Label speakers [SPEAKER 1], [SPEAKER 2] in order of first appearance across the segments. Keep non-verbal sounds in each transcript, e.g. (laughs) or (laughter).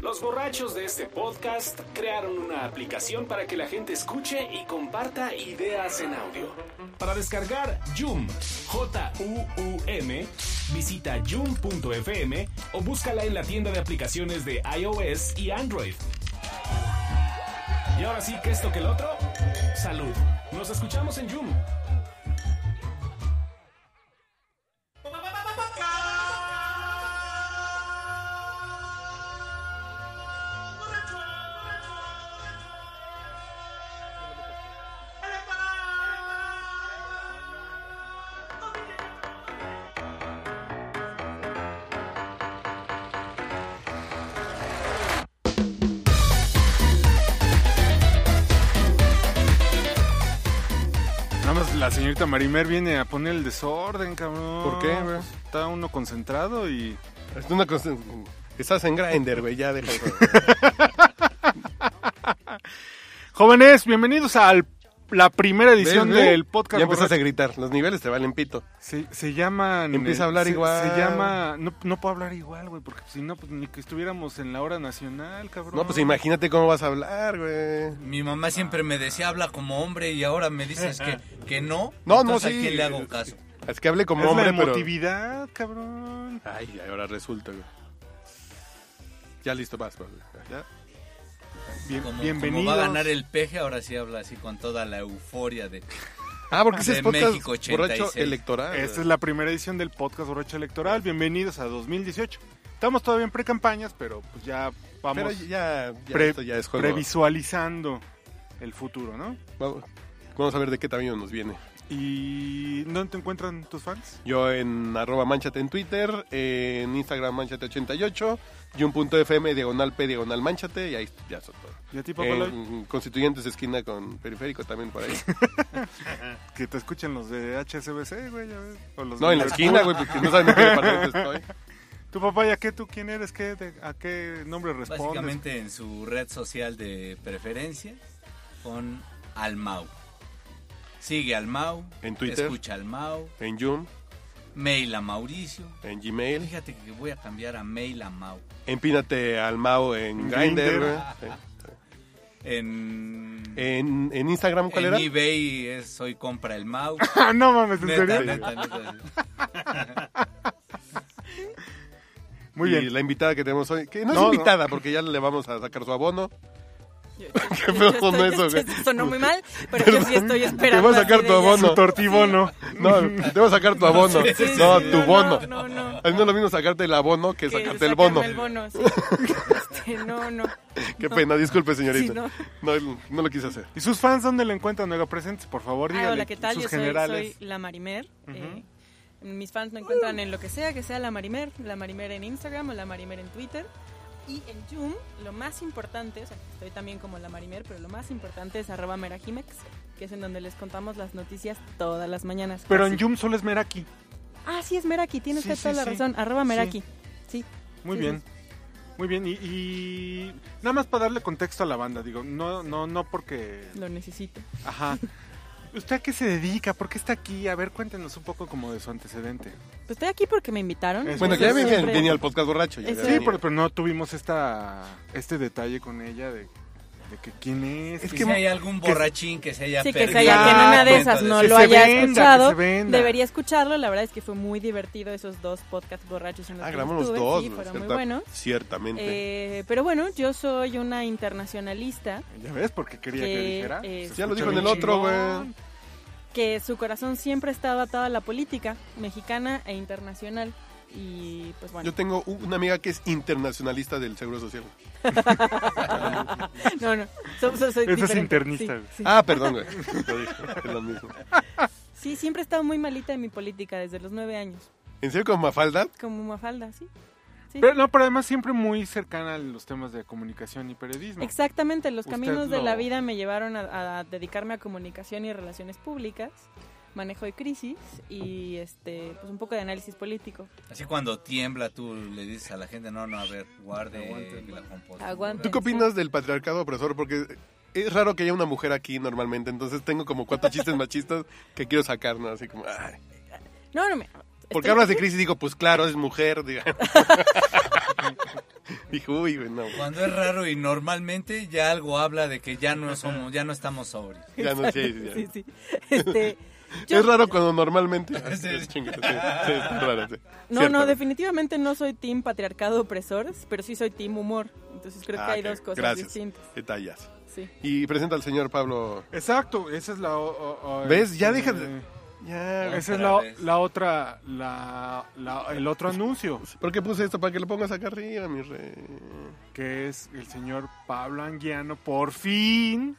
[SPEAKER 1] Los borrachos de este podcast crearon una aplicación para que la gente escuche y comparta ideas en audio. Para descargar Joom, J-U-U-M, visita joom.fm o búscala en la tienda de aplicaciones de iOS y Android. Y ahora sí que esto que el otro, salud. Nos escuchamos en Joom.
[SPEAKER 2] Nada más la señorita Marimer viene a poner el desorden, cabrón.
[SPEAKER 3] ¿Por qué, güey?
[SPEAKER 2] Está uno concentrado y.
[SPEAKER 3] Es una cosa- Estás en Grindr, güey, ya deja eso. (laughs)
[SPEAKER 2] Jóvenes, bienvenidos a la primera edición
[SPEAKER 3] ¿Ves, güey?
[SPEAKER 2] del podcast.
[SPEAKER 3] Ya empezaste a
[SPEAKER 2] borracho.
[SPEAKER 3] gritar. Los niveles te valen pito. pues
[SPEAKER 2] Se, se llaman.
[SPEAKER 3] Empieza a hablar
[SPEAKER 2] se-
[SPEAKER 3] igual.
[SPEAKER 2] Se llama. No, no puedo hablar igual, güey, porque si no, pues ni que estuviéramos en la hora nacional, cabrón.
[SPEAKER 3] No, pues imagínate cómo vas a hablar, güey.
[SPEAKER 4] Mi mamá siempre me decía habla como hombre y ahora me
[SPEAKER 3] (laughs)
[SPEAKER 4] dices que, que no.
[SPEAKER 3] No, no,
[SPEAKER 4] entonces,
[SPEAKER 3] sí.
[SPEAKER 4] ¿A quién le hago caso?
[SPEAKER 3] Es que hable como
[SPEAKER 2] Es la
[SPEAKER 3] hombre, pero...
[SPEAKER 2] emotividad, cabrón.
[SPEAKER 3] Ay, ahora resulta, güey. Ya listo, vas, vas, güey. Ya.
[SPEAKER 2] Bien,
[SPEAKER 4] Como,
[SPEAKER 2] bienvenidos.
[SPEAKER 4] como va a ganar el peje, ahora sí habla así con toda la euforia de...
[SPEAKER 3] Ah, porque ese
[SPEAKER 4] De
[SPEAKER 3] es podcast
[SPEAKER 4] México 86.
[SPEAKER 3] borracho electoral. güey.
[SPEAKER 2] Esta es la primera edición del podcast Borracho Electoral. Bienvenidos a 2018. Estamos todavía en pre-campañas, pero pues ya vamos
[SPEAKER 3] Pero ya, ya,
[SPEAKER 2] pre-
[SPEAKER 3] esto ya es juego.
[SPEAKER 2] previsualizando el futuro, ¿no?
[SPEAKER 3] Vamos, vamos a ver de qué tamaño nos viene.
[SPEAKER 2] ¿Y dónde te encuentran tus fans?
[SPEAKER 3] Yo en arroba manchate en Twitter, en Instagram manchate88, y un punto FM diagonal P diagonal manchate, y ahí ya son todo.
[SPEAKER 2] Y a ti, Papaloy,
[SPEAKER 3] En Eh, mm, Constituyentes esquina con periférico también
[SPEAKER 5] (laughs)
[SPEAKER 3] por ahí.
[SPEAKER 2] que te escuchen los de HSBC, güey, ya ves. O los
[SPEAKER 3] No,
[SPEAKER 2] de-
[SPEAKER 3] en la esquina, güey, porque no
[SPEAKER 5] (laughs)
[SPEAKER 3] saben en qué departamento estoy.
[SPEAKER 2] ¿Tu papá ya qué? ¿Tú quién eres? ¿Qué, de- ¿A qué nombre respondes?
[SPEAKER 4] Básicamente en su red social de preferencia con al Mau. Sigue al Mau.
[SPEAKER 3] En Twitter.
[SPEAKER 4] Escucha al Mau.
[SPEAKER 3] En Zoom,
[SPEAKER 4] Mail a Mauricio.
[SPEAKER 3] en Gmail,
[SPEAKER 4] Fíjate que voy a cambiar a mail a Mau.
[SPEAKER 3] empínate al Mao en
[SPEAKER 2] En
[SPEAKER 3] Grindr,
[SPEAKER 2] Grindr.
[SPEAKER 3] güey. Sí.
[SPEAKER 4] En,
[SPEAKER 3] En, en Instagram, ¿cuál
[SPEAKER 4] en
[SPEAKER 3] era?
[SPEAKER 4] eBay es soy compra el
[SPEAKER 3] (laughs)
[SPEAKER 4] Mau.
[SPEAKER 2] (laughs) Ah, no mames, ¿en
[SPEAKER 4] Neta,
[SPEAKER 2] serio?
[SPEAKER 4] neta, neta.
[SPEAKER 2] Muy
[SPEAKER 3] Y
[SPEAKER 2] bien.
[SPEAKER 3] la invitada que tenemos hoy, que no,
[SPEAKER 2] No, no.
[SPEAKER 3] es invitada, porque ya le vamos a sacar
[SPEAKER 2] (laughs)
[SPEAKER 3] su abono. (laughs)
[SPEAKER 5] Qué
[SPEAKER 3] feo sonó eso, güey.
[SPEAKER 5] Sonó muy mal, pero yo sí estoy esperando.
[SPEAKER 3] voy a sacar
[SPEAKER 5] así de
[SPEAKER 3] tu
[SPEAKER 5] ya.
[SPEAKER 3] abono.
[SPEAKER 2] Su tortibono.
[SPEAKER 3] No, te voy a sacar
[SPEAKER 5] (laughs)
[SPEAKER 3] tu abono.
[SPEAKER 5] Sí, sí,
[SPEAKER 3] no,
[SPEAKER 5] sí,
[SPEAKER 3] tu
[SPEAKER 5] no,
[SPEAKER 3] bono.
[SPEAKER 5] No,
[SPEAKER 3] (laughs)
[SPEAKER 5] no.
[SPEAKER 3] A mí no es lo mismo sacarte el abono que,
[SPEAKER 5] Que
[SPEAKER 3] sacarte
[SPEAKER 5] sacarme
[SPEAKER 3] el bono.
[SPEAKER 5] El
[SPEAKER 3] (laughs)
[SPEAKER 5] bono, sí. Este, no, no.
[SPEAKER 3] Qué pena, disculpe, señorita.
[SPEAKER 5] Sí, no.
[SPEAKER 3] no. no, lo quise hacer.
[SPEAKER 2] ¿Y sus fans dónde la encuentran? Oiga, presentes, por favor,
[SPEAKER 5] Ah,
[SPEAKER 2] díganle.
[SPEAKER 5] hola, ¿qué tal?
[SPEAKER 2] Sus
[SPEAKER 5] Yo soy,
[SPEAKER 2] generales.
[SPEAKER 5] soy la Marimer. eh, mis fans me encuentran en lo que sea, que sea la Marimer. La Marimer en Instagram o la Marimer en Twitter. Y en Zoom, lo más importante, o sea, estoy también como la Marimer, pero lo más importante es arroba merajimex, que es en donde les contamos las noticias todas las mañanas.
[SPEAKER 2] Pero
[SPEAKER 5] casi.
[SPEAKER 2] en Yum solo es Meraki.
[SPEAKER 5] Ah, sí, es Meraki, tiene
[SPEAKER 2] Sí,
[SPEAKER 5] usted
[SPEAKER 2] sí,
[SPEAKER 5] toda la
[SPEAKER 2] sí.
[SPEAKER 5] razón. Arroba
[SPEAKER 2] Sí.
[SPEAKER 5] Meraki. Sí.
[SPEAKER 2] Muy
[SPEAKER 5] Sí,
[SPEAKER 2] bien.
[SPEAKER 5] sí.
[SPEAKER 2] Muy bien, y, y nada más para darle contexto a la banda, digo, no, no, no porque...
[SPEAKER 5] Lo necesito.
[SPEAKER 2] Ajá. ¿Usted a qué se dedica? ¿Por qué está aquí? A ver, cuéntenos un poco como de su antecedente.
[SPEAKER 5] Pues estoy aquí porque me invitaron.
[SPEAKER 2] Eso.
[SPEAKER 3] Bueno,
[SPEAKER 2] Bueno,
[SPEAKER 5] Entonces,
[SPEAKER 3] ya venía,
[SPEAKER 5] siempre-
[SPEAKER 3] venía al podcast borracho. ya
[SPEAKER 5] Eso.
[SPEAKER 2] Sí,
[SPEAKER 3] venía.
[SPEAKER 2] pero, pero no tuvimos esta este detalle con ella de, de que quién es.
[SPEAKER 4] Es que
[SPEAKER 2] quién-
[SPEAKER 4] si hay algún borrachín que se haya
[SPEAKER 5] Sí, que
[SPEAKER 4] perdido. pues,
[SPEAKER 5] se haya que en una de
[SPEAKER 4] Cuento
[SPEAKER 5] esas no
[SPEAKER 2] que
[SPEAKER 4] sus-
[SPEAKER 5] lo
[SPEAKER 2] se
[SPEAKER 5] haya
[SPEAKER 2] venda, que
[SPEAKER 5] escuchado.
[SPEAKER 2] se venda.
[SPEAKER 5] Debería escucharlo. La verdad es que fue muy divertido esos dos podcasts borrachos en los
[SPEAKER 3] Ah,
[SPEAKER 5] que
[SPEAKER 3] grabamos los
[SPEAKER 5] estuve.
[SPEAKER 3] dos.
[SPEAKER 5] sí,
[SPEAKER 3] güey,
[SPEAKER 5] fueron muy
[SPEAKER 3] ¿cierto?
[SPEAKER 5] buenos.
[SPEAKER 3] Ciertamente.
[SPEAKER 5] Eh, pero bueno, yo soy una internacionalista
[SPEAKER 2] Ya ves, porque quería que,
[SPEAKER 5] Que,
[SPEAKER 2] dijera.
[SPEAKER 5] eh,
[SPEAKER 2] Se
[SPEAKER 3] Ya lo
[SPEAKER 2] escucha
[SPEAKER 3] dijo en el
[SPEAKER 2] bien
[SPEAKER 3] otro,
[SPEAKER 2] chingón.
[SPEAKER 3] güey.
[SPEAKER 5] que su corazón siempre ha estado atado a la política mexicana e internacional. Y pues bueno,
[SPEAKER 3] Yo tengo u- una amiga que es internacionalista del Seguro Social.
[SPEAKER 5] (laughs) no, no. so- so- soy
[SPEAKER 2] Eso es
[SPEAKER 5] diferente.
[SPEAKER 2] internista,
[SPEAKER 5] Sí,
[SPEAKER 2] güey.
[SPEAKER 5] sí.
[SPEAKER 3] Ah, perdón,
[SPEAKER 5] (laughs)
[SPEAKER 3] güey. Lo dije, es lo mismo.
[SPEAKER 5] Sí, siempre he estado muy malita en mi política desde los nueve años.
[SPEAKER 3] ¿En serio con Mafalda?
[SPEAKER 5] Como Mafalda, sí. Sí.
[SPEAKER 2] Pero no, pero además siempre muy cercana a los temas de comunicación y periodismo.
[SPEAKER 5] Exactamente, los
[SPEAKER 2] Usted
[SPEAKER 5] caminos de
[SPEAKER 2] lo-
[SPEAKER 5] la vida me llevaron a, a dedicarme a comunicación y relaciones públicas, manejo de crisis y este pues un poco de análisis político.
[SPEAKER 4] Así cuando tiembla tú le dices a la gente, no, no, a ver, guarde la compostura.
[SPEAKER 5] Aguante.
[SPEAKER 3] ¿Tú qué opinas del patriarcado opresor? Porque es raro que haya una mujer aquí normalmente, entonces tengo como cuatro chistes machistas que quiero sacar, ¿no? Así como, ay.
[SPEAKER 5] No, no me.
[SPEAKER 3] Porque (laughs)
[SPEAKER 5] estoy-
[SPEAKER 3] hablas de crisis y digo, pues claro, es mujer, diga. Dije, uy, güey, no.
[SPEAKER 4] Cuando es raro y normalmente ya algo habla de que ya no somos, ya no estamos sobrios.
[SPEAKER 3] Ya no sé. sí, ya.
[SPEAKER 5] (laughs) Sí, sí. Este,
[SPEAKER 3] (laughs)
[SPEAKER 5] yo-
[SPEAKER 3] Es raro cuando
[SPEAKER 5] (laughs)
[SPEAKER 3] normalmente. Ah,
[SPEAKER 4] Sí.
[SPEAKER 3] (laughs) es chinga, sí, sí, está raro, sí.
[SPEAKER 5] No,
[SPEAKER 3] Cierto.
[SPEAKER 5] no, definitivamente no soy team patriarcado opresor, pero sí soy team humor. Entonces creo que
[SPEAKER 3] Ah,
[SPEAKER 5] hay
[SPEAKER 3] ok,
[SPEAKER 5] dos cosas
[SPEAKER 3] gracias.
[SPEAKER 5] distintas.
[SPEAKER 3] Detallas.
[SPEAKER 5] Sí.
[SPEAKER 3] Y presenta al señor Pablo.
[SPEAKER 2] Exacto, esa es la... o- o- o-
[SPEAKER 3] ¿Ves? Ya
[SPEAKER 2] eh,
[SPEAKER 3] deja de- Ya.
[SPEAKER 2] Esa
[SPEAKER 4] güey.
[SPEAKER 2] es
[SPEAKER 4] Otra
[SPEAKER 2] la,
[SPEAKER 4] vez.
[SPEAKER 2] la otra, la, la- el otro anuncio,
[SPEAKER 3] ¿Por qué puse esto? Para que lo pongas acá arriba, mi rey.
[SPEAKER 2] que es el señor Pablo Anguiano, por fin,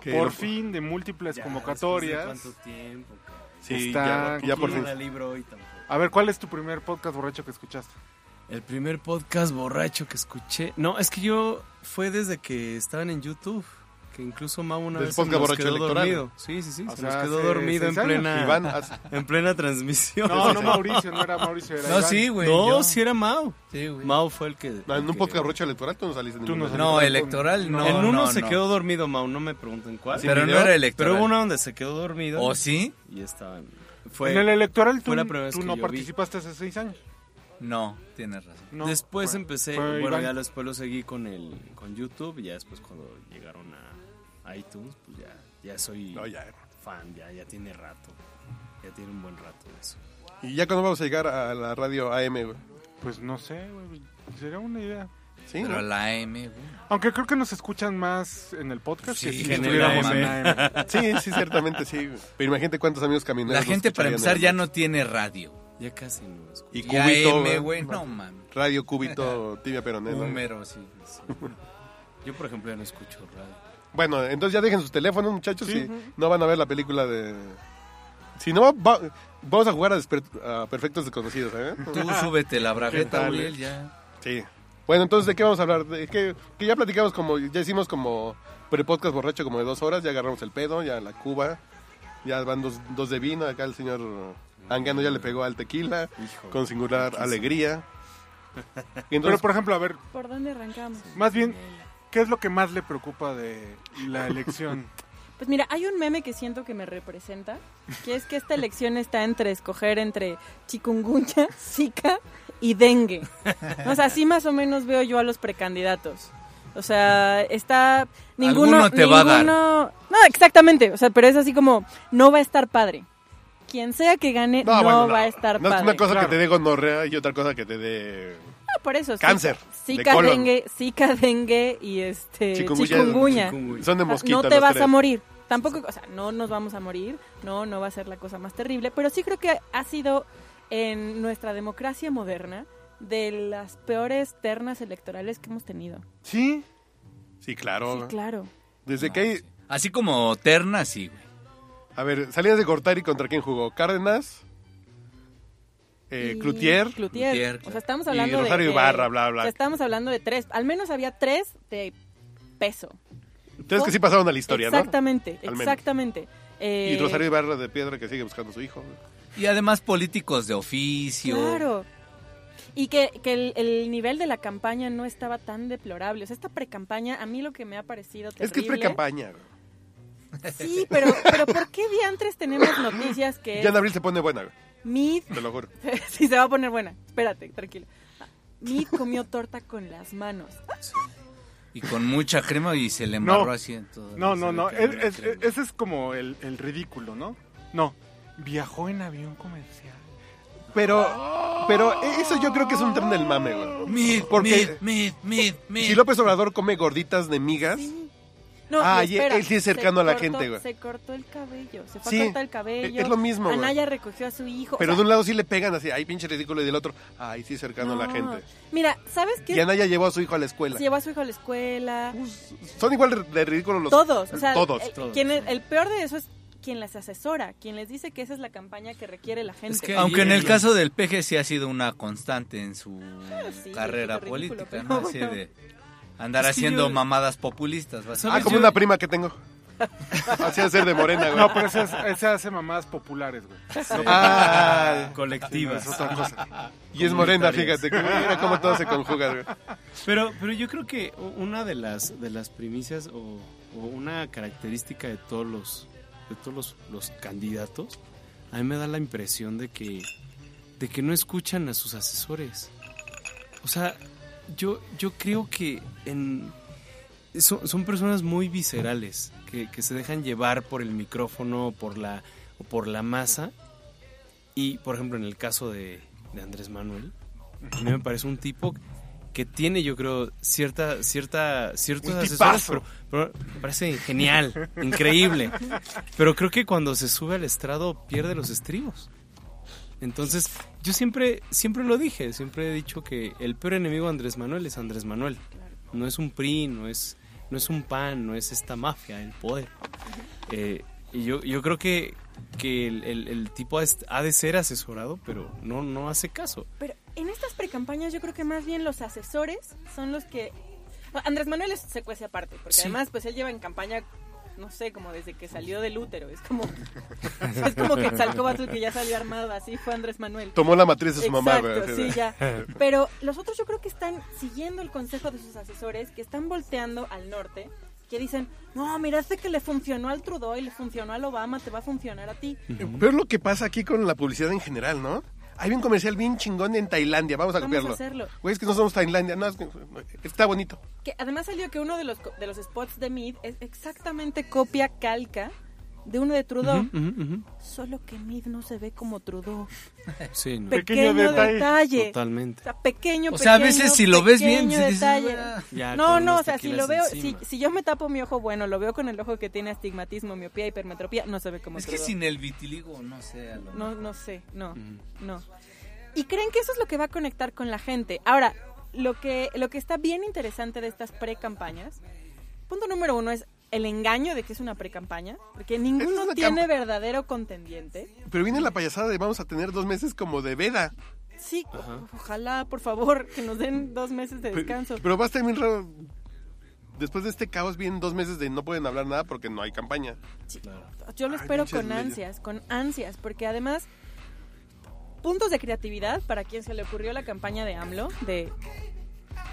[SPEAKER 3] Que
[SPEAKER 2] por
[SPEAKER 3] lo-
[SPEAKER 2] fin, de múltiples
[SPEAKER 6] Ya,
[SPEAKER 2] convocatorias.
[SPEAKER 6] después de cuánto tiempo, cabrón.
[SPEAKER 3] Sí,
[SPEAKER 2] está
[SPEAKER 3] ya, ya por
[SPEAKER 6] No
[SPEAKER 3] fin.
[SPEAKER 6] la libro hoy tampoco.
[SPEAKER 2] A ver, ¿cuál es tu primer podcast borracho que escuchaste?
[SPEAKER 6] El primer podcast borracho que escuché. No, es que yo fue desde que estaban en YouTube. Que incluso Mau una
[SPEAKER 3] Del
[SPEAKER 6] vez se
[SPEAKER 3] podcast
[SPEAKER 6] nos
[SPEAKER 3] borracho
[SPEAKER 6] quedó
[SPEAKER 3] electoral.
[SPEAKER 6] dormido. Sí, sí, sí.
[SPEAKER 2] O
[SPEAKER 6] se
[SPEAKER 2] sea,
[SPEAKER 6] nos quedó
[SPEAKER 2] hace
[SPEAKER 6] dormido en
[SPEAKER 2] seis años.
[SPEAKER 4] Ah.
[SPEAKER 6] plena,
[SPEAKER 3] Iván,
[SPEAKER 4] (laughs)
[SPEAKER 3] haz-
[SPEAKER 6] en plena transmisión.
[SPEAKER 2] No, no Mauricio, no era Mauricio, era
[SPEAKER 4] No,
[SPEAKER 2] Iván.
[SPEAKER 4] sí,
[SPEAKER 6] (laughs)
[SPEAKER 4] güey.
[SPEAKER 6] no,
[SPEAKER 4] yo-
[SPEAKER 6] sí era Mau.
[SPEAKER 4] Sí, güey.
[SPEAKER 6] Mau fue el que.
[SPEAKER 3] No, Ah,
[SPEAKER 6] el
[SPEAKER 3] en un
[SPEAKER 6] que-
[SPEAKER 3] podcast rocho electoral tú no saliste en
[SPEAKER 2] Tú no
[SPEAKER 3] ningún-
[SPEAKER 4] No, electoral no.
[SPEAKER 6] en uno
[SPEAKER 4] no,
[SPEAKER 6] se
[SPEAKER 4] no.
[SPEAKER 6] quedó dormido Mau, no me pregunten cuál.
[SPEAKER 4] Pero
[SPEAKER 3] video?
[SPEAKER 4] no era
[SPEAKER 6] Pero
[SPEAKER 4] electoral.
[SPEAKER 6] hubo una donde se quedó dormido.
[SPEAKER 4] ¿O sí?
[SPEAKER 6] Y estaba. en- Fue,
[SPEAKER 2] en el electoral tú,
[SPEAKER 6] fue la primera vez
[SPEAKER 2] tú
[SPEAKER 6] que
[SPEAKER 2] no
[SPEAKER 6] yo vi.
[SPEAKER 2] participaste hace seis años.
[SPEAKER 4] No, tienes razón.
[SPEAKER 2] No,
[SPEAKER 6] después
[SPEAKER 2] fue-
[SPEAKER 6] empecé,
[SPEAKER 2] fue
[SPEAKER 6] bueno,
[SPEAKER 2] Iván.
[SPEAKER 6] ya después lo seguí con el con YouTube, y ya después cuando llegaron a iTunes, pues ya, ya soy
[SPEAKER 3] No, ya.
[SPEAKER 6] fan, ya, ya tiene rato, ya tiene un buen rato de eso.
[SPEAKER 3] Y ya cuando vamos a llegar a la radio AM, güey.
[SPEAKER 2] Pues no sé, güey, sería una idea.
[SPEAKER 3] Sí,
[SPEAKER 4] Pero
[SPEAKER 3] ¿no?
[SPEAKER 4] la M, güey.
[SPEAKER 2] Aunque creo que nos escuchan más en el podcast que
[SPEAKER 4] Sí,
[SPEAKER 2] si
[SPEAKER 4] en el
[SPEAKER 2] estuviéramos
[SPEAKER 4] AM.
[SPEAKER 2] en AM.
[SPEAKER 3] (laughs) sí, sí, ciertamente sí. güey. Pero imagínate cuántos amigos camineros.
[SPEAKER 4] La
[SPEAKER 3] nos
[SPEAKER 4] gente para
[SPEAKER 3] escucharían
[SPEAKER 4] empezar
[SPEAKER 3] en-
[SPEAKER 4] ya no tiene radio.
[SPEAKER 6] Ya casi no escucho.
[SPEAKER 3] Y
[SPEAKER 4] Ya
[SPEAKER 3] Cúbito,
[SPEAKER 4] M,
[SPEAKER 3] güey.
[SPEAKER 4] güey, no mames.
[SPEAKER 3] Radio
[SPEAKER 4] (laughs)
[SPEAKER 3] Cúbito, Tibia Peroné. ¿no?
[SPEAKER 4] Número, sí.
[SPEAKER 6] Sí. Yo por ejemplo ya no escucho radio.
[SPEAKER 3] Bueno, entonces ya dejen sus teléfonos, muchachos,
[SPEAKER 2] Sí.
[SPEAKER 3] si no van a ver la película de... Si no, va- vamos a jugar a, desper- a Perfectos Desconocidos, ¿eh?
[SPEAKER 4] Tú súbete la
[SPEAKER 2] tal,
[SPEAKER 4] bragueta,
[SPEAKER 2] eh?
[SPEAKER 4] Uriel, ya.
[SPEAKER 3] Sí. Bueno, entonces, ¿de qué vamos a hablar? De- que, que ya platicamos como... Ya hicimos como pre-podcast borracho como de dos horas, ya agarramos el pedo, ya la cuba, ya van dos, dos de vino, acá el señor Angano ya le pegó al tequila,
[SPEAKER 6] Hijo.
[SPEAKER 3] con singular
[SPEAKER 2] (laughs)
[SPEAKER 3] alegría. Y
[SPEAKER 2] Pero
[SPEAKER 3] entonces,
[SPEAKER 2] por ejemplo, a ver,
[SPEAKER 5] ¿Por dónde arrancamos?
[SPEAKER 2] más bien, ¿qué es lo que más le preocupa de la elección?
[SPEAKER 5] Pues mira, hay un meme que siento que me representa, que es que esta elección está entre escoger entre chikungunya, (laughs) zika y dengue. O sea, así más o menos veo yo a los precandidatos. O sea, está ninguno
[SPEAKER 4] Alguno te va a dar.
[SPEAKER 5] ninguno- No, exactamente, o sea, pero es así como no va a estar padre. Quien sea que gane no,
[SPEAKER 3] bueno,
[SPEAKER 5] va a estar
[SPEAKER 3] no
[SPEAKER 5] padre.
[SPEAKER 3] es una cosa
[SPEAKER 2] Claro.
[SPEAKER 3] que te dé gonorrea y otra cosa que te dé...
[SPEAKER 5] Ah, por eso.
[SPEAKER 3] Cáncer de
[SPEAKER 5] Zika,
[SPEAKER 3] colon.
[SPEAKER 5] dengue, zika, dengue y este
[SPEAKER 3] Chikungunya.
[SPEAKER 5] chikungunya.
[SPEAKER 6] Chikungunya.
[SPEAKER 3] Son de
[SPEAKER 5] O sea,
[SPEAKER 3] mosquita
[SPEAKER 5] Ah, no te
[SPEAKER 3] los
[SPEAKER 5] vas
[SPEAKER 3] tres.
[SPEAKER 5] a morir. Tampoco, o sea, no nos vamos a morir, no, no va a ser la cosa más terrible, pero sí creo que ha sido en nuestra democracia moderna de las peores ternas electorales que hemos tenido.
[SPEAKER 2] ¿Sí?
[SPEAKER 3] Sí, claro.
[SPEAKER 5] Sí, claro.
[SPEAKER 3] Desde
[SPEAKER 4] No,
[SPEAKER 3] que hay...
[SPEAKER 4] sí. Así como terna, sí, güey.
[SPEAKER 3] A ver, salidas de Gortari contra quién jugó? Cárdenas, eh,
[SPEAKER 5] Y-
[SPEAKER 3] Cloutier,
[SPEAKER 5] Cloutier.
[SPEAKER 4] Cloutier,
[SPEAKER 5] O
[SPEAKER 4] claro.
[SPEAKER 5] sea, estamos
[SPEAKER 3] Y
[SPEAKER 5] hablando de
[SPEAKER 3] Rosario
[SPEAKER 5] que-
[SPEAKER 3] Ibarra, bla, bla.
[SPEAKER 5] o sea, estamos hablando de tres, al menos había tres de peso.
[SPEAKER 3] Entonces que sí pasaron a la historia, ¿no?
[SPEAKER 5] exactamente,
[SPEAKER 3] menos.
[SPEAKER 5] exactamente. Eh,
[SPEAKER 3] Y Rosario Ibarra de Piedra que sigue buscando a su hijo.
[SPEAKER 4] Y además políticos de oficio.
[SPEAKER 5] Claro. Y que, que el, el nivel de la campaña no estaba tan deplorable. O sea, esta precampaña, a mí lo que me ha parecido terrible...
[SPEAKER 3] Es que es pre-campaña. güey.
[SPEAKER 5] Sí, pero, pero ¿por qué diantres tenemos noticias que
[SPEAKER 3] Ya
[SPEAKER 5] es
[SPEAKER 3] en abril se pone buena, güey,
[SPEAKER 5] Mid...
[SPEAKER 3] te lo juro.
[SPEAKER 5] (laughs) sí, se va a poner buena. Espérate, tranquilo. Mid comió torta con las manos.
[SPEAKER 4] Y con mucha crema y se le
[SPEAKER 2] No.
[SPEAKER 4] embarró así en todo.
[SPEAKER 2] No, no,
[SPEAKER 4] se
[SPEAKER 2] no.
[SPEAKER 4] ve que
[SPEAKER 2] es-
[SPEAKER 4] había
[SPEAKER 2] es-
[SPEAKER 4] crema.
[SPEAKER 2] ese es como el, el ridículo, ¿no? No. Viajó en avión comercial.
[SPEAKER 3] Pero,
[SPEAKER 5] Ah.
[SPEAKER 3] pero e, eso yo creo que es un tren del mame, güey.
[SPEAKER 4] Mid,
[SPEAKER 3] Porque-
[SPEAKER 4] mid, mid, mid, mid.
[SPEAKER 3] Si López Obrador come gorditas de migas,
[SPEAKER 5] Sí. No,
[SPEAKER 3] Ah,
[SPEAKER 5] y
[SPEAKER 3] y él sí es
[SPEAKER 5] se
[SPEAKER 3] cercano a la
[SPEAKER 5] cortó-
[SPEAKER 3] gente, güey.
[SPEAKER 5] Se cortó el cabello, se fue
[SPEAKER 3] Sí,
[SPEAKER 5] a cortar el cabello.
[SPEAKER 3] es lo mismo, güey.
[SPEAKER 5] Anaya recogió a su hijo. o
[SPEAKER 3] pero
[SPEAKER 5] sea,
[SPEAKER 3] de un lado sí le pegan así, ay, pinche ridículo, y del otro, ay, sí cercano a la
[SPEAKER 5] no.
[SPEAKER 3] gente.
[SPEAKER 5] Mira, ¿sabes qué?
[SPEAKER 3] Y Anaya llevó a su hijo a la escuela.
[SPEAKER 5] Se llevó a su hijo a la escuela.
[SPEAKER 3] Son igual de ridículos los...
[SPEAKER 5] todos, o sea,
[SPEAKER 3] todos.
[SPEAKER 5] eh,
[SPEAKER 6] todos,
[SPEAKER 5] quien
[SPEAKER 6] sí.
[SPEAKER 5] es- el peor de eso es quien las asesora, quien les dice que esa es la campaña que requiere la gente.
[SPEAKER 6] Es que-
[SPEAKER 4] Aunque en el
[SPEAKER 6] Sí.
[SPEAKER 4] caso del peje sí ha sido una constante en su
[SPEAKER 5] sí,
[SPEAKER 4] carrera
[SPEAKER 5] es un ridículo,
[SPEAKER 4] política,
[SPEAKER 5] pero
[SPEAKER 4] ¿no? Así
[SPEAKER 5] bueno.
[SPEAKER 4] de
[SPEAKER 5] (laughs)
[SPEAKER 4] andar
[SPEAKER 6] Es que
[SPEAKER 4] haciendo
[SPEAKER 6] yo-
[SPEAKER 4] mamadas populistas. básicamente.
[SPEAKER 3] Ah, como
[SPEAKER 6] Yo-
[SPEAKER 3] una prima que tengo. Así de ser de morena, güey.
[SPEAKER 2] No, pero ese, hace- ese hace mamadas populares, güey.
[SPEAKER 3] Ah,
[SPEAKER 6] Colectivas.
[SPEAKER 2] Es otra cosa.
[SPEAKER 3] y es morena,
[SPEAKER 6] Comunitarias.
[SPEAKER 3] fíjate. que Mira cómo todo se conjuga, güey.
[SPEAKER 6] Pero, pero yo creo que u- una de las de las primicias o, o una característica de todos los de todos los, los candidatos, a mí me da la impresión de que de que no escuchan a sus asesores. O sea, yo, yo creo que en, son, son personas muy viscerales, que, que se dejan llevar por el micrófono o por la, o por la masa. Y, por ejemplo, en el caso de, de Andrés Manuel, a mí me parece un tipo que tiene, yo creo, cierta, cierta, ciertos
[SPEAKER 2] Un
[SPEAKER 6] asesores,
[SPEAKER 2] tipazo.
[SPEAKER 6] pero- pero me parece genial, increíble. Pero creo que cuando se sube al estrado pierde los estribos. Entonces, yo siempre, siempre lo dije, siempre he dicho que el peor enemigo de Andrés Manuel es Andrés Manuel. No es un PRI, no es, no es un PAN, no es esta mafia, el poder. Eh, y yo, yo creo que, que el, el- el tipo ha est- ha de ser asesorado, pero no, no hace caso.
[SPEAKER 5] Pero en estas precampañas yo creo que más bien los asesores son los que... Bueno, Andrés Manuel es secuencia aparte, porque
[SPEAKER 6] Sí.
[SPEAKER 5] además pues él lleva en campaña, no sé, como desde que salió del útero. Es como, (laughs) es como que Quetzalcóatl que ya salió armado, así fue Andrés Manuel.
[SPEAKER 3] Tomó la matriz de su mamá, güey.
[SPEAKER 5] Exacto,
[SPEAKER 3] así
[SPEAKER 5] sí,
[SPEAKER 3] de-
[SPEAKER 5] ya. Pero los otros yo creo que están siguiendo el consejo de sus asesores, que están volteando al norte, que dicen, no, mira, este que le funcionó al Trudeau y le funcionó al Obama, te va a funcionar a ti.
[SPEAKER 3] Pero es lo que pasa aquí con la publicidad en general, ¿no? Hay un comercial bien chingón en Tailandia, vamos a
[SPEAKER 5] Vamos a
[SPEAKER 3] copiarlo.
[SPEAKER 5] hacerlo.
[SPEAKER 3] Güey, es que no somos Tailandia, no, es que- está bonito.
[SPEAKER 5] Que además salió que uno de los, co- de los spots de Mead es exactamente copia calca de uno de Trudeau,
[SPEAKER 6] Ujú, ujú, ujú.
[SPEAKER 5] solo que Mead no se ve como Trudeau.
[SPEAKER 6] Sí, no.
[SPEAKER 5] Pequeño,
[SPEAKER 2] Pequeño
[SPEAKER 5] detalle.
[SPEAKER 2] detalle.
[SPEAKER 5] O
[SPEAKER 6] Totalmente.
[SPEAKER 5] sea, pequeño,
[SPEAKER 4] O sea, a
[SPEAKER 5] pequeño,
[SPEAKER 4] veces si lo ves bien,
[SPEAKER 5] pequeño
[SPEAKER 4] sí dices,
[SPEAKER 5] detalle.
[SPEAKER 4] "Ah".
[SPEAKER 6] Ya,
[SPEAKER 5] No,
[SPEAKER 6] con
[SPEAKER 5] no,
[SPEAKER 6] unos
[SPEAKER 5] o sea, si
[SPEAKER 6] tequilas
[SPEAKER 5] lo veo, si,
[SPEAKER 6] encima.
[SPEAKER 5] si yo me tapo mi ojo bueno, lo veo con el ojo que tiene astigmatismo, miopía, hipermetropía, no se ve como
[SPEAKER 4] Es que
[SPEAKER 5] Trudeau.
[SPEAKER 4] sin el vitiligo, no sé. a lo
[SPEAKER 5] No,
[SPEAKER 4] mejor.
[SPEAKER 5] no sé, no,
[SPEAKER 6] Ujú.
[SPEAKER 5] no. Y creen que eso es lo que va a conectar con la gente. Ahora, lo que, lo que está bien interesante de estas pre-campañas, punto número uno es el engaño de que es una pre-campaña,
[SPEAKER 4] (laughs)
[SPEAKER 5] porque ninguno
[SPEAKER 3] una
[SPEAKER 5] tiene verdadero contendiente.
[SPEAKER 3] Pero viene la payasada de vamos a tener dos meses como de veda.
[SPEAKER 5] Sí, o-
[SPEAKER 6] Ajá.
[SPEAKER 5] ojalá, por favor, que nos den dos meses de
[SPEAKER 4] Pues,
[SPEAKER 3] Pe-
[SPEAKER 5] descanso.
[SPEAKER 3] Pero va a estar bien raro. Después de este caos vienen dos meses de no pueden hablar nada porque no hay campaña.
[SPEAKER 5] Yo lo
[SPEAKER 3] Ay,
[SPEAKER 5] espero
[SPEAKER 3] pinches
[SPEAKER 5] con
[SPEAKER 3] leyes.
[SPEAKER 5] ansias, con ansias, porque además puntos de creatividad para quien se le ocurrió la campaña de AMLO de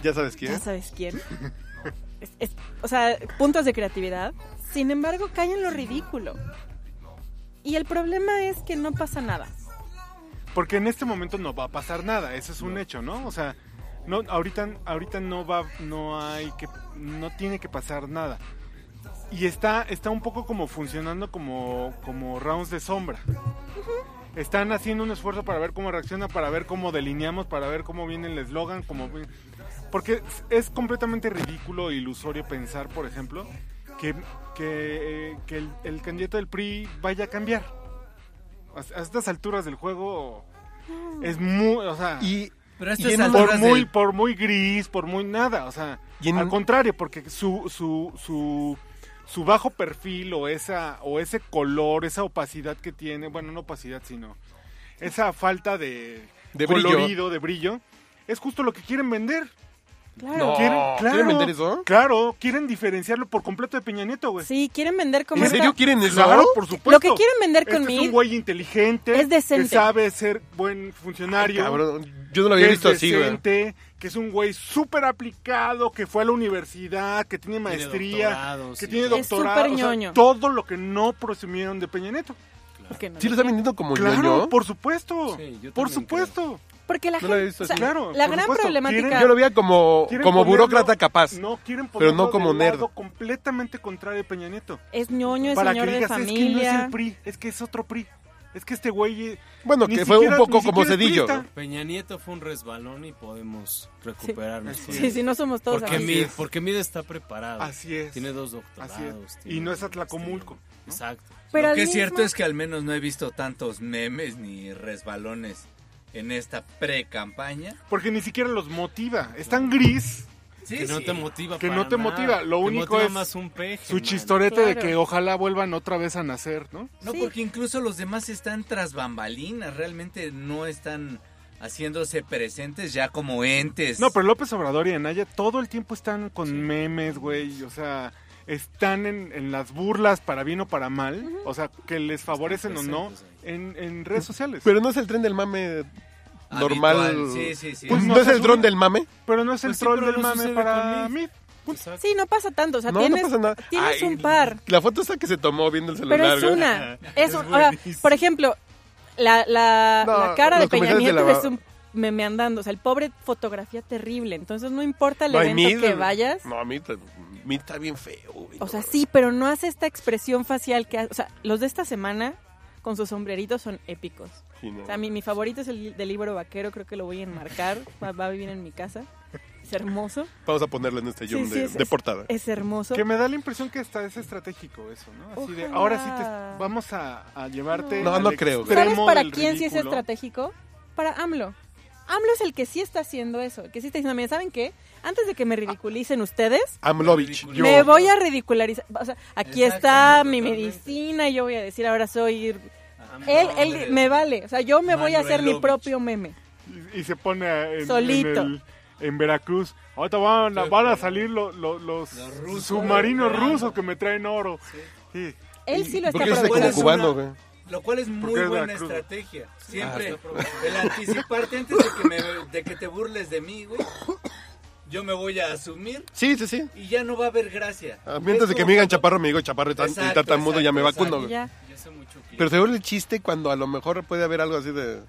[SPEAKER 3] Ya sabes quién.
[SPEAKER 5] ya sabes
[SPEAKER 3] (laughs)
[SPEAKER 5] quién. Es- es- o sea, puntos de creatividad. Sin embargo, caen en lo ridículo. Y el problema es que no pasa nada.
[SPEAKER 2] Porque en este momento no va a pasar nada, ese es un hecho, ¿no? O sea, no, ahorita, ahorita no va, no hay que, no tiene que pasar nada. Y está, está un poco como funcionando como, como rounds de sombra. Están haciendo un esfuerzo para ver cómo reacciona, para ver cómo delineamos, para ver cómo viene el eslogan, cómo vi- porque es- es completamente ridículo e ilusorio pensar, por ejemplo, que, que, eh, que el, el candidato del PRI vaya a cambiar. A, a estas alturas del juego es muy, o sea,
[SPEAKER 3] Y,
[SPEAKER 4] Pero
[SPEAKER 3] Y
[SPEAKER 4] esto es
[SPEAKER 3] en-
[SPEAKER 2] por
[SPEAKER 4] alturas
[SPEAKER 2] muy,
[SPEAKER 4] del-
[SPEAKER 2] por muy gris, por muy nada, o sea,
[SPEAKER 3] y en-
[SPEAKER 2] al contrario, porque su, su, su, su bajo perfil o esa, o ese color, esa opacidad que tiene, bueno, no opacidad, sino esa falta de,
[SPEAKER 3] De brillo.
[SPEAKER 2] colorido, de brillo, es justo lo que quieren vender.
[SPEAKER 5] Claro.
[SPEAKER 3] No.
[SPEAKER 2] Quieren,
[SPEAKER 3] ¿quieren
[SPEAKER 2] claro,
[SPEAKER 3] vender eso?
[SPEAKER 2] Claro, quieren diferenciarlo por completo de Peña Nieto, güey.
[SPEAKER 5] Sí, quieren vender como
[SPEAKER 3] ¿En
[SPEAKER 5] esta-
[SPEAKER 3] serio quieren eso?
[SPEAKER 2] Claro, por supuesto.
[SPEAKER 5] Lo que quieren vender
[SPEAKER 2] Este
[SPEAKER 5] con
[SPEAKER 2] es un
[SPEAKER 5] Mead
[SPEAKER 2] güey inteligente,
[SPEAKER 5] es decente.
[SPEAKER 2] que sabe ser buen funcionario.
[SPEAKER 3] Cabrón, yo no lo había
[SPEAKER 2] que
[SPEAKER 3] visto
[SPEAKER 2] es
[SPEAKER 3] así, güey.
[SPEAKER 2] decente, que es un güey súper aplicado, que fue a la universidad, que tiene maestría,
[SPEAKER 6] doctorados
[SPEAKER 2] que
[SPEAKER 6] y
[SPEAKER 2] tiene
[SPEAKER 6] todo.
[SPEAKER 5] Es
[SPEAKER 2] doctorado,
[SPEAKER 5] súper
[SPEAKER 2] o sea,
[SPEAKER 5] ñoño.
[SPEAKER 2] todo lo que no presumieron de Peña Nieto.
[SPEAKER 5] que no
[SPEAKER 3] ¿Sí lo
[SPEAKER 5] lo
[SPEAKER 3] están
[SPEAKER 5] quieren.
[SPEAKER 3] vendiendo como
[SPEAKER 2] claro,
[SPEAKER 3] ñoño?
[SPEAKER 2] por supuesto.
[SPEAKER 6] Sí, yo
[SPEAKER 2] por
[SPEAKER 6] también
[SPEAKER 2] supuesto.
[SPEAKER 5] Porque la
[SPEAKER 3] No lo
[SPEAKER 5] gente,
[SPEAKER 3] he visto
[SPEAKER 5] o sea,
[SPEAKER 3] así.
[SPEAKER 2] Claro,
[SPEAKER 5] la
[SPEAKER 2] por
[SPEAKER 5] gran
[SPEAKER 2] supuesto.
[SPEAKER 5] problemática
[SPEAKER 2] Quieren-
[SPEAKER 3] Yo lo veía como,
[SPEAKER 2] Quieren
[SPEAKER 3] como
[SPEAKER 2] ponerlo-
[SPEAKER 3] burócrata capaz.
[SPEAKER 2] No quieren
[SPEAKER 3] Pero no
[SPEAKER 2] ponerlo
[SPEAKER 3] como
[SPEAKER 2] del
[SPEAKER 3] nerd.
[SPEAKER 2] lado completamente contrario de Peña Nieto.
[SPEAKER 5] es ñoño, es
[SPEAKER 2] para
[SPEAKER 5] señor
[SPEAKER 2] que
[SPEAKER 5] de
[SPEAKER 2] digas, es que no es
[SPEAKER 5] familia.
[SPEAKER 2] el PRI, es que es otro PRI. Es que este güey eh,
[SPEAKER 3] Bueno,
[SPEAKER 2] ni
[SPEAKER 3] que fue
[SPEAKER 2] siquiera-
[SPEAKER 3] un poco
[SPEAKER 2] ni
[SPEAKER 3] como
[SPEAKER 2] siquiera es
[SPEAKER 3] Cedillo.
[SPEAKER 2] priista.
[SPEAKER 6] Peña Nieto fue un resbalón y podemos recuperarnos.
[SPEAKER 2] Sí.
[SPEAKER 6] con
[SPEAKER 5] Sí,
[SPEAKER 6] él.
[SPEAKER 5] sí, no somos todos
[SPEAKER 6] porque,
[SPEAKER 5] amigos.
[SPEAKER 2] mí-
[SPEAKER 6] Mid, porque Mid está preparado.
[SPEAKER 2] Así es.
[SPEAKER 6] Tiene dos doctorados.
[SPEAKER 2] Así es.
[SPEAKER 6] tiene-
[SPEAKER 2] Y no es Atlacomulco,
[SPEAKER 6] tiene-
[SPEAKER 2] ¿no?
[SPEAKER 6] Exacto.
[SPEAKER 5] Pero
[SPEAKER 4] lo
[SPEAKER 5] al
[SPEAKER 4] que es cierto
[SPEAKER 5] mismo-
[SPEAKER 4] es que al menos no he visto tantos memes ni resbalones en esta pre-campaña.
[SPEAKER 2] porque ni siquiera los motiva. Es tan gris
[SPEAKER 4] Sí,
[SPEAKER 6] que no
[SPEAKER 4] sí.
[SPEAKER 6] te motiva.
[SPEAKER 2] Que
[SPEAKER 6] para
[SPEAKER 2] no te
[SPEAKER 6] nada.
[SPEAKER 2] motiva, lo
[SPEAKER 6] Te
[SPEAKER 2] único
[SPEAKER 6] motiva
[SPEAKER 2] es
[SPEAKER 6] más un peje.
[SPEAKER 2] su
[SPEAKER 6] man.
[SPEAKER 2] chistorete de
[SPEAKER 5] Claro.
[SPEAKER 2] que ojalá vuelvan otra vez a nacer, ¿no?
[SPEAKER 4] No,
[SPEAKER 5] Sí.
[SPEAKER 4] porque incluso los demás están tras bambalinas, realmente no están haciéndose presentes ya como entes.
[SPEAKER 2] No, pero López Obrador y Anaya todo el tiempo están con memes, güey. O sea, están en, en las burlas para bien o para mal. O sea, que les favorecen o no
[SPEAKER 6] presentes
[SPEAKER 2] en, en redes sociales. Pero,
[SPEAKER 3] Pero no es el tren del mame
[SPEAKER 4] Habitual,
[SPEAKER 3] normal.
[SPEAKER 4] Sí, sí, sí.
[SPEAKER 2] Pues
[SPEAKER 3] ¿No,
[SPEAKER 2] no
[SPEAKER 3] es
[SPEAKER 2] se
[SPEAKER 3] el
[SPEAKER 2] sube.
[SPEAKER 3] tron del mame?
[SPEAKER 2] no es el
[SPEAKER 6] Pues sí,
[SPEAKER 2] troll
[SPEAKER 6] pero no
[SPEAKER 2] del mame
[SPEAKER 6] sucede
[SPEAKER 2] para
[SPEAKER 6] con
[SPEAKER 2] mí.
[SPEAKER 6] Exacto.
[SPEAKER 5] Sí, no pasa tanto. O sea,
[SPEAKER 3] No, no
[SPEAKER 5] tienes,
[SPEAKER 3] pasa nada.
[SPEAKER 5] tienes
[SPEAKER 3] Ay.
[SPEAKER 5] un par.
[SPEAKER 3] La foto esa que se tomó viendo el
[SPEAKER 5] Pero
[SPEAKER 3] celular.
[SPEAKER 5] es
[SPEAKER 3] güey.
[SPEAKER 5] una. Es un- ahora, por ejemplo, la, la,
[SPEAKER 3] No,
[SPEAKER 5] la cara de
[SPEAKER 3] los
[SPEAKER 5] Peña
[SPEAKER 3] comerciales de
[SPEAKER 5] Nieto
[SPEAKER 3] la-
[SPEAKER 5] es un memeandando. O sea, el pobre fotografía terrible. Entonces no importa el
[SPEAKER 3] No, y
[SPEAKER 5] evento
[SPEAKER 3] Mid-
[SPEAKER 5] que vayas.
[SPEAKER 3] No, a mí, te- Mid está bien feo, güey.
[SPEAKER 5] O sea, sí, pero no hace esta expresión facial que hace. O sea, los de esta semana con sus sombreritos son épicos.
[SPEAKER 3] Sí, no.
[SPEAKER 5] O sea, mi, mi favorito es el del libro vaquero, creo que lo voy a enmarcar. Va, va a vivir en mi casa. Es hermoso.
[SPEAKER 3] Vamos a ponerlo en este
[SPEAKER 5] Sí,
[SPEAKER 3] yum
[SPEAKER 5] sí,
[SPEAKER 3] de,
[SPEAKER 5] es-
[SPEAKER 3] de portada.
[SPEAKER 5] Es hermoso.
[SPEAKER 2] Que me da la impresión que hasta es estratégico eso, ¿no? Así de,
[SPEAKER 5] Ojalá.
[SPEAKER 2] ahora sí te vamos a, a llevarte.
[SPEAKER 3] No,
[SPEAKER 2] al
[SPEAKER 3] no creo, güey.
[SPEAKER 5] ¿Sabes
[SPEAKER 2] extremo
[SPEAKER 5] para
[SPEAKER 2] del
[SPEAKER 5] quién sí es
[SPEAKER 2] ridículo.
[SPEAKER 5] estratégico? Para AMLO. AMLO es el que sí está haciendo eso, el que sí está diciendo, "Miren, ¿saben qué? Antes de que me ridiculicen ustedes,
[SPEAKER 3] Amlovich.
[SPEAKER 4] Yo.
[SPEAKER 5] me voy a ridicularizar. O sea, aquí está
[SPEAKER 4] Exactamente,
[SPEAKER 5] mi
[SPEAKER 4] totalmente.
[SPEAKER 5] medicina y yo voy a decir ahora soy...
[SPEAKER 4] Ah,
[SPEAKER 5] Él,
[SPEAKER 4] no, hombre.
[SPEAKER 5] él me vale, o sea, yo me voy a hacer mi
[SPEAKER 4] Manuelovich.
[SPEAKER 5] propio meme.
[SPEAKER 2] Y, y se pone a- en,
[SPEAKER 5] Solito.
[SPEAKER 2] En, el- en Veracruz. Ahorita van, a- van a salir lo- lo- los,
[SPEAKER 4] Los rusos.
[SPEAKER 2] submarinos
[SPEAKER 4] Los
[SPEAKER 2] rusos que me traen oro. Sí.
[SPEAKER 5] Él sí lo
[SPEAKER 3] ¿Por qué
[SPEAKER 5] está
[SPEAKER 3] dice como
[SPEAKER 5] proponiendo.
[SPEAKER 3] cubano,
[SPEAKER 4] Una-
[SPEAKER 3] güey?
[SPEAKER 4] Lo cual es muy
[SPEAKER 2] Porque es
[SPEAKER 4] buena
[SPEAKER 2] Veracruz.
[SPEAKER 4] estrategia.
[SPEAKER 5] Ah,
[SPEAKER 4] Siempre el anticiparte antes de que, me- de que te burles de mí, güey. Yo me voy a asumir
[SPEAKER 3] Sí, sí, sí.
[SPEAKER 4] y ya no va a haber gracia.
[SPEAKER 3] Ah, Mientras de que me digan chaparro, me digo chaparro y tan- y
[SPEAKER 4] Exacto,
[SPEAKER 3] tartamudo, ya me
[SPEAKER 4] exacto,
[SPEAKER 3] vacuno,
[SPEAKER 5] Y
[SPEAKER 3] güey.
[SPEAKER 5] ya.
[SPEAKER 3] Pero seguro el chiste cuando a lo mejor puede haber algo así de...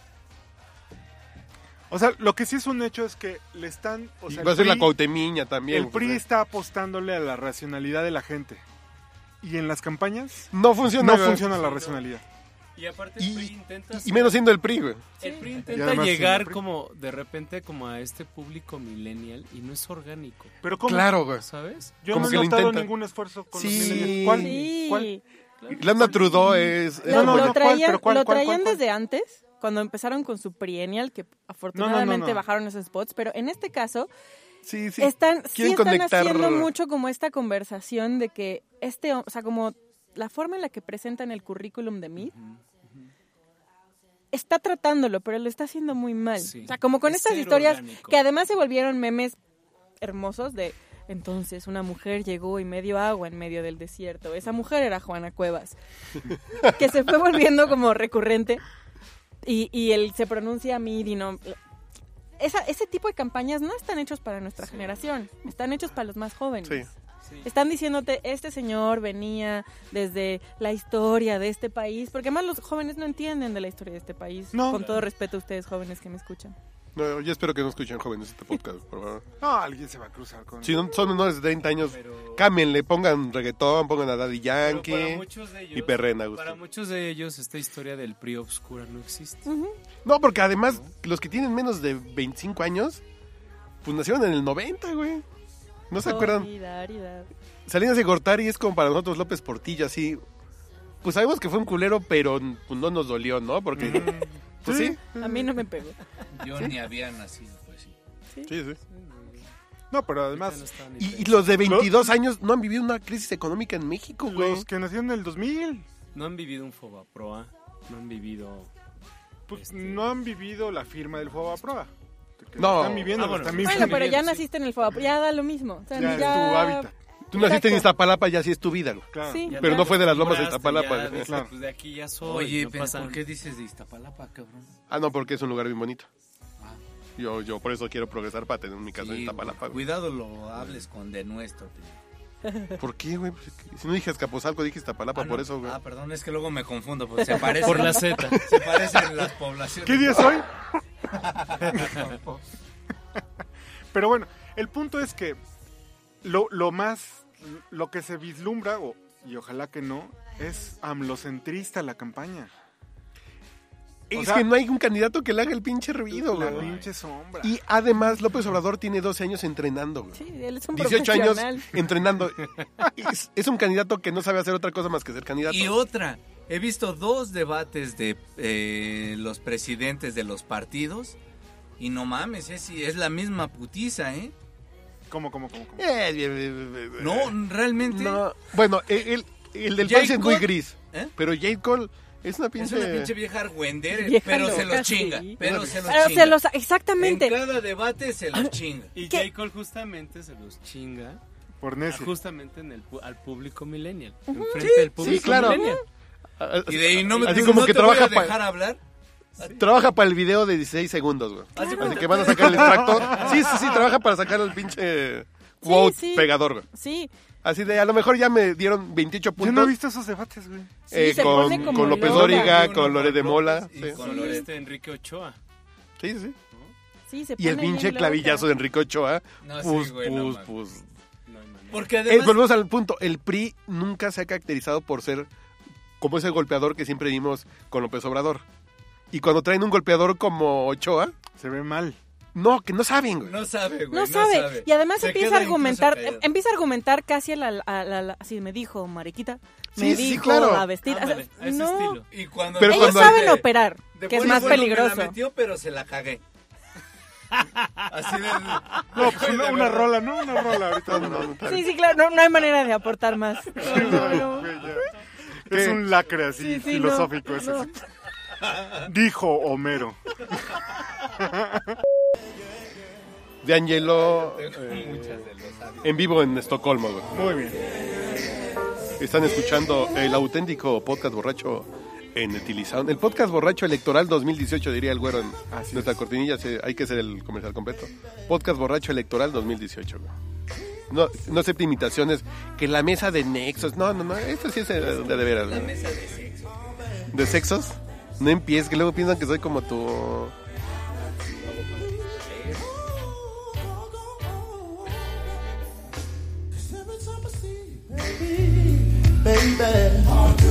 [SPEAKER 2] O sea, lo que sí es un hecho es que le están. O sea,
[SPEAKER 3] va a
[SPEAKER 2] el
[SPEAKER 3] ser la pues,
[SPEAKER 2] PRI-
[SPEAKER 3] cuautemiña también.
[SPEAKER 2] El PRI
[SPEAKER 3] güey.
[SPEAKER 2] está apostándole a la racionalidad de la gente. Y en las campañas
[SPEAKER 3] No funciona.
[SPEAKER 2] no
[SPEAKER 3] güey.
[SPEAKER 2] funciona la racionalidad.
[SPEAKER 4] Y aparte
[SPEAKER 3] Y-
[SPEAKER 4] el PRI intenta...
[SPEAKER 3] Y menos siendo el PRI, güey.
[SPEAKER 4] El PRI
[SPEAKER 2] Y
[SPEAKER 4] intenta...
[SPEAKER 6] Intenta
[SPEAKER 2] además
[SPEAKER 6] llegar
[SPEAKER 2] siempre-
[SPEAKER 6] como de repente como a este público millennial y no es orgánico,
[SPEAKER 2] Pero ¿cómo?
[SPEAKER 3] Claro, güey.
[SPEAKER 6] ¿sabes?
[SPEAKER 2] Yo
[SPEAKER 3] Como
[SPEAKER 2] no
[SPEAKER 3] que
[SPEAKER 2] he
[SPEAKER 3] lo
[SPEAKER 2] notado
[SPEAKER 3] intentan.
[SPEAKER 2] ningún esfuerzo con
[SPEAKER 3] Sí.
[SPEAKER 2] los millennials. ¿Cuál?
[SPEAKER 5] Sí.
[SPEAKER 2] ¿Cuál?
[SPEAKER 3] Landa Trudeau es... es
[SPEAKER 5] Lo,
[SPEAKER 2] No, no,
[SPEAKER 5] lo
[SPEAKER 2] no, ¿cuál?
[SPEAKER 5] traían,
[SPEAKER 2] ¿Pero cuál, cuál,
[SPEAKER 5] lo
[SPEAKER 2] cuál,
[SPEAKER 5] traían
[SPEAKER 2] cuál?
[SPEAKER 5] desde antes, cuando empezaron con su Priennial, que afortunadamente
[SPEAKER 2] no.
[SPEAKER 5] bajaron esos spots, pero en este caso
[SPEAKER 3] Sí, sí.
[SPEAKER 5] están, sí
[SPEAKER 3] Quieren
[SPEAKER 5] están
[SPEAKER 3] conectar-
[SPEAKER 5] haciendo mucho como esta conversación de que este, o sea, como la forma en la que presentan el currículum de mí está tratándolo, pero lo está haciendo muy mal.
[SPEAKER 6] Sí.
[SPEAKER 5] O sea, como con
[SPEAKER 6] Es
[SPEAKER 5] estas
[SPEAKER 6] cero
[SPEAKER 5] historias
[SPEAKER 6] orgánico.
[SPEAKER 5] que además se volvieron memes hermosos de entonces una mujer llegó y medio agua en medio del desierto. Esa mujer era Juana Cuevas, que se fue volviendo como recurrente y, y él se pronuncia Midi, no... Esa- ese tipo de campañas no están hechos para nuestra generación, están hechos para los más jóvenes.
[SPEAKER 3] Sí.
[SPEAKER 5] Están diciéndote, este señor venía desde la historia de este país, porque además los jóvenes no entienden de la historia de este país.
[SPEAKER 2] No.
[SPEAKER 5] Con todo respeto a ustedes jóvenes que me escuchan.
[SPEAKER 3] No, yo espero que no escuchen jóvenes este podcast, por favor.
[SPEAKER 2] No, alguien se va a cruzar con.
[SPEAKER 3] Si no, son menores de 30 años,
[SPEAKER 4] Pero-
[SPEAKER 3] cámbienle, pongan reggaetón, pongan a Daddy
[SPEAKER 4] Pero para
[SPEAKER 3] Yankee.
[SPEAKER 4] muchos de ellos...
[SPEAKER 3] y perren a gusto.
[SPEAKER 6] Para muchos de ellos esta historia del PRI obscura no existe.
[SPEAKER 3] No, porque además los que tienen menos de 25 años, pues nacieron en el 90, güey. ¿No se acuerdan?
[SPEAKER 5] Solidaridad.
[SPEAKER 3] Salinas de Gortari es como para nosotros López Portillo, así. Pues sabemos que fue un culero, pero pues, no nos dolió, ¿no? Porque.
[SPEAKER 2] (laughs) Mm.
[SPEAKER 3] Pues sí.
[SPEAKER 5] A mí no me pegó.
[SPEAKER 4] Yo ni había nacido, pues sí.
[SPEAKER 3] Sí, sí.
[SPEAKER 2] No, pero
[SPEAKER 6] Ya no
[SPEAKER 2] además,
[SPEAKER 6] estaba ni
[SPEAKER 3] Y, y
[SPEAKER 6] pe-
[SPEAKER 3] los de 22 años no han vivido una crisis económica en México, güey.
[SPEAKER 2] los que nacieron en el 2000
[SPEAKER 6] No han vivido un Fobaproa, no han vivido...
[SPEAKER 2] pues,
[SPEAKER 6] Este-
[SPEAKER 2] no han vivido la firma del juego a prueba. Que
[SPEAKER 3] No.
[SPEAKER 2] Están viviendo,
[SPEAKER 6] Ah, bueno.
[SPEAKER 2] están
[SPEAKER 6] Sí,
[SPEAKER 5] Bueno,
[SPEAKER 2] viviendo.
[SPEAKER 5] pero ya
[SPEAKER 6] sí.
[SPEAKER 5] naciste en el FOBAP, ya da lo mismo. O sea,
[SPEAKER 2] Ya es
[SPEAKER 5] ya-
[SPEAKER 2] tu hábitat.
[SPEAKER 3] Tú naciste en
[SPEAKER 5] Exacto.
[SPEAKER 3] Iztapalapa, ya sí es tu vida, güey.
[SPEAKER 2] Claro.
[SPEAKER 5] Sí.
[SPEAKER 6] Ya
[SPEAKER 3] Pero
[SPEAKER 6] te
[SPEAKER 3] no fue de las lomas de
[SPEAKER 6] acostumbraste,
[SPEAKER 3] Iztapalapa,
[SPEAKER 6] ya
[SPEAKER 3] güey.
[SPEAKER 6] dices,
[SPEAKER 2] Claro.
[SPEAKER 6] pues de aquí ya soy,
[SPEAKER 4] Oye,
[SPEAKER 6] no
[SPEAKER 4] pero
[SPEAKER 6] pasa
[SPEAKER 4] ¿por qué dices de Iztapalapa, cabrón?
[SPEAKER 3] Ah, no, porque es un lugar bien bonito. Ah. Yo, yo por eso quiero progresar para tener mi casa en Iztapalapa. güey. Pues,
[SPEAKER 4] cuidado lo hables con de nuestro.
[SPEAKER 3] ¿Por qué, güey? Pues, Si no dije Escapozalco, dije Iztapalapa, por eso, güey.
[SPEAKER 4] Ah, perdón, es que luego me confundo,
[SPEAKER 6] (laughs)
[SPEAKER 4] porque se parecen,
[SPEAKER 6] Por la Z.
[SPEAKER 4] (laughs) se parecen las poblaciones.
[SPEAKER 2] ¿Qué día es hoy? Pero bueno, el punto es que lo, lo más, lo que se vislumbra, o- y ojalá que no, es amlocentrista la campaña.
[SPEAKER 3] es
[SPEAKER 2] O sea,
[SPEAKER 3] que no hay un candidato que le haga el pinche ruido,
[SPEAKER 2] la
[SPEAKER 3] güey.
[SPEAKER 2] pinche sombra.
[SPEAKER 3] Y además, López Obrador tiene 12 años entrenando, güey.
[SPEAKER 5] Sí, él es un
[SPEAKER 3] 18 años
[SPEAKER 5] profesional.
[SPEAKER 3] (laughs) entrenando. Es, es un candidato que no sabe hacer otra cosa más que ser candidato.
[SPEAKER 4] Y otra, he visto dos debates de eh, los presidentes de los partidos y no mames, es, es la misma putiza, ¿eh?
[SPEAKER 2] ¿Cómo, cómo, cómo? cómo?
[SPEAKER 3] Eh, eh, eh, eh,
[SPEAKER 4] No,
[SPEAKER 3] eh.
[SPEAKER 4] realmente
[SPEAKER 3] No. Bueno, el, el- el del
[SPEAKER 4] Jade
[SPEAKER 3] país es muy
[SPEAKER 4] Cole-
[SPEAKER 3] gris.
[SPEAKER 4] ¿Eh?
[SPEAKER 3] Pero Jade Cole es una
[SPEAKER 4] es
[SPEAKER 3] pinche...
[SPEAKER 4] una pinche vieja argüendera,
[SPEAKER 5] Vieja
[SPEAKER 4] pero se
[SPEAKER 5] loca,
[SPEAKER 4] los chinga,
[SPEAKER 5] sí.
[SPEAKER 4] pero se los
[SPEAKER 5] Pero
[SPEAKER 4] chinga.
[SPEAKER 5] se los...
[SPEAKER 4] en
[SPEAKER 5] Exactamente.
[SPEAKER 4] cada debate se los chinga.
[SPEAKER 6] Y
[SPEAKER 5] ¿Qué?
[SPEAKER 6] J. Cole justamente se los chinga
[SPEAKER 2] Por
[SPEAKER 6] a-
[SPEAKER 2] necio.
[SPEAKER 6] Ah, justamente en el, pu- al público millennial. Enfrente del público
[SPEAKER 3] claro.
[SPEAKER 6] millennial.
[SPEAKER 3] Ah,
[SPEAKER 4] Y de ahí no me
[SPEAKER 3] Así
[SPEAKER 4] no
[SPEAKER 3] como que
[SPEAKER 4] te
[SPEAKER 3] trabaja
[SPEAKER 4] voy a
[SPEAKER 3] para
[SPEAKER 4] dejar hablar.
[SPEAKER 3] trabaja para el video de 16 segundos, güey.
[SPEAKER 4] Haz de
[SPEAKER 3] Así
[SPEAKER 4] cuenta.
[SPEAKER 3] que van a sacar el extracto. Sí, sí, sí, trabaja para sacar el pinche quote
[SPEAKER 5] sí.
[SPEAKER 3] pegador, güey.
[SPEAKER 5] Sí,
[SPEAKER 3] Así de, a lo mejor ya me dieron 28
[SPEAKER 2] Yo
[SPEAKER 3] puntos.
[SPEAKER 2] no he visto esos debates, güey.
[SPEAKER 5] sí,
[SPEAKER 3] Eh,
[SPEAKER 5] se
[SPEAKER 3] con-
[SPEAKER 5] pone como
[SPEAKER 3] con López
[SPEAKER 5] loca.
[SPEAKER 3] Dóriga. Ah, con
[SPEAKER 4] Uno
[SPEAKER 3] Lore de Mola,
[SPEAKER 4] López y
[SPEAKER 3] sí.
[SPEAKER 4] con
[SPEAKER 6] Con
[SPEAKER 4] Lore-
[SPEAKER 6] este Enrique Ochoa.
[SPEAKER 3] Sí, sí.
[SPEAKER 5] Sí, se
[SPEAKER 3] Y el
[SPEAKER 5] pone bien
[SPEAKER 3] pinche
[SPEAKER 5] loca.
[SPEAKER 3] clavillazo de Enrique Ochoa.
[SPEAKER 4] No, sí,
[SPEAKER 3] Pues,
[SPEAKER 4] güey, no
[SPEAKER 3] pues,
[SPEAKER 4] mames.
[SPEAKER 3] pues.
[SPEAKER 4] Porque
[SPEAKER 3] Eh,
[SPEAKER 4] además...
[SPEAKER 3] volvemos al punto. El PRI nunca se ha caracterizado por ser como ese golpeador que siempre vimos con López Obrador. Y cuando traen un golpeador como Ochoa,
[SPEAKER 2] Se ve mal.
[SPEAKER 3] no, que no saben, güey.
[SPEAKER 4] No sabe, güey.
[SPEAKER 5] No, sabe. Y además
[SPEAKER 4] Se
[SPEAKER 5] empieza
[SPEAKER 4] queda
[SPEAKER 5] a argumentar,
[SPEAKER 4] incluso callado.
[SPEAKER 5] empieza a argumentar casi a la, a la- la- así me dijo mariquita, me
[SPEAKER 3] Sí, sí,
[SPEAKER 5] dijo
[SPEAKER 3] claro.
[SPEAKER 5] a vestir, o sea,
[SPEAKER 6] Ándale, a ese
[SPEAKER 5] no,
[SPEAKER 6] estilo.
[SPEAKER 4] Y cuando
[SPEAKER 3] Pero
[SPEAKER 5] ellos
[SPEAKER 3] cuando-
[SPEAKER 5] saben
[SPEAKER 4] de-
[SPEAKER 5] operar,
[SPEAKER 4] de
[SPEAKER 5] que es
[SPEAKER 4] pones,
[SPEAKER 5] más
[SPEAKER 4] bueno, me
[SPEAKER 5] peligroso.
[SPEAKER 4] la metió, pero se la cagué. (laughs) Así de...
[SPEAKER 2] No, pues una, una rola, ¿no? Una rola ahorita. No,
[SPEAKER 5] Sí, sí, claro, no, no hay manera de aportar más. No, no.
[SPEAKER 2] Es un lacre así
[SPEAKER 5] Sí, sí, no,
[SPEAKER 2] filosófico ese.
[SPEAKER 5] no.
[SPEAKER 2] Dijo Homero.
[SPEAKER 3] De Angelo
[SPEAKER 4] Muchas de los sabios.
[SPEAKER 3] en vivo en Estocolmo, güey.
[SPEAKER 2] Muy bien.
[SPEAKER 3] Están escuchando el auténtico podcast borracho en Etilizaun. El podcast borracho electoral 2018, diría el güero en
[SPEAKER 2] Así
[SPEAKER 3] nuestra cortinilla. se- hay que hacer el comercial completo. Podcast borracho electoral 2018. güey. No, no acepta imitaciones. Que la mesa de nexos. No, no, no. Esto sí es de, de, de veras.
[SPEAKER 4] La
[SPEAKER 3] güey.
[SPEAKER 4] mesa de sexo.
[SPEAKER 3] ¿De sexos? No empieces, que luego piensan que soy como tu...
[SPEAKER 7] Baby, heart to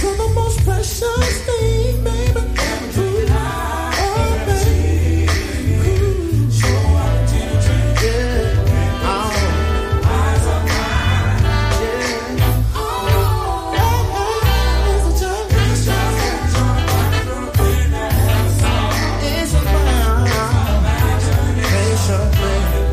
[SPEAKER 7] You're the most precious thing, baby. Oh, baby. Ooh. Yeah. Oh. Oh, oh, it's a generation. It's a foundation.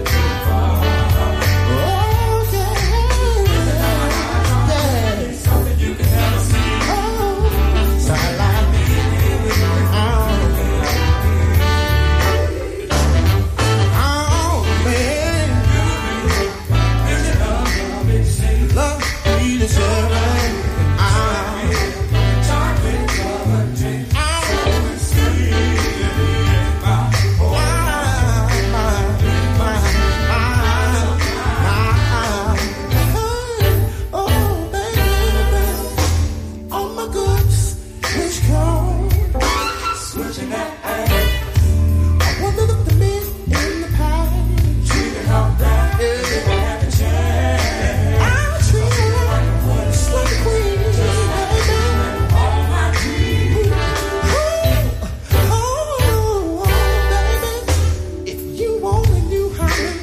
[SPEAKER 7] Oh, baby, all my goods is gone. Switching that ass. I wonder if the men in the past treated her right. Yeah. I treat her like a queen, baby. Ooh, oh, oh, baby, if you only knew how many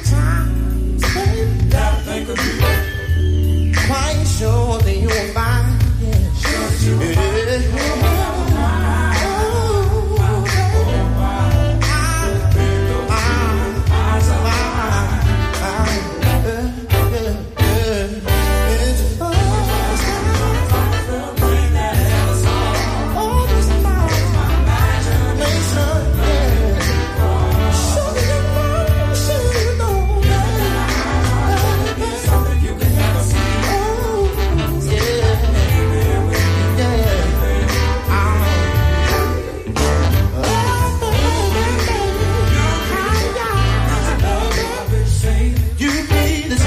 [SPEAKER 7] times, baby, quite sure that you'll find. Yeah. Oh, baby. You be the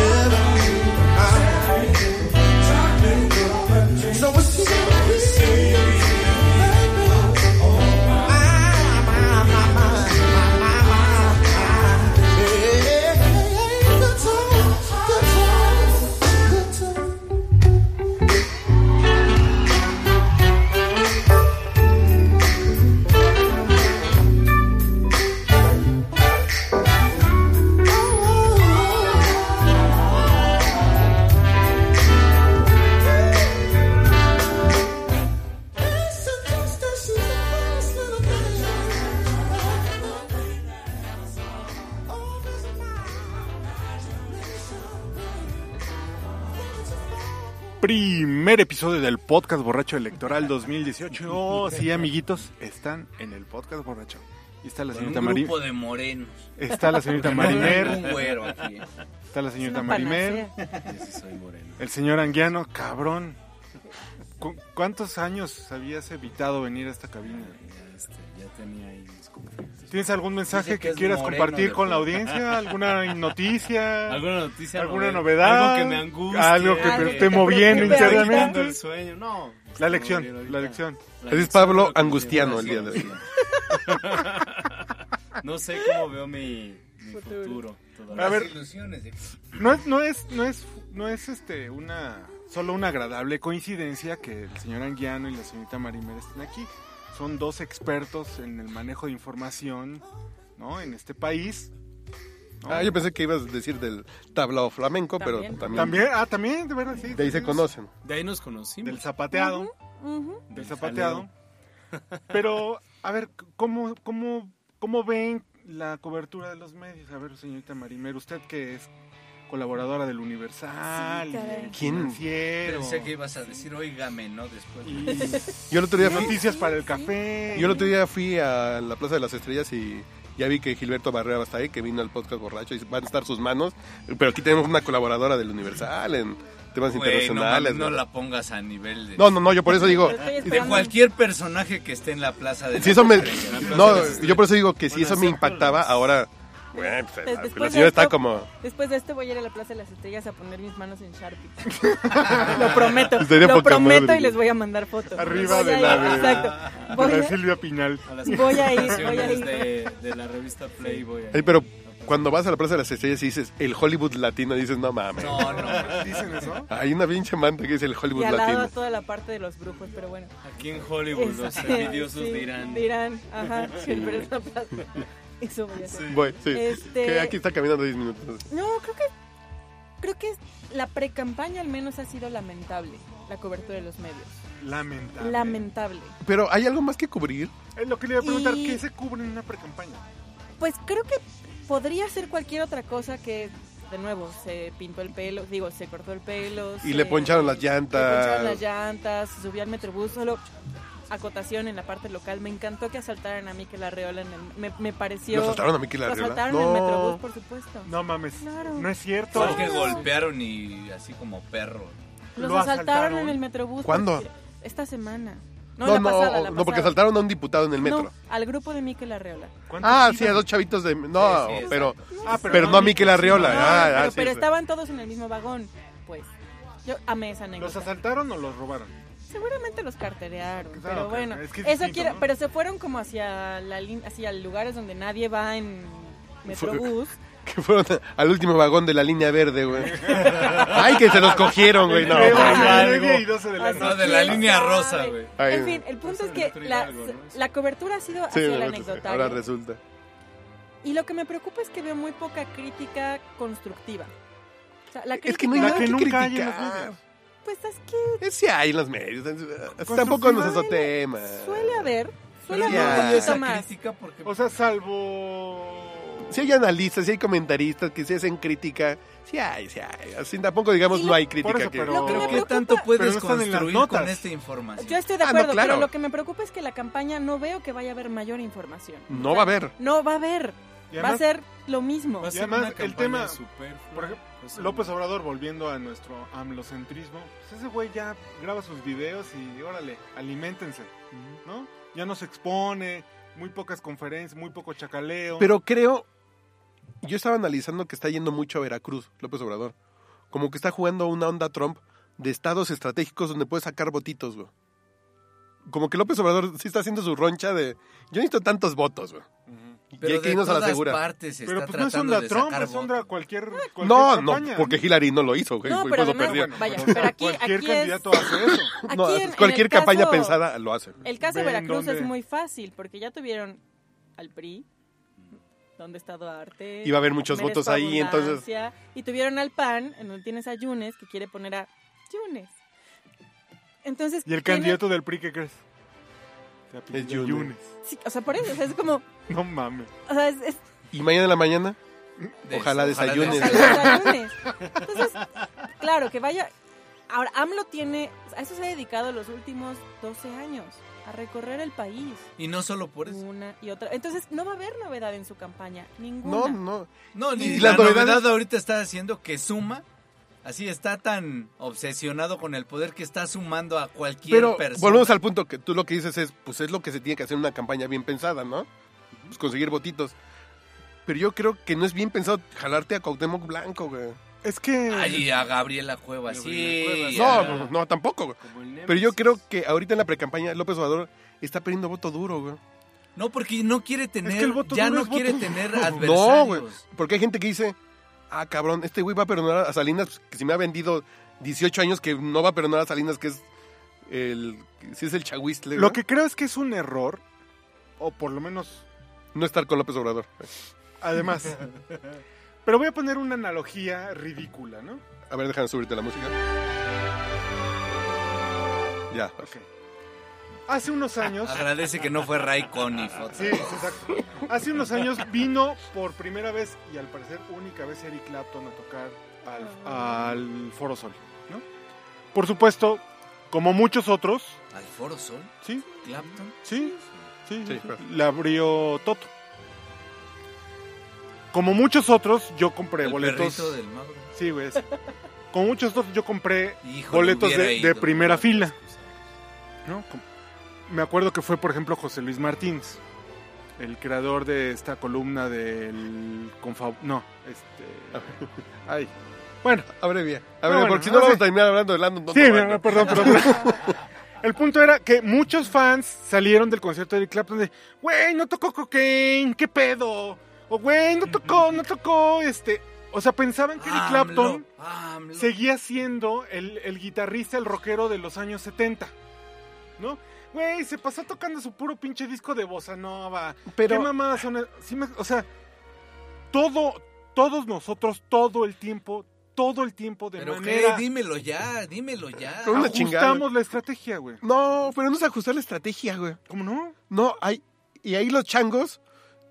[SPEAKER 7] So what's the
[SPEAKER 2] Primer episodio del podcast borracho electoral 2018. Oh, sí, amiguitos, están en el podcast borracho. Y está la
[SPEAKER 4] Con un
[SPEAKER 2] señorita Mari.
[SPEAKER 4] grupo de morenos.
[SPEAKER 2] Está la
[SPEAKER 4] (laughs)
[SPEAKER 2] señorita
[SPEAKER 4] Un
[SPEAKER 2] Marimer.
[SPEAKER 4] güero aquí.
[SPEAKER 2] Está la
[SPEAKER 5] Es
[SPEAKER 2] señorita
[SPEAKER 5] una
[SPEAKER 2] Marimer.
[SPEAKER 5] panacea.
[SPEAKER 2] El señor Anguiano, cabrón. ¿Cu- ¿Cuántos años habías evitado venir a esta cabina?
[SPEAKER 4] este, ya tenía ahí mis conflictos.
[SPEAKER 2] ¿Tienes algún mensaje
[SPEAKER 4] Dice que
[SPEAKER 2] que,
[SPEAKER 4] es
[SPEAKER 2] quieras
[SPEAKER 4] moreno
[SPEAKER 2] compartir
[SPEAKER 4] de
[SPEAKER 2] con la
[SPEAKER 4] puta.
[SPEAKER 2] audiencia? ¿Alguna
[SPEAKER 4] (laughs)
[SPEAKER 2] noticia?
[SPEAKER 6] ¿Alguna noticia?
[SPEAKER 2] ¿Alguna novedad?
[SPEAKER 6] Algo que me angustie.
[SPEAKER 2] Algo que
[SPEAKER 5] Algo
[SPEAKER 2] te
[SPEAKER 5] que
[SPEAKER 2] esté
[SPEAKER 5] te
[SPEAKER 2] moviendo
[SPEAKER 5] preocupe
[SPEAKER 6] quitando
[SPEAKER 2] internamente.
[SPEAKER 6] el sueño. No.
[SPEAKER 2] La
[SPEAKER 6] Estoy
[SPEAKER 2] elección,
[SPEAKER 6] bien
[SPEAKER 2] la
[SPEAKER 6] ahorita.
[SPEAKER 2] elección.
[SPEAKER 3] Ese es Pablo Angustiano el día de hoy.
[SPEAKER 4] No sé cómo veo mi, mi
[SPEAKER 5] Futuro.
[SPEAKER 4] futuro. todavía.
[SPEAKER 2] A ver.
[SPEAKER 4] ilusiones de-
[SPEAKER 2] No es, no es, no es, no es este una solo una agradable coincidencia que el señor Anguiano y la señorita Marimer estén aquí. Son dos expertos en el manejo de información, ¿no? En este país. ¿no?
[SPEAKER 3] Ah, yo pensé que ibas a decir del tablao flamenco,
[SPEAKER 5] También.
[SPEAKER 3] pero también,
[SPEAKER 2] También, ah, también, de verdad, sí.
[SPEAKER 3] De ahí se conocen.
[SPEAKER 6] De ahí nos conocimos.
[SPEAKER 2] Del zapateado.
[SPEAKER 5] Ujú.
[SPEAKER 2] del zapateado. Pero, a ver, c- ¿cómo, cómo, ¿cómo ven la cobertura de los medios? A ver, señorita Marimer, usted que es colaboradora del Universal,
[SPEAKER 5] Sí,
[SPEAKER 2] y del
[SPEAKER 5] caray.
[SPEAKER 3] ¿Quién?
[SPEAKER 2] Financiero,
[SPEAKER 4] Pensé que ibas a decir, oígame, ¿no? Después. (laughs) de-
[SPEAKER 2] y
[SPEAKER 3] Yo el otro día fui,
[SPEAKER 2] noticias para el café.
[SPEAKER 3] yo el otro día fui a la Plaza de las Estrellas y ya vi que Gilberto Barrera está ahí, que vino al podcast borracho y van a estar sus manos. Pero aquí tenemos una colaboradora del Universal en temas
[SPEAKER 4] Güey, no, mames,
[SPEAKER 3] internacionales.
[SPEAKER 4] no
[SPEAKER 3] güey.
[SPEAKER 4] la pongas a nivel de...
[SPEAKER 3] no, no, no, yo por eso digo.
[SPEAKER 5] Pero estoy
[SPEAKER 4] De
[SPEAKER 5] esperando-
[SPEAKER 4] cualquier personaje que esté en la plaza de...
[SPEAKER 3] Si
[SPEAKER 4] las
[SPEAKER 3] eso me,
[SPEAKER 4] Estrellas.
[SPEAKER 3] no, yo por eso digo que si eso me
[SPEAKER 6] excepto
[SPEAKER 3] impactaba,
[SPEAKER 6] las-
[SPEAKER 3] ahora. Bueno, pues,
[SPEAKER 5] Pues
[SPEAKER 3] la-
[SPEAKER 5] después
[SPEAKER 3] la
[SPEAKER 5] de
[SPEAKER 3] señora está
[SPEAKER 5] esto-
[SPEAKER 3] como.
[SPEAKER 5] Después de esto voy a ir a la Plaza de las Estrellas a poner mis manos en Sharpie. lo prometo.
[SPEAKER 3] Sería
[SPEAKER 5] lo
[SPEAKER 3] poca madre.
[SPEAKER 5] prometo y les voy a mandar fotos.
[SPEAKER 2] Arriba
[SPEAKER 5] Voy
[SPEAKER 2] de
[SPEAKER 5] a
[SPEAKER 2] la
[SPEAKER 5] ir-
[SPEAKER 2] de-
[SPEAKER 5] Exacto.
[SPEAKER 2] de
[SPEAKER 5] Voy
[SPEAKER 2] la
[SPEAKER 5] a-
[SPEAKER 2] Silvia Pinal.
[SPEAKER 6] A las
[SPEAKER 5] Voy a ir,
[SPEAKER 6] publicaciones
[SPEAKER 5] voy a ir.
[SPEAKER 6] De, de la revista Playboy. ahí.
[SPEAKER 3] Ay, pero cuando vas a la Plaza de las Estrellas y dices el Hollywood latino, dices no mames.
[SPEAKER 4] No, no.
[SPEAKER 2] ¿Dicen eso?
[SPEAKER 3] Hay una pinche manta que dice el
[SPEAKER 5] y
[SPEAKER 3] Hollywood
[SPEAKER 5] al lado
[SPEAKER 3] latino.
[SPEAKER 5] toda la parte de los brujos, pero bueno.
[SPEAKER 6] Aquí en Hollywood los (laughs)
[SPEAKER 5] Esa-
[SPEAKER 6] envidiosos
[SPEAKER 5] Este, sí,
[SPEAKER 6] dirán.
[SPEAKER 5] Dirán,
[SPEAKER 6] (laughs)
[SPEAKER 5] ajá, sí, pero es la plaza. Eso voy a hacer.
[SPEAKER 3] Voy, sí.
[SPEAKER 5] Este-
[SPEAKER 3] Que aquí está caminando 10 minutos.
[SPEAKER 5] No, creo que creo que la pre-campaña al menos ha sido lamentable, la cobertura de los medios.
[SPEAKER 2] Lamentable.
[SPEAKER 5] Lamentable.
[SPEAKER 3] Pero hay algo más que cubrir.
[SPEAKER 2] Es lo que le iba a preguntar,
[SPEAKER 5] Y-
[SPEAKER 2] ¿qué se cubre en una precampaña?
[SPEAKER 5] Pues creo que podría ser cualquier otra cosa que de nuevo se pintó el pelo, digo, se cortó el pelo,
[SPEAKER 3] Y
[SPEAKER 5] se-
[SPEAKER 3] le poncharon las
[SPEAKER 5] le poncharon
[SPEAKER 3] llantas.
[SPEAKER 5] las llantas, se subió al metrobús, solo acotación en la parte local. Me encantó que asaltaran a Miquel Arreola en el me, me pareció
[SPEAKER 3] Lo saltaron a Miquel
[SPEAKER 5] lo
[SPEAKER 3] Arriola.
[SPEAKER 5] asaltaron en el metrobús,
[SPEAKER 3] No.
[SPEAKER 5] por supuesto.
[SPEAKER 2] No mames,
[SPEAKER 5] Claro.
[SPEAKER 2] no es cierto.
[SPEAKER 4] Fue el que golpearon y así como perro.
[SPEAKER 5] Los
[SPEAKER 2] ¿Lo
[SPEAKER 5] asaltaron,
[SPEAKER 2] asaltaron?
[SPEAKER 5] en el metrobús.
[SPEAKER 3] ¿Cuándo?
[SPEAKER 5] porque- Esta semana. No,
[SPEAKER 3] No,
[SPEAKER 5] la
[SPEAKER 3] no,
[SPEAKER 5] pasada, la
[SPEAKER 3] no, porque
[SPEAKER 5] pasada.
[SPEAKER 3] saltaron a un diputado en el metro.
[SPEAKER 5] No, al grupo de Miquel Arreola.
[SPEAKER 2] ¿Cuántos
[SPEAKER 3] Ah,
[SPEAKER 2] iban?
[SPEAKER 3] sí, a dos chavitos de. No,
[SPEAKER 4] Sí, sí,
[SPEAKER 3] pero,
[SPEAKER 2] Ah,
[SPEAKER 3] pero no a Miquel Arriola.
[SPEAKER 5] No,
[SPEAKER 3] ah,
[SPEAKER 5] pero,
[SPEAKER 3] ah, sí,
[SPEAKER 5] pero
[SPEAKER 3] sí.
[SPEAKER 5] estaban todos en el mismo vagón. Pues yo amé esa
[SPEAKER 2] ¿Los
[SPEAKER 5] anécdota.
[SPEAKER 2] asaltaron o los robaron?
[SPEAKER 5] Seguramente los carterearon,
[SPEAKER 2] Claro,
[SPEAKER 5] pero
[SPEAKER 2] claro,
[SPEAKER 5] bueno,
[SPEAKER 2] es que es
[SPEAKER 5] eso
[SPEAKER 2] distinto,
[SPEAKER 5] quiero-
[SPEAKER 2] ¿no?
[SPEAKER 5] pero se fueron como hacia la lin- hacia lugares donde nadie va en metrobús.
[SPEAKER 3] Que fueron al último vagón de la línea verde, güey. Ay, que se los cogieron, güey.
[SPEAKER 2] (laughs)
[SPEAKER 3] No,
[SPEAKER 2] Entre
[SPEAKER 3] por
[SPEAKER 2] las
[SPEAKER 3] algo.
[SPEAKER 2] nueve y doce de la
[SPEAKER 5] Así
[SPEAKER 4] No,
[SPEAKER 2] noche.
[SPEAKER 4] de la
[SPEAKER 5] que,
[SPEAKER 4] línea
[SPEAKER 5] sabe.
[SPEAKER 4] rosa, güey.
[SPEAKER 3] Ay,
[SPEAKER 5] En fin, el punto es
[SPEAKER 6] Eso
[SPEAKER 5] que
[SPEAKER 6] es un
[SPEAKER 5] la,
[SPEAKER 6] algo, ¿no?
[SPEAKER 5] la cobertura ha sido
[SPEAKER 3] Sí,
[SPEAKER 5] hacia el
[SPEAKER 3] no,
[SPEAKER 5] anecdotario.
[SPEAKER 3] ahora resulta.
[SPEAKER 5] Y lo que me preocupa es que veo muy poca crítica constructiva. O sea, la crítica,
[SPEAKER 3] Es que no hay
[SPEAKER 2] La
[SPEAKER 3] nada
[SPEAKER 2] que
[SPEAKER 3] que
[SPEAKER 2] nunca hay en los
[SPEAKER 3] criticar.
[SPEAKER 5] pues es que
[SPEAKER 3] Es si hay en los medios. Tampoco nos azotemos.
[SPEAKER 5] suele haber,
[SPEAKER 3] Pero
[SPEAKER 5] suele haber
[SPEAKER 3] ya.
[SPEAKER 5] un
[SPEAKER 4] Oye,
[SPEAKER 5] poquito
[SPEAKER 4] esa
[SPEAKER 5] más.
[SPEAKER 4] crítica porque...
[SPEAKER 2] O sea, salvo...
[SPEAKER 3] Si hay analistas, si hay comentaristas que se hacen crítica, si hay, si hay. Así tampoco digamos
[SPEAKER 5] Y
[SPEAKER 3] no
[SPEAKER 5] lo-
[SPEAKER 3] hay crítica.
[SPEAKER 2] por eso,
[SPEAKER 3] que-
[SPEAKER 2] pero-
[SPEAKER 5] Lo que me
[SPEAKER 4] Pero ¿qué
[SPEAKER 5] preocupa-
[SPEAKER 4] tanto
[SPEAKER 2] Pero
[SPEAKER 4] puedes
[SPEAKER 2] no están en las
[SPEAKER 4] construir
[SPEAKER 2] notas.
[SPEAKER 4] con esta información?
[SPEAKER 5] Yo estoy de
[SPEAKER 3] Ah, no,
[SPEAKER 5] acuerdo,
[SPEAKER 3] claro.
[SPEAKER 5] pero lo que me preocupa es que la campaña no veo que vaya a haber mayor información.
[SPEAKER 3] No va a haber.
[SPEAKER 5] No va a haber,
[SPEAKER 2] y
[SPEAKER 5] va a
[SPEAKER 2] además,
[SPEAKER 5] ser lo mismo.
[SPEAKER 6] Va a ser
[SPEAKER 2] además,
[SPEAKER 6] una
[SPEAKER 2] el
[SPEAKER 6] campaña
[SPEAKER 2] tema,
[SPEAKER 6] superflua.
[SPEAKER 2] por ejemplo,
[SPEAKER 6] O sea,
[SPEAKER 2] López Obrador, volviendo a nuestro amlocentrismo, pues ese güey ya graba sus videos y órale, alimentense, ¿no? Ya no se expone, muy pocas conferencias, muy poco chacaleo.
[SPEAKER 3] Pero creo, yo estaba analizando que está yendo mucho a Veracruz, López Obrador. Como que está jugando una onda Trump de estados estratégicos donde puede sacar votitos, güey. Como que López Obrador sí está haciendo su roncha de... Yo necesito tantos votos, güey. y hay
[SPEAKER 4] Pero
[SPEAKER 3] que
[SPEAKER 4] de
[SPEAKER 3] irnos a
[SPEAKER 4] todas
[SPEAKER 3] la segura.
[SPEAKER 4] partes se
[SPEAKER 2] Pero
[SPEAKER 4] está
[SPEAKER 2] pues no es
[SPEAKER 4] tratando
[SPEAKER 2] onda
[SPEAKER 4] de
[SPEAKER 2] Trump,
[SPEAKER 4] sacar
[SPEAKER 2] es onda
[SPEAKER 4] voto.
[SPEAKER 2] cualquier, cualquier
[SPEAKER 3] No, no,
[SPEAKER 2] campaña.
[SPEAKER 3] porque Hillary no lo hizo, güey.
[SPEAKER 5] No,
[SPEAKER 3] por
[SPEAKER 5] pero
[SPEAKER 3] eso
[SPEAKER 5] además,
[SPEAKER 3] perdió.
[SPEAKER 5] bueno, vaya,
[SPEAKER 2] O sea,
[SPEAKER 5] pero aquí,
[SPEAKER 2] cualquier
[SPEAKER 5] aquí es...
[SPEAKER 2] candidato hace
[SPEAKER 5] (laughs)
[SPEAKER 2] eso.
[SPEAKER 5] Aquí
[SPEAKER 3] No,
[SPEAKER 5] en- en
[SPEAKER 3] cualquier
[SPEAKER 5] el
[SPEAKER 3] campaña
[SPEAKER 5] caso-
[SPEAKER 3] pensada lo hace.
[SPEAKER 5] El caso de
[SPEAKER 2] Ven
[SPEAKER 5] Veracruz
[SPEAKER 2] dónde-
[SPEAKER 5] es muy fácil, porque ya tuvieron al PRI, donde está Duarte.
[SPEAKER 3] Iba a haber muchos
[SPEAKER 5] Merezco
[SPEAKER 3] votos ahí, entonces...
[SPEAKER 5] abundancia, Y tuvieron al PAN, en donde tienes a Yunes, que quiere poner a Yunes. Entonces,
[SPEAKER 2] Y el
[SPEAKER 5] tiene-
[SPEAKER 2] candidato del PRI, ¿qué crees? Se apellida
[SPEAKER 3] Es Yunes.
[SPEAKER 5] sí, o sea, por eso, o sea, es como...
[SPEAKER 2] No mames.
[SPEAKER 5] O sea, es, es-
[SPEAKER 3] Y mañana en la mañana,
[SPEAKER 4] De-
[SPEAKER 3] Ojalá desayunes.
[SPEAKER 5] o sea,
[SPEAKER 4] desayunes.
[SPEAKER 5] los Yunes. Entonces, claro, que vaya... Ahora, AMLO tiene... A eso se ha dedicado los últimos 12 años, a recorrer el país.
[SPEAKER 4] Y no solo por eso.
[SPEAKER 5] Una y otra. Entonces, no va a haber novedad en su campaña,
[SPEAKER 3] no,
[SPEAKER 5] ninguna.
[SPEAKER 3] no.
[SPEAKER 4] No, ni
[SPEAKER 3] Y
[SPEAKER 4] la,
[SPEAKER 3] las
[SPEAKER 4] novedad
[SPEAKER 3] novedades-
[SPEAKER 4] ahorita está haciendo que suma. Así está tan obsesionado con el poder que está sumando a cualquier
[SPEAKER 3] Pero
[SPEAKER 4] persona.
[SPEAKER 3] volvemos al punto que tú lo que dices es, pues es lo que se tiene que hacer en una campaña bien pensada, ¿no? Pues conseguir votitos. Pero yo creo que no es bien pensado jalarte a Cuauhtémoc Blanco, güey.
[SPEAKER 2] Es que...
[SPEAKER 4] Ay, a Gabriela Cuevas,
[SPEAKER 6] Gabriela
[SPEAKER 4] sí.
[SPEAKER 6] Cuevas.
[SPEAKER 4] a-
[SPEAKER 3] No, no, tampoco, güey.
[SPEAKER 6] como el
[SPEAKER 3] Pero yo
[SPEAKER 6] Nemesis.
[SPEAKER 3] creo que ahorita en la precampaña López Obrador está perdiendo voto duro, güey.
[SPEAKER 4] No, porque no quiere tener.
[SPEAKER 2] el voto
[SPEAKER 4] ya
[SPEAKER 2] duro
[SPEAKER 4] no
[SPEAKER 2] es voto
[SPEAKER 4] quiere
[SPEAKER 2] duro. (laughs)
[SPEAKER 4] tener
[SPEAKER 2] No,
[SPEAKER 4] adversarios.
[SPEAKER 3] No, güey. Porque hay gente que dice, ah, cabrón, este güey va a perdonar a Salinas, pues, que si me ha vendido 18 años que no va a perdonar a Salinas, que es el... Si es el chagüistle,
[SPEAKER 2] Lo
[SPEAKER 3] ¿no?
[SPEAKER 2] que creo es que es un error, o por lo menos
[SPEAKER 3] No estar con López Obrador.
[SPEAKER 2] Además. (laughs) Pero voy a poner una analogía ridícula, ¿no?
[SPEAKER 3] A ver, déjame subirte la música. Ya.
[SPEAKER 2] Hace unos años.
[SPEAKER 4] Agradece que no fue Ray Conniff.
[SPEAKER 2] Sí, exacto. Hace unos años vino por primera vez y al parecer única vez Eric Clapton a tocar al, al Foro Sol, ¿no? Por supuesto, como muchos otros,
[SPEAKER 4] Al Foro Sol,
[SPEAKER 2] sí,
[SPEAKER 4] Clapton.
[SPEAKER 2] sí, sí,
[SPEAKER 3] Sí,
[SPEAKER 2] sí,
[SPEAKER 3] claro.
[SPEAKER 2] la abrió Toto. Como muchos otros, yo compré
[SPEAKER 4] El
[SPEAKER 2] boletos.
[SPEAKER 4] perrito del Mauro.
[SPEAKER 2] Sí, güey. ese. Como muchos otros, yo compré
[SPEAKER 4] Híjole,
[SPEAKER 2] boletos
[SPEAKER 4] hubiera
[SPEAKER 2] de,
[SPEAKER 4] ido.
[SPEAKER 2] de primera fila. ¿no? Com- Me acuerdo que fue, por ejemplo, José Luis Martínez, el creador de esta columna del confab... No, este... Ay. Bueno,
[SPEAKER 3] Abrevia.
[SPEAKER 2] No,
[SPEAKER 3] A ver,
[SPEAKER 2] bueno,
[SPEAKER 3] porque si no
[SPEAKER 2] no
[SPEAKER 3] vamos a
[SPEAKER 2] sé.
[SPEAKER 3] terminar hablando de Landon.
[SPEAKER 2] sí,
[SPEAKER 3] Donovan,
[SPEAKER 2] no, (laughs)
[SPEAKER 3] ¿no?
[SPEAKER 2] perdón, perdón. perdón. El punto era que muchos fans salieron del concierto de Eric Clapton de, güey, no tocó cocaine, qué pedo. O, güey, no tocó, no tocó, este... O sea, pensaban que Eric
[SPEAKER 4] Ah,
[SPEAKER 2] Clapton
[SPEAKER 4] Pues, AMLO, AMLO.
[SPEAKER 2] seguía siendo el, el guitarrista, el rockero de los años 70. ¿No? Güey, se pasó tocando su puro pinche disco de bossa nova.
[SPEAKER 3] Pero-
[SPEAKER 2] ¿Qué mamadas son? el- sí me- o sea, todo, todos nosotros, todo el tiempo, todo el tiempo de
[SPEAKER 4] Pero
[SPEAKER 2] manera...
[SPEAKER 4] qué, dímelo ya, dímelo ya. Ah,
[SPEAKER 3] Con una chingada.
[SPEAKER 2] ajustamos la estrategia, güey.
[SPEAKER 3] No, pero no es ajustar la estrategia, güey.
[SPEAKER 2] ¿Cómo no?
[SPEAKER 3] No, hay. Y ahí los changos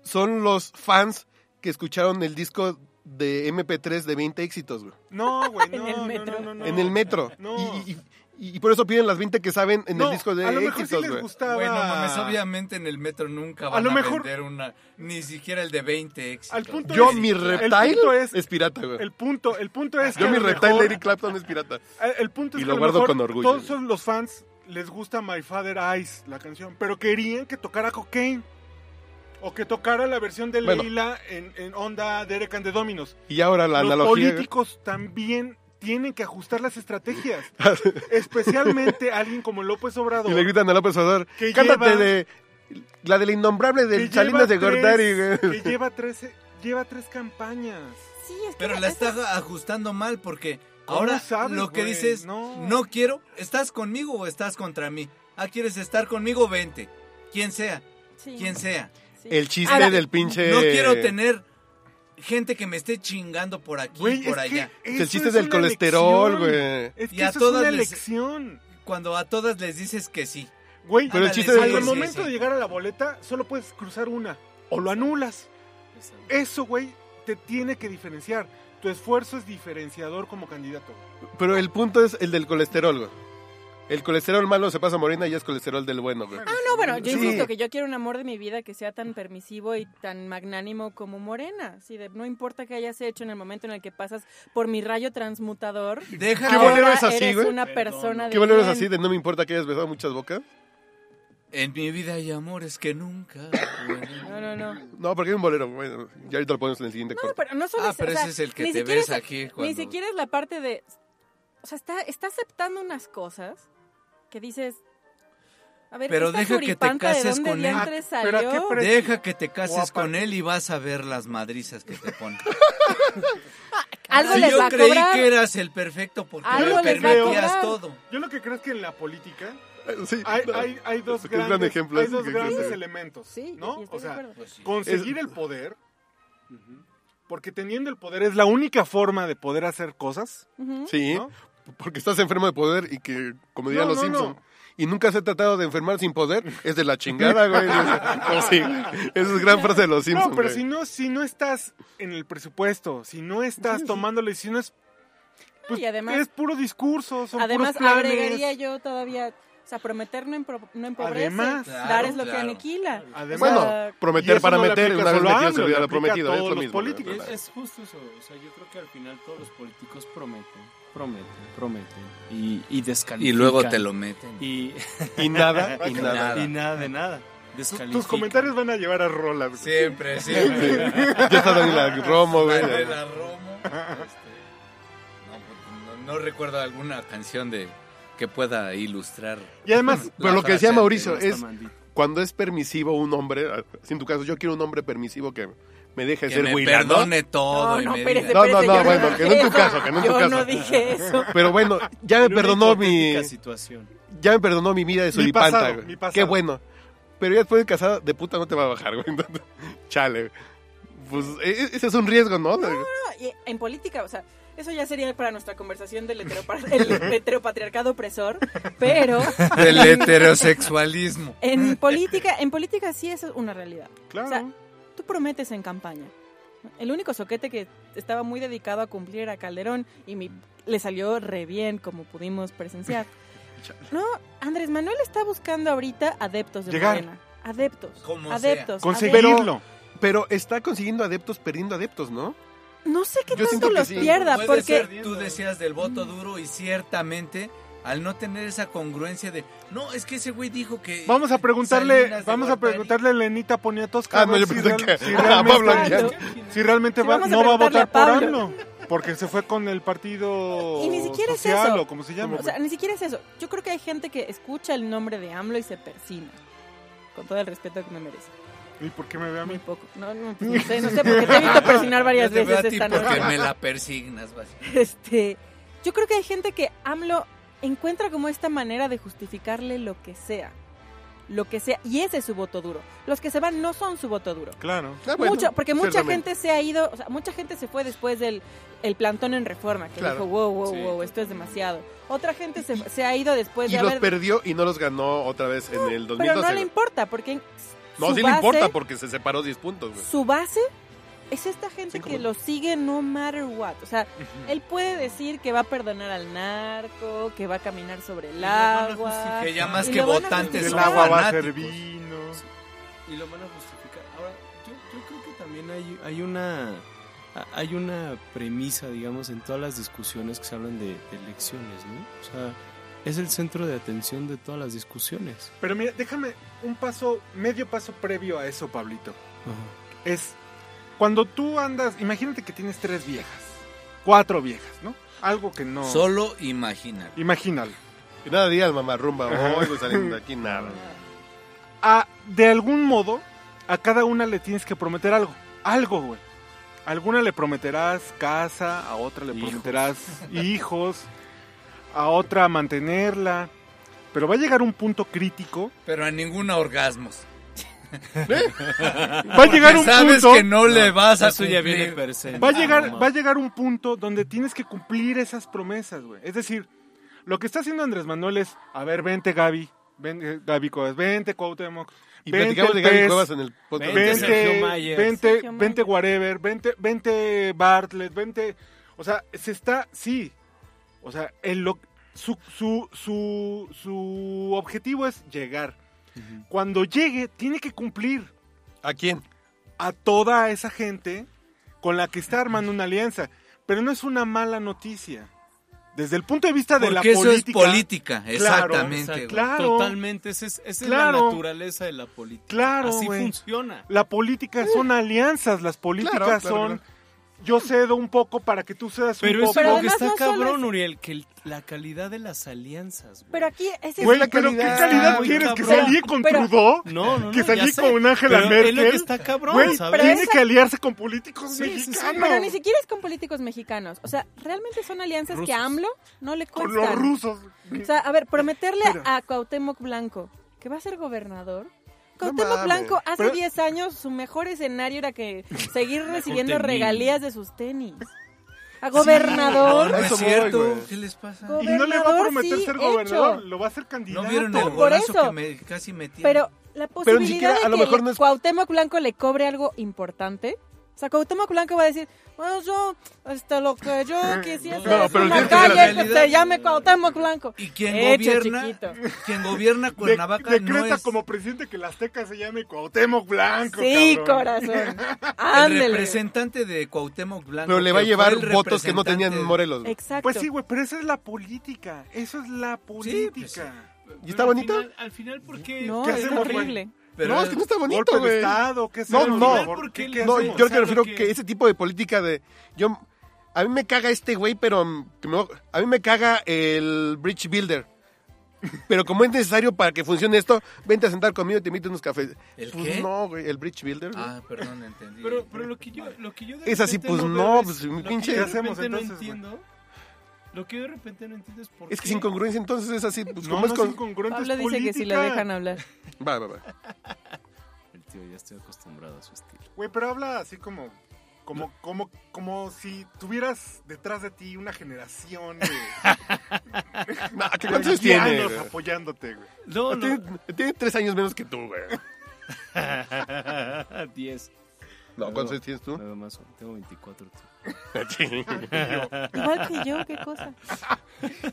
[SPEAKER 3] son los fans que escucharon el disco de MP3 de 20 éxitos, güey.
[SPEAKER 2] No,
[SPEAKER 5] (laughs)
[SPEAKER 2] güey, no,
[SPEAKER 5] el
[SPEAKER 2] no,
[SPEAKER 5] metro.
[SPEAKER 2] no, no, no.
[SPEAKER 3] En el metro.
[SPEAKER 2] No.
[SPEAKER 3] Y, y- y- y por eso piden las 20 que saben en
[SPEAKER 2] No,
[SPEAKER 3] el disco de
[SPEAKER 2] a lo mejor sí
[SPEAKER 3] éxitos,
[SPEAKER 2] les
[SPEAKER 3] güey.
[SPEAKER 2] gustaba.
[SPEAKER 4] Bueno, mames, obviamente en el metro nunca van a,
[SPEAKER 2] lo mejor-
[SPEAKER 4] vender una, ni siquiera el de 20 éxitos.
[SPEAKER 2] Al punto
[SPEAKER 3] Yo,
[SPEAKER 2] es-
[SPEAKER 3] mi
[SPEAKER 2] el
[SPEAKER 3] reptile
[SPEAKER 2] punto
[SPEAKER 3] es,
[SPEAKER 2] es-
[SPEAKER 3] pirata, güey.
[SPEAKER 2] El punto, el punto es que
[SPEAKER 3] Yo,
[SPEAKER 2] a
[SPEAKER 3] mi
[SPEAKER 2] lo
[SPEAKER 3] reptile
[SPEAKER 2] mejor-
[SPEAKER 3] Eric Clapton es pirata.
[SPEAKER 2] Eh, El punto es
[SPEAKER 3] Y
[SPEAKER 2] que
[SPEAKER 3] lo
[SPEAKER 2] a
[SPEAKER 3] guardo
[SPEAKER 2] mejor
[SPEAKER 3] con orgullo.
[SPEAKER 2] Todos los fans les gusta My Father Eyes, la canción, pero querían que tocara Cocaine. O que tocara la versión de
[SPEAKER 3] Bueno.
[SPEAKER 2] Leila en, en onda Derek and the Dominos.
[SPEAKER 3] Y ahora la
[SPEAKER 2] los
[SPEAKER 3] analogía. güey.
[SPEAKER 2] políticos también tienen que ajustar las
[SPEAKER 3] (laughs)
[SPEAKER 2] estrategias. Especialmente alguien como López Obrador.
[SPEAKER 3] Ah, Y le gritan a López Obrador,
[SPEAKER 2] Que
[SPEAKER 3] cántate
[SPEAKER 2] lleva-
[SPEAKER 3] de la del innombrable
[SPEAKER 2] que
[SPEAKER 3] del
[SPEAKER 2] lleva
[SPEAKER 3] Salinas de
[SPEAKER 2] tres-
[SPEAKER 3] Gortari, güey.
[SPEAKER 2] Que lleva tres, lleva tres campañas.
[SPEAKER 5] Sí, es que
[SPEAKER 4] Pero
[SPEAKER 5] esa-
[SPEAKER 4] la
[SPEAKER 5] esa-
[SPEAKER 4] está ajustando mal porque
[SPEAKER 2] ¿Cómo
[SPEAKER 4] ahora
[SPEAKER 2] sabes,
[SPEAKER 4] lo que
[SPEAKER 2] güey?
[SPEAKER 4] dices, no.
[SPEAKER 2] No.
[SPEAKER 4] quiero, ¿estás conmigo o estás contra mí? Ah, ¿quieres estar conmigo? Vente. Quien sea,
[SPEAKER 5] sí,
[SPEAKER 4] quien sea.
[SPEAKER 5] sí.
[SPEAKER 3] El chiste
[SPEAKER 5] Ahora,
[SPEAKER 3] del pinche...
[SPEAKER 2] Eh.
[SPEAKER 4] No quiero tener gente que me esté chingando por aquí
[SPEAKER 2] Güey,
[SPEAKER 4] por
[SPEAKER 2] es que
[SPEAKER 4] allá.
[SPEAKER 2] eso
[SPEAKER 3] El chiste
[SPEAKER 2] es
[SPEAKER 3] del
[SPEAKER 2] una
[SPEAKER 3] colesterol,
[SPEAKER 2] elección.
[SPEAKER 3] güey.
[SPEAKER 2] Es que
[SPEAKER 4] Y a
[SPEAKER 2] eso
[SPEAKER 4] todas
[SPEAKER 2] es una
[SPEAKER 4] les-
[SPEAKER 2] elección.
[SPEAKER 4] Cuando a todas les dices que sí.
[SPEAKER 2] Güey,
[SPEAKER 3] Pero el
[SPEAKER 4] Ándale,
[SPEAKER 3] chiste
[SPEAKER 4] sí,
[SPEAKER 3] del-
[SPEAKER 2] Al
[SPEAKER 4] sí,
[SPEAKER 2] momento
[SPEAKER 4] sí.
[SPEAKER 2] de llegar a la boleta, solo puedes cruzar una. O lo anulas. Eso, güey, te tiene que diferenciar. Tu esfuerzo es diferenciador como candidato.
[SPEAKER 3] Pero el punto es el del colesterol, güey. El colesterol malo se pasa a morena y es colesterol del bueno, güey.
[SPEAKER 5] Ah, no, bueno, yo
[SPEAKER 3] Sí.
[SPEAKER 5] insisto que yo quiero un amor de mi vida que sea tan permisivo y tan magnánimo como Morena. Sí, de- no importa qué hayas hecho en el momento en el que pasas por mi rayo transmutador.
[SPEAKER 4] Deja
[SPEAKER 3] ¿Qué
[SPEAKER 5] ahora
[SPEAKER 3] bolero es así,
[SPEAKER 5] eres
[SPEAKER 3] güey?
[SPEAKER 5] una persona de
[SPEAKER 3] ¿Qué valor es
[SPEAKER 5] bien.
[SPEAKER 3] así de no me importa que hayas besado muchas bocas?
[SPEAKER 4] En mi vida hay amores que nunca. fueron.
[SPEAKER 5] No, no, no.
[SPEAKER 3] No, porque hay un bolero, güey. Ya ahorita lo pones en el siguiente
[SPEAKER 5] No,
[SPEAKER 3] corte.
[SPEAKER 5] pero no solo
[SPEAKER 4] Ah,
[SPEAKER 5] es- o
[SPEAKER 4] pero
[SPEAKER 5] sea,
[SPEAKER 4] ese es el que
[SPEAKER 5] ni
[SPEAKER 4] te
[SPEAKER 5] siquiera
[SPEAKER 4] ves
[SPEAKER 5] es-
[SPEAKER 4] aquí cuando...
[SPEAKER 5] Ni siquiera es la parte de. O sea, está, está aceptando unas cosas que dices. A ver,
[SPEAKER 4] Pero
[SPEAKER 5] esta
[SPEAKER 4] deja que te
[SPEAKER 5] suripanta,
[SPEAKER 4] cases
[SPEAKER 5] ¿de dónde
[SPEAKER 4] con él.
[SPEAKER 5] diantres
[SPEAKER 2] Ah, pero ¿a qué
[SPEAKER 5] salió?
[SPEAKER 2] pre-
[SPEAKER 4] Deja que te
[SPEAKER 2] O
[SPEAKER 4] cases
[SPEAKER 2] aparte-
[SPEAKER 4] con él y vas a ver las madrizas que te ponen.
[SPEAKER 5] (laughs) Algo
[SPEAKER 4] Si
[SPEAKER 5] les va
[SPEAKER 4] yo
[SPEAKER 5] a
[SPEAKER 4] creí
[SPEAKER 5] cobrar.
[SPEAKER 4] que eras el perfecto porque
[SPEAKER 5] Algo
[SPEAKER 4] me
[SPEAKER 2] les va a
[SPEAKER 4] permitías
[SPEAKER 5] cobrar.
[SPEAKER 4] todo.
[SPEAKER 2] Yo lo que creo es que en la política
[SPEAKER 3] Eh, Sí.
[SPEAKER 2] hay, hay- hay dos
[SPEAKER 3] Es un gran
[SPEAKER 2] grandes,
[SPEAKER 3] ejemplo,
[SPEAKER 2] hay
[SPEAKER 3] es
[SPEAKER 2] dos
[SPEAKER 3] que-
[SPEAKER 2] grandes
[SPEAKER 3] que-
[SPEAKER 2] elementos.
[SPEAKER 5] Sí,
[SPEAKER 2] ¿no?
[SPEAKER 5] y estoy
[SPEAKER 2] O sea,
[SPEAKER 5] de acuerdo.
[SPEAKER 4] Pues
[SPEAKER 2] conseguir el poder, porque teniendo el poder es la única forma de poder hacer cosas.
[SPEAKER 5] Ujú.
[SPEAKER 3] Sí,
[SPEAKER 2] ¿No?
[SPEAKER 3] porque estás enfermo de poder y que, como dirían
[SPEAKER 2] No,
[SPEAKER 3] los
[SPEAKER 2] no, no.
[SPEAKER 3] Simpsons, y nunca se ha tratado de enfermar sin poder, es de la chingada, güey.
[SPEAKER 2] (laughs)
[SPEAKER 3] No, sí, esa es gran frase de los Simpsons.
[SPEAKER 2] No, pero
[SPEAKER 3] güey.
[SPEAKER 2] si no, si no estás en el presupuesto, si no estás tomando decisiones, pues
[SPEAKER 5] y además-
[SPEAKER 2] es puro discurso, son
[SPEAKER 5] Además,
[SPEAKER 2] puros planes.
[SPEAKER 5] agregaría yo todavía. O sea, prometer no, empro- no empobrece.
[SPEAKER 2] Además.
[SPEAKER 5] dar es
[SPEAKER 4] Claro,
[SPEAKER 5] lo que
[SPEAKER 4] claro.
[SPEAKER 5] aniquila.
[SPEAKER 2] Además-
[SPEAKER 5] O
[SPEAKER 3] Bueno,
[SPEAKER 5] sea,
[SPEAKER 2] y
[SPEAKER 3] prometer
[SPEAKER 2] eso
[SPEAKER 3] para
[SPEAKER 2] no le
[SPEAKER 3] meter,
[SPEAKER 2] aplica
[SPEAKER 3] una vez
[SPEAKER 2] solo a
[SPEAKER 3] metido se
[SPEAKER 2] AMLO,
[SPEAKER 3] olvida
[SPEAKER 2] le aplica
[SPEAKER 3] lo
[SPEAKER 2] a
[SPEAKER 3] prometido. Es
[SPEAKER 2] todos
[SPEAKER 3] lo
[SPEAKER 2] los
[SPEAKER 3] mismo. güey,
[SPEAKER 2] políticos.
[SPEAKER 3] ¿verdad?
[SPEAKER 6] Es, es justo eso. O sea, yo creo que al final todos los políticos prometen, prometen, prometen y, y descalifican.
[SPEAKER 4] Y luego te lo meten.
[SPEAKER 6] Y,
[SPEAKER 3] Y nada,
[SPEAKER 6] (laughs)
[SPEAKER 3] y
[SPEAKER 4] Y
[SPEAKER 3] nada.
[SPEAKER 6] y nada de nada. Descalifican.
[SPEAKER 2] Tus comentarios van a llevar a Rola. güey.
[SPEAKER 4] Siempre,
[SPEAKER 3] (laughs)
[SPEAKER 4] siempre.
[SPEAKER 3] Ya está Daniela Romo, güey.
[SPEAKER 4] Manuela Romo. este, no, no- no recuerdo alguna canción de que pueda ilustrar.
[SPEAKER 2] Y además,
[SPEAKER 4] La
[SPEAKER 3] Pero lo que
[SPEAKER 4] frase
[SPEAKER 3] decía
[SPEAKER 4] anterior.
[SPEAKER 3] Mauricio es,
[SPEAKER 6] Bustamandita.
[SPEAKER 3] cuando es permisivo un hombre, si en tu caso yo quiero un hombre permisivo que me deje
[SPEAKER 4] Que
[SPEAKER 3] ser
[SPEAKER 4] me
[SPEAKER 3] Wilando.
[SPEAKER 4] perdone todo
[SPEAKER 5] No,
[SPEAKER 4] y
[SPEAKER 5] no,
[SPEAKER 4] me
[SPEAKER 5] espérese,
[SPEAKER 4] diga-
[SPEAKER 3] No, no,
[SPEAKER 5] espérese,
[SPEAKER 3] no,
[SPEAKER 5] yo
[SPEAKER 3] bueno, que no en tu
[SPEAKER 5] dije-
[SPEAKER 3] caso, que no en tu
[SPEAKER 5] Yo
[SPEAKER 3] caso.
[SPEAKER 5] no dije eso.
[SPEAKER 3] Pero bueno, ya me
[SPEAKER 6] En una
[SPEAKER 3] perdonó mi
[SPEAKER 6] hipotética situación.
[SPEAKER 3] ya me perdonó mi vida de
[SPEAKER 2] pasado,
[SPEAKER 3] solipanta.
[SPEAKER 2] mi
[SPEAKER 3] güey.
[SPEAKER 2] pasado.
[SPEAKER 3] Qué bueno. Pero ya después de casada, de puta no te va a bajar, güey. (laughs) Entonces, chale. Pues e- ese es un riesgo, ¿no?
[SPEAKER 5] Y en política, o sea, eso ya sería para nuestra conversación del heteropar- el heteropatriarcado opresor, pero
[SPEAKER 4] Del heterosexualismo.
[SPEAKER 5] en política, en política sí es una realidad.
[SPEAKER 2] Claro.
[SPEAKER 5] O sea, tú prometes en campaña. El único soquete que estaba muy dedicado a cumplir era Calderón y mi- le salió re bien, como pudimos presenciar. No, Andrés Manuel está buscando ahorita adeptos de
[SPEAKER 2] Llegar.
[SPEAKER 5] Morena. Adeptos.
[SPEAKER 4] Como sea.
[SPEAKER 5] adeptos. adeptos.
[SPEAKER 2] Conseguirlo.
[SPEAKER 3] Pero está consiguiendo adeptos, perdiendo adeptos, ¿no?
[SPEAKER 5] No sé qué
[SPEAKER 3] Yo siento
[SPEAKER 5] tanto
[SPEAKER 3] que
[SPEAKER 5] los
[SPEAKER 3] sí.
[SPEAKER 5] pierda,
[SPEAKER 4] Puede
[SPEAKER 5] porque
[SPEAKER 4] ser, tú decías del voto duro y ciertamente al no tener esa congruencia de no es que ese güey dijo que
[SPEAKER 2] Vamos a preguntarle,
[SPEAKER 4] Salinas de
[SPEAKER 2] vamos a
[SPEAKER 4] Gortari".
[SPEAKER 2] preguntarle a Lenita Poniatowska.
[SPEAKER 3] Ah,
[SPEAKER 2] a
[SPEAKER 3] no,
[SPEAKER 2] ver
[SPEAKER 3] yo
[SPEAKER 2] si
[SPEAKER 3] pensé
[SPEAKER 2] real-
[SPEAKER 3] que (laughs)
[SPEAKER 2] si
[SPEAKER 3] a
[SPEAKER 2] realmente-
[SPEAKER 3] Pablo
[SPEAKER 5] Exacto.
[SPEAKER 3] Anguiano.
[SPEAKER 2] Si realmente
[SPEAKER 5] Sí,
[SPEAKER 2] va,
[SPEAKER 5] vamos a
[SPEAKER 2] no va a
[SPEAKER 5] preguntarle
[SPEAKER 2] votar
[SPEAKER 5] a
[SPEAKER 2] por
[SPEAKER 5] Pablo.
[SPEAKER 2] AMLO. Porque se fue con el partido
[SPEAKER 5] Y ni siquiera es
[SPEAKER 2] social
[SPEAKER 5] eso.
[SPEAKER 2] o como se llama.
[SPEAKER 5] O sea, ni siquiera es eso. Yo creo que hay gente que escucha el nombre de AMLO y se persina. Con todo el respeto que me merece.
[SPEAKER 2] ¿Y por qué me ve a
[SPEAKER 5] Muy
[SPEAKER 2] mí?
[SPEAKER 5] poco. No, no, pues no sé, no sé, porque te he visto persinar varias
[SPEAKER 4] Yo te veo
[SPEAKER 5] veces
[SPEAKER 4] a ti
[SPEAKER 5] esta
[SPEAKER 4] porque
[SPEAKER 5] noche.
[SPEAKER 4] me la persignas, vas.
[SPEAKER 5] Este, yo creo que hay gente que AMLO encuentra como esta manera de justificarle lo que sea. Lo que sea. Y ese es su voto duro. Los que se van no son su voto duro.
[SPEAKER 2] Claro.
[SPEAKER 3] Ah, bueno,
[SPEAKER 5] Mucho, porque mucha
[SPEAKER 3] ciertamente.
[SPEAKER 5] gente se ha ido, o sea, mucha gente se fue después del el plantón en reforma, que
[SPEAKER 3] Claro.
[SPEAKER 5] dijo, wow, wow,
[SPEAKER 4] Sí.
[SPEAKER 5] wow, esto es demasiado. Otra gente se, se ha ido después
[SPEAKER 3] Y
[SPEAKER 5] de
[SPEAKER 3] los
[SPEAKER 5] haber...
[SPEAKER 3] perdió y no los ganó otra vez en el 2012.
[SPEAKER 5] Pero no le
[SPEAKER 3] güey.
[SPEAKER 5] importa, porque en-
[SPEAKER 3] No,
[SPEAKER 5] su
[SPEAKER 3] sí le
[SPEAKER 5] base-
[SPEAKER 3] importa porque se separó 10 puntos, güey.
[SPEAKER 5] Su base es esta
[SPEAKER 3] Sí,
[SPEAKER 5] gente que
[SPEAKER 3] como-
[SPEAKER 5] lo sigue no matter what. O sea, él puede decir que va a perdonar al narco, que va a caminar sobre el agua.
[SPEAKER 4] Que ya más
[SPEAKER 5] Y
[SPEAKER 4] que
[SPEAKER 5] lo van a
[SPEAKER 2] Que
[SPEAKER 4] votantes
[SPEAKER 2] el
[SPEAKER 4] son
[SPEAKER 5] justificar.
[SPEAKER 2] agua va a ser
[SPEAKER 4] fanáticos.
[SPEAKER 2] vino.
[SPEAKER 6] y lo van a justificar. Ahora, yo, yo creo que también hay, hay una a- hay una premisa, digamos, en todas las discusiones que se hablan de, de elecciones, ¿no? O sea, es el centro de atención de todas las discusiones.
[SPEAKER 2] Pero mira, déjame un paso, medio paso previo a eso, Pablito. es cuando tú andas, imagínate que tienes tres viejas, cuatro viejas, ¿no? Algo que no.
[SPEAKER 4] Solo imagina.
[SPEAKER 2] Imagínalo.
[SPEAKER 3] Y nada digas, mamá, rumba,
[SPEAKER 2] Ajá.
[SPEAKER 3] hoy voy saliendo de aquí, nada.
[SPEAKER 2] A- de algún modo, a cada una le tienes que prometer algo. Algo, güey. A alguna le prometerás casa, a otra le
[SPEAKER 6] Hijos.
[SPEAKER 4] (laughs)
[SPEAKER 2] prometerás hijos, a otra mantenerla. Pero va a llegar un punto crítico.
[SPEAKER 4] Pero a ninguna orgasmos.
[SPEAKER 2] Va a llegar un
[SPEAKER 4] Sabes
[SPEAKER 2] punto.
[SPEAKER 4] que no, le vas a
[SPEAKER 6] Eso ya viene
[SPEAKER 4] cumplir.
[SPEAKER 6] per se.
[SPEAKER 2] Va a, llegar,
[SPEAKER 6] No,
[SPEAKER 2] va a llegar un punto donde tienes que cumplir esas promesas, güey. Es decir, lo que está haciendo Andrés Manuel es, a ver, vente Gaby, ven, eh, Gaby Cuevas, vente Cuauhtémoc,
[SPEAKER 3] Y
[SPEAKER 2] vente
[SPEAKER 3] platicamos de
[SPEAKER 2] el
[SPEAKER 3] Gaby
[SPEAKER 2] Pez,
[SPEAKER 3] Cuevas en el podcast.
[SPEAKER 6] Vente,
[SPEAKER 2] vente,
[SPEAKER 6] Sergio Mayer.
[SPEAKER 2] vente,
[SPEAKER 5] Sergio Mayer.
[SPEAKER 2] vente whatever, vente, vente Bartlett, vente, o sea, se está, sí, o sea, el lo- su, su, su, su objetivo es llegar. Cuando llegue, tiene que cumplir
[SPEAKER 3] ¿A quién?
[SPEAKER 2] a toda esa gente con la que está armando una alianza. Pero no es una mala noticia. Desde el punto de vista de la
[SPEAKER 4] Porque eso
[SPEAKER 2] política.
[SPEAKER 4] es política,
[SPEAKER 6] Exacto,
[SPEAKER 4] exactamente. güey.
[SPEAKER 2] claro.
[SPEAKER 6] Totalmente, esa es, esa es
[SPEAKER 2] Claro.
[SPEAKER 6] la naturaleza de la política.
[SPEAKER 2] Claro,
[SPEAKER 6] Así
[SPEAKER 2] güey.
[SPEAKER 6] funciona.
[SPEAKER 2] La política son alianzas, las políticas
[SPEAKER 3] Claro, claro,
[SPEAKER 2] son yo cedo un poco para que tú cedas
[SPEAKER 6] Pero
[SPEAKER 2] un
[SPEAKER 6] eso
[SPEAKER 2] poco.
[SPEAKER 6] es lo que
[SPEAKER 5] además
[SPEAKER 6] está
[SPEAKER 5] no solo
[SPEAKER 6] cabrón,
[SPEAKER 5] es-
[SPEAKER 6] Uriel, que el- la calidad de las alianzas, güey.
[SPEAKER 5] Pero aquí ese
[SPEAKER 2] Güey,
[SPEAKER 5] es el-
[SPEAKER 2] pero ¿qué
[SPEAKER 3] calidad,
[SPEAKER 2] calidad
[SPEAKER 6] güey,
[SPEAKER 2] quieres? ¿Que se
[SPEAKER 6] cabrón.
[SPEAKER 2] alíe con
[SPEAKER 5] Pero-
[SPEAKER 2] Trudeau?
[SPEAKER 6] no, no, no,
[SPEAKER 2] ¿Que se
[SPEAKER 6] ya
[SPEAKER 2] alíe
[SPEAKER 6] sé,
[SPEAKER 2] con Angela
[SPEAKER 6] pero Es lo
[SPEAKER 2] Merkel?
[SPEAKER 6] que está cabrón,
[SPEAKER 2] Güey,
[SPEAKER 6] ¿sabes?
[SPEAKER 2] tiene
[SPEAKER 5] esa-
[SPEAKER 2] que aliarse con políticos
[SPEAKER 6] Sí, sí, sí.
[SPEAKER 2] mexicanos.
[SPEAKER 5] Pero ni siquiera es con políticos mexicanos. O sea, realmente son alianzas que
[SPEAKER 6] Rusos.
[SPEAKER 5] a AMLO no le
[SPEAKER 2] Con
[SPEAKER 5] cuestan.
[SPEAKER 2] los rusos.
[SPEAKER 5] O sea, a ver, prometerle
[SPEAKER 2] Pero-
[SPEAKER 5] a Cuauhtémoc Blanco que va a ser gobernador.
[SPEAKER 3] No
[SPEAKER 5] Cuauhtémoc
[SPEAKER 3] mames.
[SPEAKER 5] Blanco hace
[SPEAKER 2] Pero-
[SPEAKER 5] 10 años su mejor escenario era
[SPEAKER 3] (laughs)
[SPEAKER 5] que seguir recibiendo
[SPEAKER 6] tenis.
[SPEAKER 5] regalías de sus tenis. A gobernador.
[SPEAKER 4] No, no
[SPEAKER 3] Eso
[SPEAKER 4] es
[SPEAKER 3] voy,
[SPEAKER 4] cierto.
[SPEAKER 3] güey.
[SPEAKER 4] pues ¿Qué les pasa?
[SPEAKER 5] Go-
[SPEAKER 2] Y no le va a
[SPEAKER 5] Gobernador,
[SPEAKER 2] prometer
[SPEAKER 5] sí,
[SPEAKER 2] ser
[SPEAKER 5] hecho.
[SPEAKER 2] gobernador, lo va a hacer candidato.
[SPEAKER 4] ¿No vieron el
[SPEAKER 5] Por
[SPEAKER 4] golazo
[SPEAKER 5] eso.
[SPEAKER 4] que me, casi metí?
[SPEAKER 5] Pero la
[SPEAKER 3] Pero
[SPEAKER 5] posibilidad
[SPEAKER 3] ni siquiera,
[SPEAKER 5] de
[SPEAKER 3] a lo
[SPEAKER 5] que
[SPEAKER 3] mejor no es-
[SPEAKER 5] Cuauhtémoc Blanco le cobre algo importante. O sea, Cuauhtémoc Blanco va a decir, bueno, yo, este, lo
[SPEAKER 3] (laughs)
[SPEAKER 5] que yo quisiera
[SPEAKER 4] No,
[SPEAKER 5] es
[SPEAKER 3] pero
[SPEAKER 5] una
[SPEAKER 3] tienes que ver la
[SPEAKER 5] calle que se
[SPEAKER 4] realidad.
[SPEAKER 5] llame Cuauhtémoc Blanco.
[SPEAKER 4] ¿Y quién
[SPEAKER 5] Hecho,
[SPEAKER 4] gobierna?
[SPEAKER 5] chiquito.
[SPEAKER 4] Quien gobierna
[SPEAKER 2] De-
[SPEAKER 4] Cuernavaca no
[SPEAKER 2] decreta
[SPEAKER 4] es
[SPEAKER 2] como presidente que la Azteca se llame Cuauhtémoc Blanco.
[SPEAKER 5] Sí,
[SPEAKER 2] cabrón.
[SPEAKER 3] (laughs)
[SPEAKER 5] corazón.
[SPEAKER 4] el
[SPEAKER 5] Ándele.
[SPEAKER 4] representante de Cuauhtémoc Blanco.
[SPEAKER 3] Pero le va a
[SPEAKER 4] que
[SPEAKER 3] llevar
[SPEAKER 4] fue el
[SPEAKER 3] votos que no tenían
[SPEAKER 4] representante-
[SPEAKER 3] Morelos. güey.
[SPEAKER 5] Exacto.
[SPEAKER 2] Pues sí, güey, pero esa es la política. Eso es la política.
[SPEAKER 3] ¿Y está
[SPEAKER 6] Pero al
[SPEAKER 3] bonita?
[SPEAKER 6] final- Al final, ¿por qué?
[SPEAKER 5] No,
[SPEAKER 2] ¿Qué
[SPEAKER 5] es
[SPEAKER 2] hacemos, güey?
[SPEAKER 5] horrible.
[SPEAKER 4] Pero
[SPEAKER 3] no, es que no está
[SPEAKER 2] Golpe
[SPEAKER 3] bonito,
[SPEAKER 2] de
[SPEAKER 3] güey.
[SPEAKER 2] Estado, ¿qué es
[SPEAKER 3] No,
[SPEAKER 2] eso?
[SPEAKER 3] no.
[SPEAKER 2] Al final, ¿por qué? ¿Qué
[SPEAKER 3] No,
[SPEAKER 2] hacemos?
[SPEAKER 3] yo
[SPEAKER 6] O
[SPEAKER 3] lo
[SPEAKER 6] sea,
[SPEAKER 3] que refiero
[SPEAKER 6] lo que-
[SPEAKER 3] que ese tipo de política de yo a mí me caga este güey, pero mm, que me- a mí me caga el bridge builder. Pero como es necesario para que funcione esto, vente a sentar conmigo y te invito unos cafés.
[SPEAKER 4] ¿El
[SPEAKER 3] pues
[SPEAKER 4] qué?
[SPEAKER 3] no, güey, el Bridge Builder. güey.
[SPEAKER 4] Ah, perdón, entendí.
[SPEAKER 6] Pero, pero lo que yo, lo que yo de
[SPEAKER 3] Es así,
[SPEAKER 6] repente
[SPEAKER 3] pues,
[SPEAKER 6] veo
[SPEAKER 3] no,
[SPEAKER 6] es-
[SPEAKER 3] pues,
[SPEAKER 6] lo que
[SPEAKER 3] pinche-
[SPEAKER 6] yo
[SPEAKER 3] ¿Qué
[SPEAKER 6] de
[SPEAKER 2] hacemos
[SPEAKER 6] repente no
[SPEAKER 2] entonces, güey?
[SPEAKER 6] entiendo. Lo que yo de repente no entiendo es por
[SPEAKER 3] es que
[SPEAKER 6] qué-
[SPEAKER 3] sin congruencia entonces es así. Pues,
[SPEAKER 2] No,
[SPEAKER 3] como
[SPEAKER 2] no
[SPEAKER 3] es
[SPEAKER 2] es
[SPEAKER 3] con...
[SPEAKER 2] incongruente,
[SPEAKER 5] Pablo
[SPEAKER 2] es
[SPEAKER 5] dice que si le
[SPEAKER 2] política.
[SPEAKER 5] dejan hablar.
[SPEAKER 3] Va, va, va.
[SPEAKER 6] (laughs) El tío ya estoy acostumbrado a su estilo.
[SPEAKER 2] Güey, pero habla así como... Como, como, como si tuvieras detrás de ti una generación de,
[SPEAKER 3] No, Ah, ¿qué
[SPEAKER 2] de
[SPEAKER 3] ¿Cuántos años tiene?
[SPEAKER 2] ancianos
[SPEAKER 3] güey?
[SPEAKER 2] apoyándote, güey.
[SPEAKER 6] No, no.
[SPEAKER 3] Tiene, tiene tres años menos que tú, güey.
[SPEAKER 6] 10.
[SPEAKER 3] No, ¿cuántos años tienes tú?
[SPEAKER 6] Nada más, tengo 24. tío.
[SPEAKER 5] Igual que yo, qué cosa.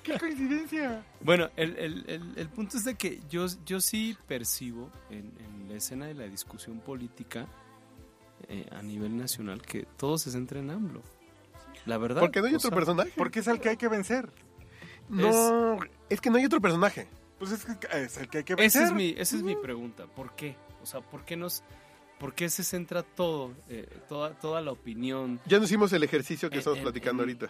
[SPEAKER 2] ¡Qué coincidencia!
[SPEAKER 6] Bueno, el, el- el- el punto es de que yo, yo sí percibo en, en la escena de la discusión política eh, a nivel nacional que todo se centra en AMLO. La verdad.
[SPEAKER 3] Porque no hay
[SPEAKER 6] o
[SPEAKER 3] otro
[SPEAKER 6] sea,
[SPEAKER 3] personaje.
[SPEAKER 2] Porque es al que hay que vencer.
[SPEAKER 3] No, es que no hay otro personaje.
[SPEAKER 2] Pues es, que es al que hay que vencer.
[SPEAKER 6] Esa es mi, esa es mi pregunta. ¿Por qué? O sea, ¿por qué nos, por qué se centra todo, eh, toda, toda la opinión?
[SPEAKER 3] Ya no hicimos el ejercicio que
[SPEAKER 6] Eh,
[SPEAKER 3] estamos
[SPEAKER 6] eh, eh.
[SPEAKER 3] platicando ahorita.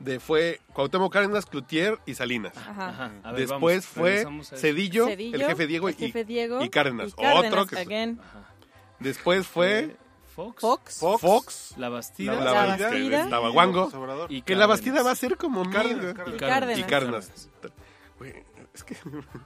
[SPEAKER 3] De fue Cuauhtémoc Cárdenas, Cloutier y Salinas.
[SPEAKER 5] Ajá.
[SPEAKER 6] Ajá, Ah, a ver,
[SPEAKER 3] Después
[SPEAKER 6] vamos,
[SPEAKER 3] fue
[SPEAKER 6] regresamos a eso.
[SPEAKER 3] Cedillo, el
[SPEAKER 5] Cedillo,
[SPEAKER 3] jefe Diego,
[SPEAKER 5] el jefe Diego
[SPEAKER 3] y Cárdenas. Otro que-
[SPEAKER 5] again.
[SPEAKER 6] Ajá.
[SPEAKER 3] y después fue
[SPEAKER 6] Eh, Fox,
[SPEAKER 5] Fox.
[SPEAKER 3] Fox,
[SPEAKER 6] La Bastida,
[SPEAKER 5] La Bastida.
[SPEAKER 3] que-
[SPEAKER 5] Bastida.
[SPEAKER 3] Tabaguango,
[SPEAKER 2] Obrador.
[SPEAKER 6] y
[SPEAKER 3] que la Bastida
[SPEAKER 6] Cárdenas.
[SPEAKER 3] va a ser como mil,
[SPEAKER 2] Cárdenas,
[SPEAKER 3] güey.
[SPEAKER 2] Cárdenas.
[SPEAKER 5] Cárdenas.
[SPEAKER 3] y Cárdenas. Güey, es que (laughs)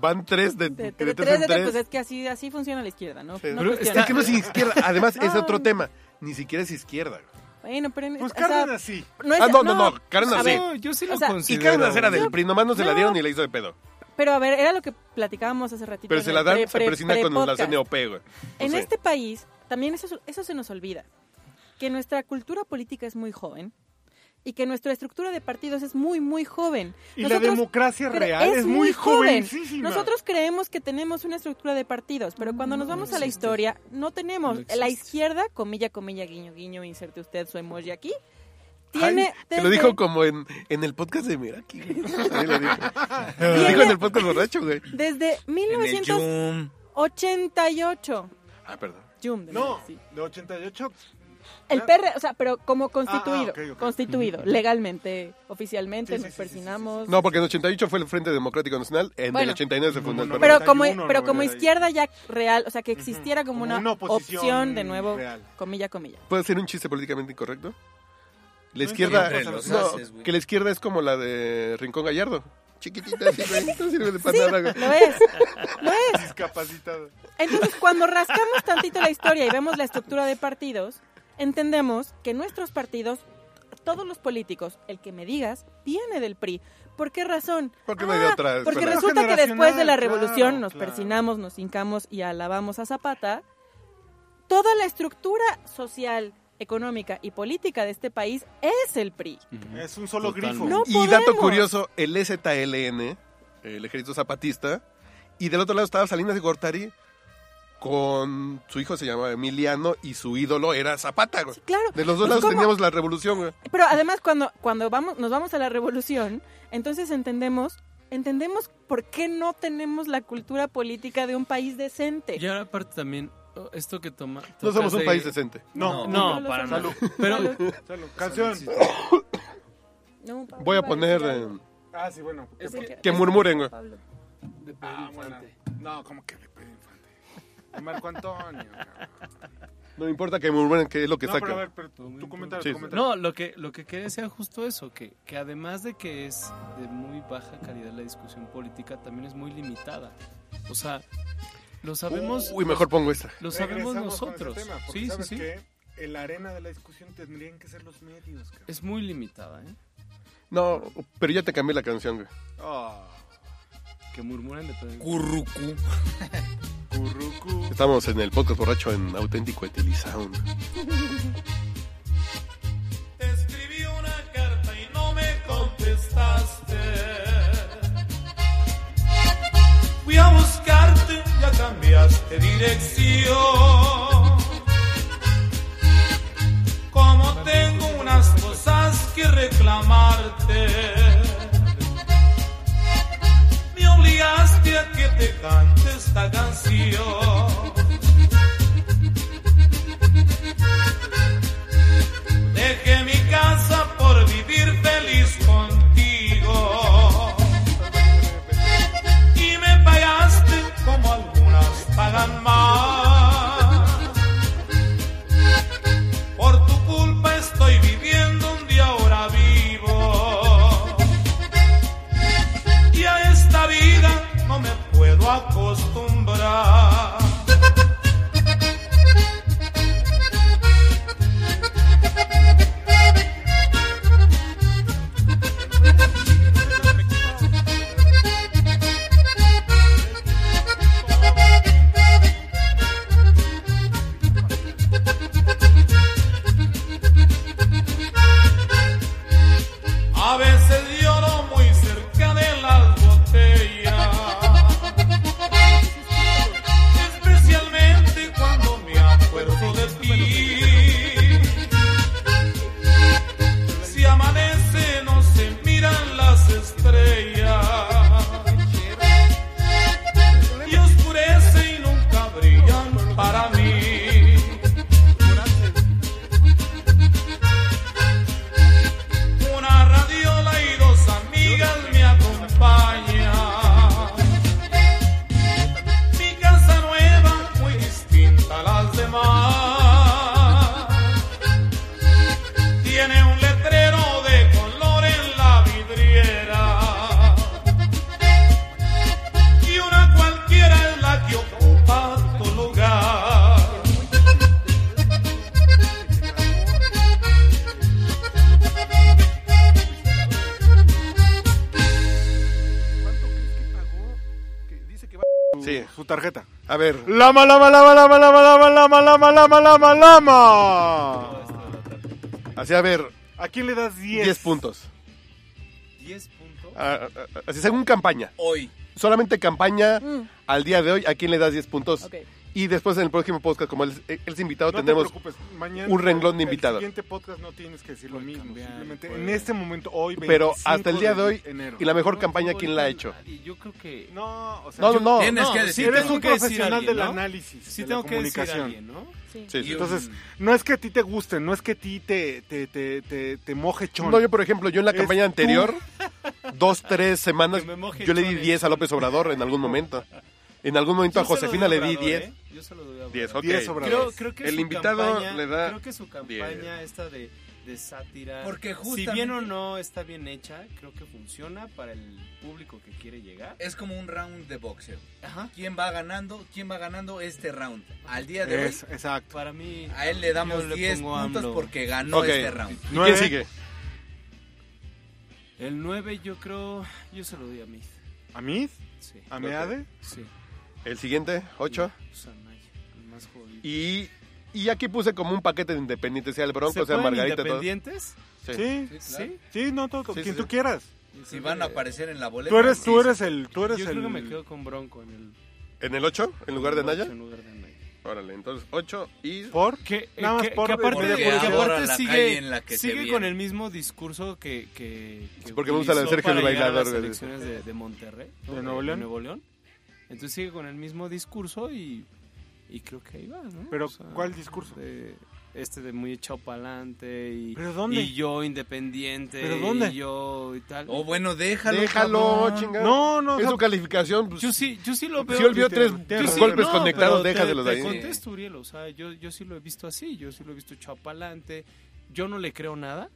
[SPEAKER 3] van tres de,
[SPEAKER 5] De,
[SPEAKER 3] de
[SPEAKER 5] de- de-
[SPEAKER 3] tres en
[SPEAKER 5] de-
[SPEAKER 3] tres.
[SPEAKER 5] pues es que así, así funciona la izquierda, ¿no?
[SPEAKER 3] Sí.
[SPEAKER 5] No
[SPEAKER 3] Pero
[SPEAKER 5] cuestiona.
[SPEAKER 3] es que no es izquierda. Además, es otro
[SPEAKER 5] No.
[SPEAKER 3] tema. Ni siquiera es izquierda. güey.
[SPEAKER 5] Bueno, pero en-
[SPEAKER 2] Pues
[SPEAKER 5] o sea,
[SPEAKER 2] Cárdenas sí.
[SPEAKER 5] Pues, no es-
[SPEAKER 3] Ah, no, no, no, Cárdenas
[SPEAKER 5] a ver,
[SPEAKER 3] sí.
[SPEAKER 6] No, yo sí lo
[SPEAKER 5] O sea, y
[SPEAKER 3] Y
[SPEAKER 6] considero.
[SPEAKER 3] Cárdenas era del
[SPEAKER 5] No,
[SPEAKER 3] PRI. Nomás no se la
[SPEAKER 5] no.
[SPEAKER 3] dieron y la hizo de pedo.
[SPEAKER 5] Pero a ver, era lo que platicábamos hace ratito.
[SPEAKER 3] Pero
[SPEAKER 5] en
[SPEAKER 3] se
[SPEAKER 5] el
[SPEAKER 3] la dan,
[SPEAKER 5] pre-
[SPEAKER 3] se
[SPEAKER 5] pre-
[SPEAKER 3] persina con la
[SPEAKER 5] pre-podcast.
[SPEAKER 3] CNOP, güey.
[SPEAKER 5] En
[SPEAKER 3] pues Sí.
[SPEAKER 5] este país, también eso, eso se nos olvida, que nuestra cultura política es muy joven y que nuestra estructura de partidos es muy, muy joven.
[SPEAKER 2] Y la
[SPEAKER 5] Nosotros
[SPEAKER 2] democracia
[SPEAKER 5] cre-
[SPEAKER 2] real es, muy
[SPEAKER 5] joven.
[SPEAKER 2] jovencísima. Mm,
[SPEAKER 5] Nosotros creemos que tenemos una estructura de partidos, pero cuando nos vamos a la
[SPEAKER 6] existe.
[SPEAKER 5] historia, no tenemos.
[SPEAKER 6] No
[SPEAKER 5] la
[SPEAKER 6] existe.
[SPEAKER 5] izquierda, comilla, comilla, guiño, guiño, inserte usted su emoji aquí,
[SPEAKER 3] Ay,
[SPEAKER 5] tiene...
[SPEAKER 3] Te lo
[SPEAKER 5] desde-
[SPEAKER 3] dijo como en, en el podcast de Miraki, güey. Ahí lo
[SPEAKER 5] (laughs)
[SPEAKER 3] dijo. Lo
[SPEAKER 5] Tiene-
[SPEAKER 3] dijo en el podcast borracho, güey.
[SPEAKER 5] Desde
[SPEAKER 4] En el Zoom.
[SPEAKER 5] 1988.
[SPEAKER 3] Ah, perdón.
[SPEAKER 5] Yum, de
[SPEAKER 2] No,
[SPEAKER 5] verdad, sí.
[SPEAKER 2] de 88.
[SPEAKER 5] El PR, o sea, pero como constituido,
[SPEAKER 2] Ah, ah, ok, ok.
[SPEAKER 5] constituido, legalmente, oficialmente,
[SPEAKER 2] Sí, sí,
[SPEAKER 5] nos
[SPEAKER 2] sí,
[SPEAKER 5] persinamos.
[SPEAKER 3] No, porque en 88 fue el Frente Democrático Nacional. En el
[SPEAKER 5] Bueno.
[SPEAKER 3] 89 se fundó el
[SPEAKER 2] No, no,
[SPEAKER 3] PRD.
[SPEAKER 5] Pero como,
[SPEAKER 2] 91,
[SPEAKER 5] pero
[SPEAKER 2] no,
[SPEAKER 5] como
[SPEAKER 2] era ahí.
[SPEAKER 5] izquierda ya real, o sea, que existiera como,
[SPEAKER 2] Como
[SPEAKER 5] una,
[SPEAKER 2] una oposición
[SPEAKER 5] opción de nuevo,
[SPEAKER 2] real.
[SPEAKER 5] comilla, comilla.
[SPEAKER 3] ¿Puede ser un chiste políticamente incorrecto? La
[SPEAKER 2] No
[SPEAKER 3] izquierda.
[SPEAKER 4] entiendo los
[SPEAKER 3] no,
[SPEAKER 4] haces, güey.
[SPEAKER 3] que la izquierda es como la de Rincón Gallardo. Chiquitita, así, güey. No sirve de para nada, güey.
[SPEAKER 5] Lo es, lo es.
[SPEAKER 2] Discapacitado.
[SPEAKER 5] Entonces, cuando rascamos tantito la historia y vemos la estructura de partidos, entendemos que nuestros partidos, todos los políticos, el que me digas, viene del PRI. ¿Por qué razón? Ah,
[SPEAKER 3] Porque no hay de otra
[SPEAKER 5] Porque
[SPEAKER 3] escuela.
[SPEAKER 5] resulta que después de la
[SPEAKER 2] Generacional,
[SPEAKER 5] revolución
[SPEAKER 2] claro,
[SPEAKER 5] nos
[SPEAKER 2] claro.
[SPEAKER 5] persinamos, nos hincamos y alabamos a Zapata. Toda la estructura social, económica y política de este país es el PRI.
[SPEAKER 3] Mm.
[SPEAKER 2] Es un solo
[SPEAKER 6] Totalmente.
[SPEAKER 2] grifo.
[SPEAKER 5] No
[SPEAKER 3] Y dato
[SPEAKER 5] podemos.
[SPEAKER 3] curioso, el EZLN, el Ejército Zapatista, y del otro lado estaba Salinas de Gortari con su hijo se llamaba Emiliano y su ídolo era Zapata, güey.
[SPEAKER 5] Claro.
[SPEAKER 3] De los dos
[SPEAKER 5] Pues,
[SPEAKER 3] lados
[SPEAKER 5] ¿cómo?
[SPEAKER 3] teníamos la revolución, güey.
[SPEAKER 5] Pero además cuando, cuando vamos, nos vamos a la revolución, entonces entendemos, entendemos por qué no tenemos la cultura política de un país decente.
[SPEAKER 6] Y ahora aparte también, oh, esto que toma...
[SPEAKER 3] No somos
[SPEAKER 6] tocas
[SPEAKER 3] un
[SPEAKER 6] de-
[SPEAKER 3] país decente.
[SPEAKER 2] No,
[SPEAKER 6] No,
[SPEAKER 5] lo
[SPEAKER 6] para nada.
[SPEAKER 5] somos.
[SPEAKER 6] Pero,
[SPEAKER 2] Salud. Canción.
[SPEAKER 5] No, Pablo
[SPEAKER 3] Voy a
[SPEAKER 5] iba
[SPEAKER 3] poner
[SPEAKER 5] decir algo.
[SPEAKER 3] eh,
[SPEAKER 2] Ah, sí, bueno. porque-
[SPEAKER 5] Es que-
[SPEAKER 3] que murmuren, güey.
[SPEAKER 5] Pablo.
[SPEAKER 2] Ah, bueno. No, como que de Pedro Infante. (laughs) De Marco Antonio. cabrón.
[SPEAKER 3] No me importa que murmuren, que es lo que
[SPEAKER 2] no, pero a
[SPEAKER 3] saca.
[SPEAKER 2] ver, pero tú, tú comenta,
[SPEAKER 3] Sí.
[SPEAKER 2] comenta.
[SPEAKER 6] No, lo que, lo que quería decir justo eso, que, que además de que es de muy baja calidad la discusión política, también es muy limitada. O sea, lo sabemos,
[SPEAKER 3] Uy, mejor pongo esta.
[SPEAKER 6] lo sabemos
[SPEAKER 2] Regresamos con ese
[SPEAKER 6] nosotros.
[SPEAKER 2] tema, porque
[SPEAKER 6] sí, sí,
[SPEAKER 2] ¿sabes
[SPEAKER 6] sí.
[SPEAKER 2] qué? En la arena de la discusión tendrían que ser los medios, cabrón.
[SPEAKER 6] Es muy limitada, ¿eh?
[SPEAKER 3] No, pero ya te cambié la canción, güey.
[SPEAKER 2] Ah,
[SPEAKER 6] Que murmuran de todo.
[SPEAKER 4] Currucu.
[SPEAKER 2] currucu.
[SPEAKER 3] Estamos en el podcast borracho en auténtico Etili Sound.
[SPEAKER 8] Te escribí una carta y no me contestaste. Fui a buscarte, ya cambiaste dirección. Como tengo unas cosas que reclamarte, me obligaste a que te cante esta canción. Dejé mi casa por vivir feliz contigo.
[SPEAKER 2] su tarjeta.
[SPEAKER 3] A ver,
[SPEAKER 2] Lama, lama, lama, lama, lama, lama, lama, lama, lama, lama, lama.
[SPEAKER 3] así a ver,
[SPEAKER 2] ¿A quién le das 10?
[SPEAKER 3] 10 puntos.
[SPEAKER 4] 10 puntos.
[SPEAKER 3] Ah, ah, ah, Así según campaña.
[SPEAKER 4] Hoy.
[SPEAKER 3] Solamente campaña
[SPEAKER 5] Mm.
[SPEAKER 3] al día de hoy, ¿a quién le das 10 puntos?
[SPEAKER 5] Ok.
[SPEAKER 3] Y después en el próximo podcast, como él, él es invitado,
[SPEAKER 2] No
[SPEAKER 3] tendremos...
[SPEAKER 2] te preocupes, mañana
[SPEAKER 3] un renglón de
[SPEAKER 2] el
[SPEAKER 3] invitados.
[SPEAKER 2] siguiente podcast no tienes que decir lo mismo.
[SPEAKER 6] cambiar,
[SPEAKER 2] simplemente
[SPEAKER 6] puede.
[SPEAKER 2] en este momento, hoy,
[SPEAKER 3] Pero
[SPEAKER 2] 25
[SPEAKER 3] hasta el día de hoy,
[SPEAKER 2] enero.
[SPEAKER 3] y la mejor campaña, ¿quién la ha hecho?
[SPEAKER 6] Yo creo que...
[SPEAKER 2] No, o sea,
[SPEAKER 3] No, no,
[SPEAKER 2] yo-
[SPEAKER 3] no.
[SPEAKER 4] Tienes
[SPEAKER 6] No,
[SPEAKER 4] que
[SPEAKER 6] sí
[SPEAKER 4] decir.
[SPEAKER 2] eres
[SPEAKER 6] tengo
[SPEAKER 2] un
[SPEAKER 6] que decir
[SPEAKER 2] profesional
[SPEAKER 6] a alguien,
[SPEAKER 2] del
[SPEAKER 6] ¿no?
[SPEAKER 2] análisis,
[SPEAKER 6] Sí
[SPEAKER 2] de la
[SPEAKER 6] tengo que decir a
[SPEAKER 2] comunicación.
[SPEAKER 6] alguien, ¿no?
[SPEAKER 5] Sí.
[SPEAKER 3] Sí, sí.
[SPEAKER 4] Y-
[SPEAKER 2] Entonces, no es que a ti te guste, no es que a ti te, te, te, te, te moje chon.
[SPEAKER 3] No, yo por ejemplo, yo en la
[SPEAKER 2] Es
[SPEAKER 3] campaña
[SPEAKER 2] tú.
[SPEAKER 3] anterior, dos, tres semanas,
[SPEAKER 6] Que me moje
[SPEAKER 3] yo le di
[SPEAKER 6] chones.
[SPEAKER 3] 10 a López Obrador en algún momento. En algún momento a
[SPEAKER 6] Yo se lo
[SPEAKER 3] Josefina
[SPEAKER 6] doy
[SPEAKER 3] le
[SPEAKER 6] a
[SPEAKER 3] di
[SPEAKER 6] Obrador,
[SPEAKER 3] 10.
[SPEAKER 6] ¿eh? Yo se lo doy a
[SPEAKER 3] 10,
[SPEAKER 6] Obrador.
[SPEAKER 3] ok.
[SPEAKER 2] Diez Obrador.
[SPEAKER 6] Creo, creo que
[SPEAKER 3] El
[SPEAKER 6] su
[SPEAKER 3] invitado
[SPEAKER 6] campaña-
[SPEAKER 3] le da
[SPEAKER 6] Creo que su campaña esta de, de sátira.
[SPEAKER 4] Porque
[SPEAKER 6] Si bien
[SPEAKER 4] justamente-
[SPEAKER 6] o no está bien hecha, creo que funciona para el público que quiere llegar.
[SPEAKER 4] Es como un round de boxeo.
[SPEAKER 6] Ajá.
[SPEAKER 4] ¿Quién va ganando? ¿Quién va ganando este round? Al día de
[SPEAKER 2] Es, exacto.
[SPEAKER 6] Para mí.
[SPEAKER 4] hoy, a él le
[SPEAKER 6] yo
[SPEAKER 4] damos 10
[SPEAKER 6] pongo
[SPEAKER 4] puntos
[SPEAKER 6] AMLO.
[SPEAKER 4] porque ganó
[SPEAKER 3] Ok.
[SPEAKER 4] este round.
[SPEAKER 3] ¿Y
[SPEAKER 2] Nueve.
[SPEAKER 3] quién sigue?
[SPEAKER 6] El 9, yo creo. Yo se lo doy a Mith.
[SPEAKER 2] ¿A mí?
[SPEAKER 6] Sí.
[SPEAKER 2] ¿A Meade?
[SPEAKER 6] Sí.
[SPEAKER 3] El siguiente, 8.
[SPEAKER 6] Susanaya, el más jodido.
[SPEAKER 3] Y, y aquí puse como un paquete de independiente, sea el Bronco,
[SPEAKER 6] ¿Se
[SPEAKER 3] sea
[SPEAKER 6] pueden
[SPEAKER 3] Margarita, todo.
[SPEAKER 6] independientes?
[SPEAKER 2] Sí.
[SPEAKER 3] Sí.
[SPEAKER 4] Sí,
[SPEAKER 6] Sí.
[SPEAKER 4] claro.
[SPEAKER 2] Sí, no, todo,
[SPEAKER 3] Sí, sí,
[SPEAKER 2] quien
[SPEAKER 3] sí.
[SPEAKER 2] tú quieras.
[SPEAKER 4] Si van a aparecer en la boleta.
[SPEAKER 2] Tú eres, tú
[SPEAKER 4] sí,
[SPEAKER 2] eres el, tú eres
[SPEAKER 6] yo
[SPEAKER 2] el...
[SPEAKER 6] creo que me quedo con Bronco en el.
[SPEAKER 3] ¿En el 8? ¿En lugar de
[SPEAKER 6] en el
[SPEAKER 3] Naya?
[SPEAKER 6] ocho, En lugar de Naya.
[SPEAKER 3] Órale, entonces 8 y...
[SPEAKER 2] ¿Por?
[SPEAKER 6] Que,
[SPEAKER 2] Nada más
[SPEAKER 6] Eh, que-
[SPEAKER 2] por
[SPEAKER 6] que aparte,
[SPEAKER 2] media
[SPEAKER 6] que
[SPEAKER 2] publicidad.
[SPEAKER 6] aparte
[SPEAKER 4] Ahora la calle
[SPEAKER 6] sigue,
[SPEAKER 4] en la que se
[SPEAKER 6] sigue
[SPEAKER 4] viene.
[SPEAKER 6] con el mismo discurso que. que, que
[SPEAKER 3] porque me gusta la de
[SPEAKER 6] utilizó
[SPEAKER 3] Sergio el
[SPEAKER 6] para llegar a
[SPEAKER 3] Bailador,
[SPEAKER 6] Las
[SPEAKER 3] güey.
[SPEAKER 6] elecciones de, de Monterrey. ¿no?
[SPEAKER 2] ¿De Nuevo León?
[SPEAKER 6] Entonces sigue con el mismo discurso y, y creo que ahí va, ¿no?
[SPEAKER 2] Pero,
[SPEAKER 6] O sea,
[SPEAKER 2] ¿cuál discurso?
[SPEAKER 6] de- este de muy echado pa'lante y,
[SPEAKER 2] ¿Pero dónde?
[SPEAKER 6] y yo independiente
[SPEAKER 2] ¿Pero dónde?
[SPEAKER 6] y yo y tal.
[SPEAKER 4] Oh, bueno, déjalo.
[SPEAKER 3] Déjalo,
[SPEAKER 4] cabrón.
[SPEAKER 3] chingada.
[SPEAKER 2] No, no, o
[SPEAKER 3] Es
[SPEAKER 2] sea,
[SPEAKER 3] su calificación. pues,
[SPEAKER 6] yo sí, yo sí lo veo.
[SPEAKER 3] si él vio
[SPEAKER 2] te-
[SPEAKER 3] tres
[SPEAKER 2] te-
[SPEAKER 6] Yo
[SPEAKER 2] Los
[SPEAKER 6] sí,
[SPEAKER 3] golpes
[SPEAKER 6] no,
[SPEAKER 3] conectados,
[SPEAKER 6] pero te-
[SPEAKER 3] déjaselos
[SPEAKER 6] te
[SPEAKER 3] ahí.
[SPEAKER 6] contesto, Uriel, o sea, yo, yo sí lo he visto así, yo sí lo he visto echado pa'lante, yo no le creo nada,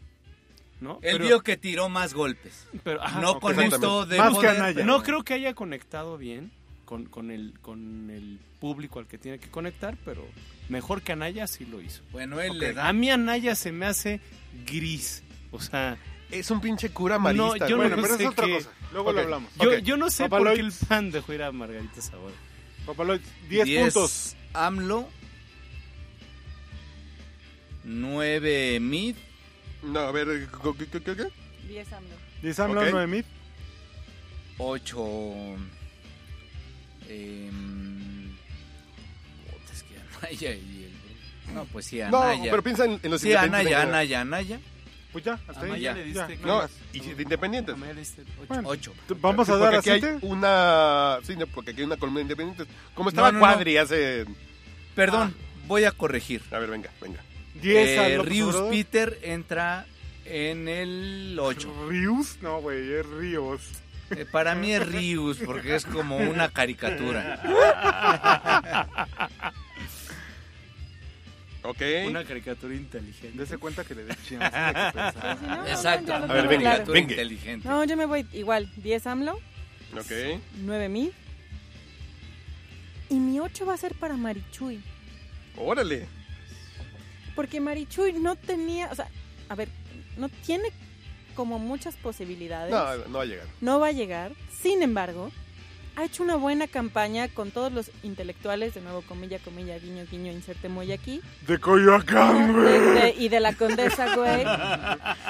[SPEAKER 6] ¿no?
[SPEAKER 4] Él
[SPEAKER 6] Pero-
[SPEAKER 4] vio que tiró más golpes.
[SPEAKER 6] pero, ajá,
[SPEAKER 4] no
[SPEAKER 6] ok.
[SPEAKER 4] conectó de
[SPEAKER 2] Más que
[SPEAKER 4] poder.
[SPEAKER 2] Anaya.
[SPEAKER 6] No creo que haya conectado bien con, con, el, con el público al que tiene que conectar, pero mejor que Anaya sí lo hizo.
[SPEAKER 4] Bueno, él
[SPEAKER 6] Ok,
[SPEAKER 4] le
[SPEAKER 6] A
[SPEAKER 4] da.
[SPEAKER 6] mí Anaya se me hace gris, o sea,
[SPEAKER 3] Es un pinche cura marista.
[SPEAKER 6] yo no
[SPEAKER 3] güey.
[SPEAKER 2] Bueno, pero
[SPEAKER 6] sé
[SPEAKER 2] es otra
[SPEAKER 6] qué.
[SPEAKER 2] cosa. Luego lo
[SPEAKER 3] Ok.
[SPEAKER 2] hablamos.
[SPEAKER 6] yo,
[SPEAKER 3] Ok.
[SPEAKER 6] yo no sé por qué el
[SPEAKER 2] Papaloids.
[SPEAKER 6] pan dejó ir a Margarita Sabor.
[SPEAKER 2] Papaloid, 10
[SPEAKER 4] Diez
[SPEAKER 2] puntos.
[SPEAKER 4] AMLO. 9 Mid.
[SPEAKER 3] No, a ver, ¿qué, qué, qué, qué?
[SPEAKER 5] 10 AMLO.
[SPEAKER 2] 10 AMLO,
[SPEAKER 3] Ok.
[SPEAKER 2] 9 mil.
[SPEAKER 4] 8. em, es que Anaya y el. No, pues sí,
[SPEAKER 3] No,
[SPEAKER 4] Anaya.
[SPEAKER 3] pero piensa en, en los
[SPEAKER 4] sí,
[SPEAKER 3] independientes
[SPEAKER 4] Anaya,
[SPEAKER 3] en general.
[SPEAKER 4] Anaya, Anaya.
[SPEAKER 2] Pues ya, hasta ahí.
[SPEAKER 4] Amaya
[SPEAKER 2] ya,
[SPEAKER 4] le
[SPEAKER 2] ya,
[SPEAKER 6] diste-
[SPEAKER 2] nada
[SPEAKER 3] No,
[SPEAKER 2] más.
[SPEAKER 3] y de independientes.
[SPEAKER 6] Amaya le diste ocho.
[SPEAKER 2] Bueno,
[SPEAKER 4] 8.
[SPEAKER 2] t- vamos a
[SPEAKER 3] Sí,
[SPEAKER 2] dar
[SPEAKER 3] porque
[SPEAKER 2] a
[SPEAKER 3] aquí hay
[SPEAKER 2] 7.
[SPEAKER 3] una... Sí, no, porque aquí hay una columna de independientes. Como estaba
[SPEAKER 4] No, no, no.
[SPEAKER 3] Cuadri hace...
[SPEAKER 4] Perdón, voy a corregir.
[SPEAKER 3] A ver, venga, venga.
[SPEAKER 2] 10
[SPEAKER 4] Eh,
[SPEAKER 2] a López
[SPEAKER 4] Rius
[SPEAKER 2] Obrador.
[SPEAKER 4] Peter entra en el 8.
[SPEAKER 2] Rius, no, güey, es Ríos.
[SPEAKER 4] para mí es Rius porque es como una caricatura.
[SPEAKER 3] Ok.
[SPEAKER 6] Una caricatura inteligente.
[SPEAKER 2] Dese cuenta que le dé
[SPEAKER 3] (laughs)
[SPEAKER 2] chingada, tiene que pensar.
[SPEAKER 5] Sí, no, no, no,
[SPEAKER 4] Exacto,
[SPEAKER 5] ya lo
[SPEAKER 4] una
[SPEAKER 3] A ver,
[SPEAKER 5] tengo
[SPEAKER 3] venga,
[SPEAKER 5] claro.
[SPEAKER 4] caricatura
[SPEAKER 3] venga.
[SPEAKER 4] inteligente.
[SPEAKER 5] No, yo me voy igual. 10 AMLO,
[SPEAKER 3] Ok.
[SPEAKER 5] 9 mil. Y mi 8 va a ser para Marichuy.
[SPEAKER 3] Órale.
[SPEAKER 5] Porque Marichuy no tenía, o sea, a ver, no tiene como muchas posibilidades.
[SPEAKER 3] No, no va a llegar.
[SPEAKER 5] no va a llegar. Sin embargo, ha hecho una buena campaña con todos los intelectuales, de nuevo, comilla, comilla, guiño, guiño, inserte muy aquí,
[SPEAKER 2] De Coyoacán, güey.
[SPEAKER 5] este, y de la condesa, güey.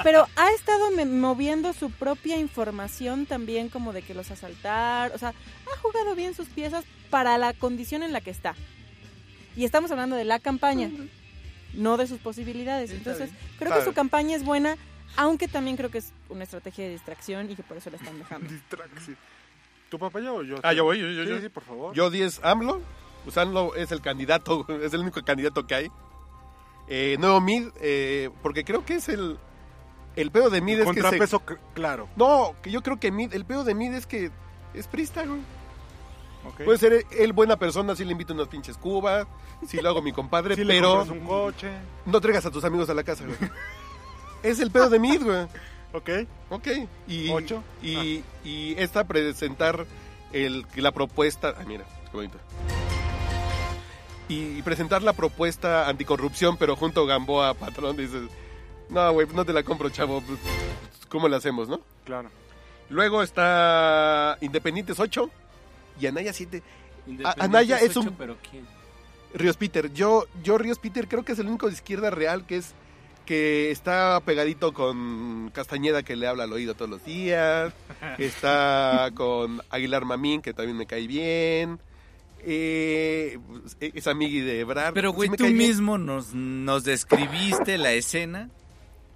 [SPEAKER 5] Pero ha estado me- moviendo su propia información también, como de que los asaltar, o sea, ha jugado bien sus piezas para la condición en la que está. Y estamos hablando de la campaña, no de sus posibilidades.
[SPEAKER 4] Está
[SPEAKER 5] Entonces,
[SPEAKER 4] bien.
[SPEAKER 5] creo
[SPEAKER 3] Está
[SPEAKER 5] que su
[SPEAKER 3] bien.
[SPEAKER 5] campaña es buena, aunque también creo que es una estrategia de distracción y que por eso la están dejando.
[SPEAKER 2] Distraxi. ¿Tu papá ya o yo?
[SPEAKER 3] Ah, yo voy, yo, yo,
[SPEAKER 2] Sí,
[SPEAKER 3] yo.
[SPEAKER 2] sí, por favor.
[SPEAKER 3] Yo 10 AMLO. Pues AMLO es el candidato, (laughs) es el único candidato que hay. Eh, nuevo Mid, eh, porque creo que es el... El pedo de Mid es que se...
[SPEAKER 2] Contrapeso, cl- claro.
[SPEAKER 3] No, que yo creo que Mid, el pedo de Mid es que es prista, güey.
[SPEAKER 2] ok.
[SPEAKER 3] Puede ser él buena persona si le invito unas pinches cubas, si lo hago mi
[SPEAKER 2] (laughs)
[SPEAKER 3] compadre,
[SPEAKER 2] Sí le
[SPEAKER 3] pero
[SPEAKER 2] compras un coche.
[SPEAKER 3] no traigas a tus amigos a la casa, güey. es el pedo de Mid, güey.
[SPEAKER 2] Ok.
[SPEAKER 3] Ok. Y,
[SPEAKER 2] Ocho. Ah.
[SPEAKER 3] Y, y esta presentar el, la propuesta. Ay, mira, qué bonito. Y presentar la propuesta anticorrupción, pero junto a Gamboa, patrón, dices, no, güey, no te la compro, chavo. Pues, ¿Cómo la hacemos, no?
[SPEAKER 2] Claro.
[SPEAKER 3] Luego está Independientes 8 y Anaya 7.
[SPEAKER 6] Independiente
[SPEAKER 3] Anaya es
[SPEAKER 6] ocho,
[SPEAKER 3] un-
[SPEAKER 6] pero ¿quién?
[SPEAKER 3] Ríos Peter. Yo, yo Ríos Peter creo que es el único de izquierda real que es que está pegadito con Castañeda que le habla al oído todos los
[SPEAKER 4] (laughs)
[SPEAKER 3] días. Está con Aguilar Mamín que también me cae bien. eh, es amigui de Ebrard.
[SPEAKER 4] Pero,
[SPEAKER 3] Sí
[SPEAKER 4] güey,
[SPEAKER 3] Ah, me
[SPEAKER 4] tú
[SPEAKER 3] cae bien.
[SPEAKER 4] mismo nos, nos describiste la escena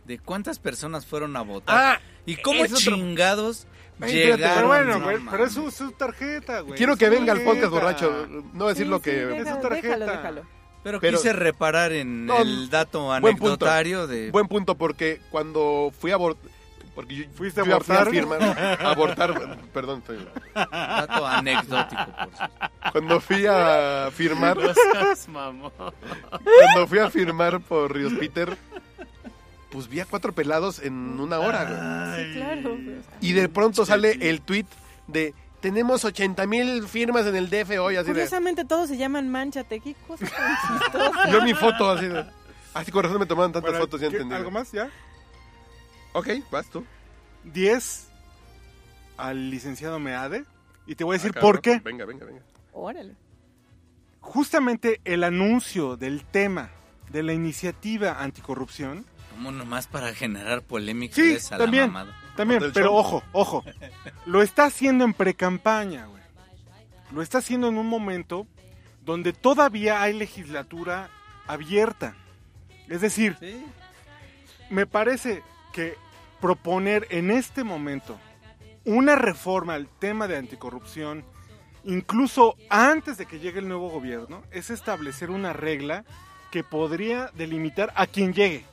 [SPEAKER 4] de cuántas personas fueron a votar.
[SPEAKER 3] Ah,
[SPEAKER 4] ¿Y cómo
[SPEAKER 3] es otro-
[SPEAKER 4] chingados
[SPEAKER 3] Güey, espérate,
[SPEAKER 4] llegaron?
[SPEAKER 2] Pero bueno,
[SPEAKER 4] No
[SPEAKER 2] güey, pero es
[SPEAKER 4] mames.
[SPEAKER 2] su, su tarjeta, güey.
[SPEAKER 3] quiero que
[SPEAKER 2] Su
[SPEAKER 3] venga al
[SPEAKER 2] tarjeta.
[SPEAKER 3] podcast borracho. No decir
[SPEAKER 5] Sí,
[SPEAKER 3] lo
[SPEAKER 5] sí,
[SPEAKER 3] que...
[SPEAKER 5] déjalo,
[SPEAKER 2] Esa tarjeta.
[SPEAKER 5] Déjalo, déjalo.
[SPEAKER 4] Pero,
[SPEAKER 3] Pero-
[SPEAKER 4] quise reparar en
[SPEAKER 3] No,
[SPEAKER 4] el dato
[SPEAKER 3] buen punto.
[SPEAKER 4] anecdotario de...
[SPEAKER 3] Buen punto, porque cuando fui a abortar... Porque yo
[SPEAKER 2] ¿Fuiste a
[SPEAKER 3] fui fui
[SPEAKER 2] abortar?
[SPEAKER 3] firmar- abortar, perdón, estoy- (laughs)
[SPEAKER 4] Dato anecdótico, por supuesto.
[SPEAKER 3] cuando fui a firmar,
[SPEAKER 6] No seas mamón.
[SPEAKER 3] cuando fui a firmar por Ríos Peter, pues vi a cuatro pelados en una hora, güey.
[SPEAKER 5] Sí, claro. pues.
[SPEAKER 3] Y de pronto sale el tweet de tenemos 80 mil firmas en el DF hoy, así de.
[SPEAKER 5] Curiosamente todos se llaman Manchate. Qué cosa tan chistosa.
[SPEAKER 3] Yo mi foto, así de. Así con razón me tomaron tantas
[SPEAKER 2] Bueno,
[SPEAKER 3] fotos, ya
[SPEAKER 2] ¿qué-
[SPEAKER 3] entendí.
[SPEAKER 2] ¿Algo más ya?
[SPEAKER 3] Ok, vas tú.
[SPEAKER 2] 10 al licenciado Meade. Y te voy a decir
[SPEAKER 3] Ah, cabrón.
[SPEAKER 2] por qué.
[SPEAKER 3] Venga, venga, venga.
[SPEAKER 5] Órale.
[SPEAKER 2] Justamente el anuncio del tema de la iniciativa anticorrupción.
[SPEAKER 4] Como nomás para generar polémica
[SPEAKER 2] Sí,
[SPEAKER 4] esa la
[SPEAKER 2] también.
[SPEAKER 4] mamada.
[SPEAKER 2] También,
[SPEAKER 3] Del
[SPEAKER 2] pero
[SPEAKER 3] show.
[SPEAKER 2] ojo,
[SPEAKER 4] (laughs)
[SPEAKER 2] ojo. Lo está haciendo en precampaña, güey. Lo está haciendo en un momento donde todavía hay legislatura abierta. Es decir,
[SPEAKER 4] Sí.
[SPEAKER 2] me parece que proponer en este momento una reforma al tema de anticorrupción, incluso antes de que llegue el nuevo gobierno, es establecer una regla que podría delimitar a quien llegue.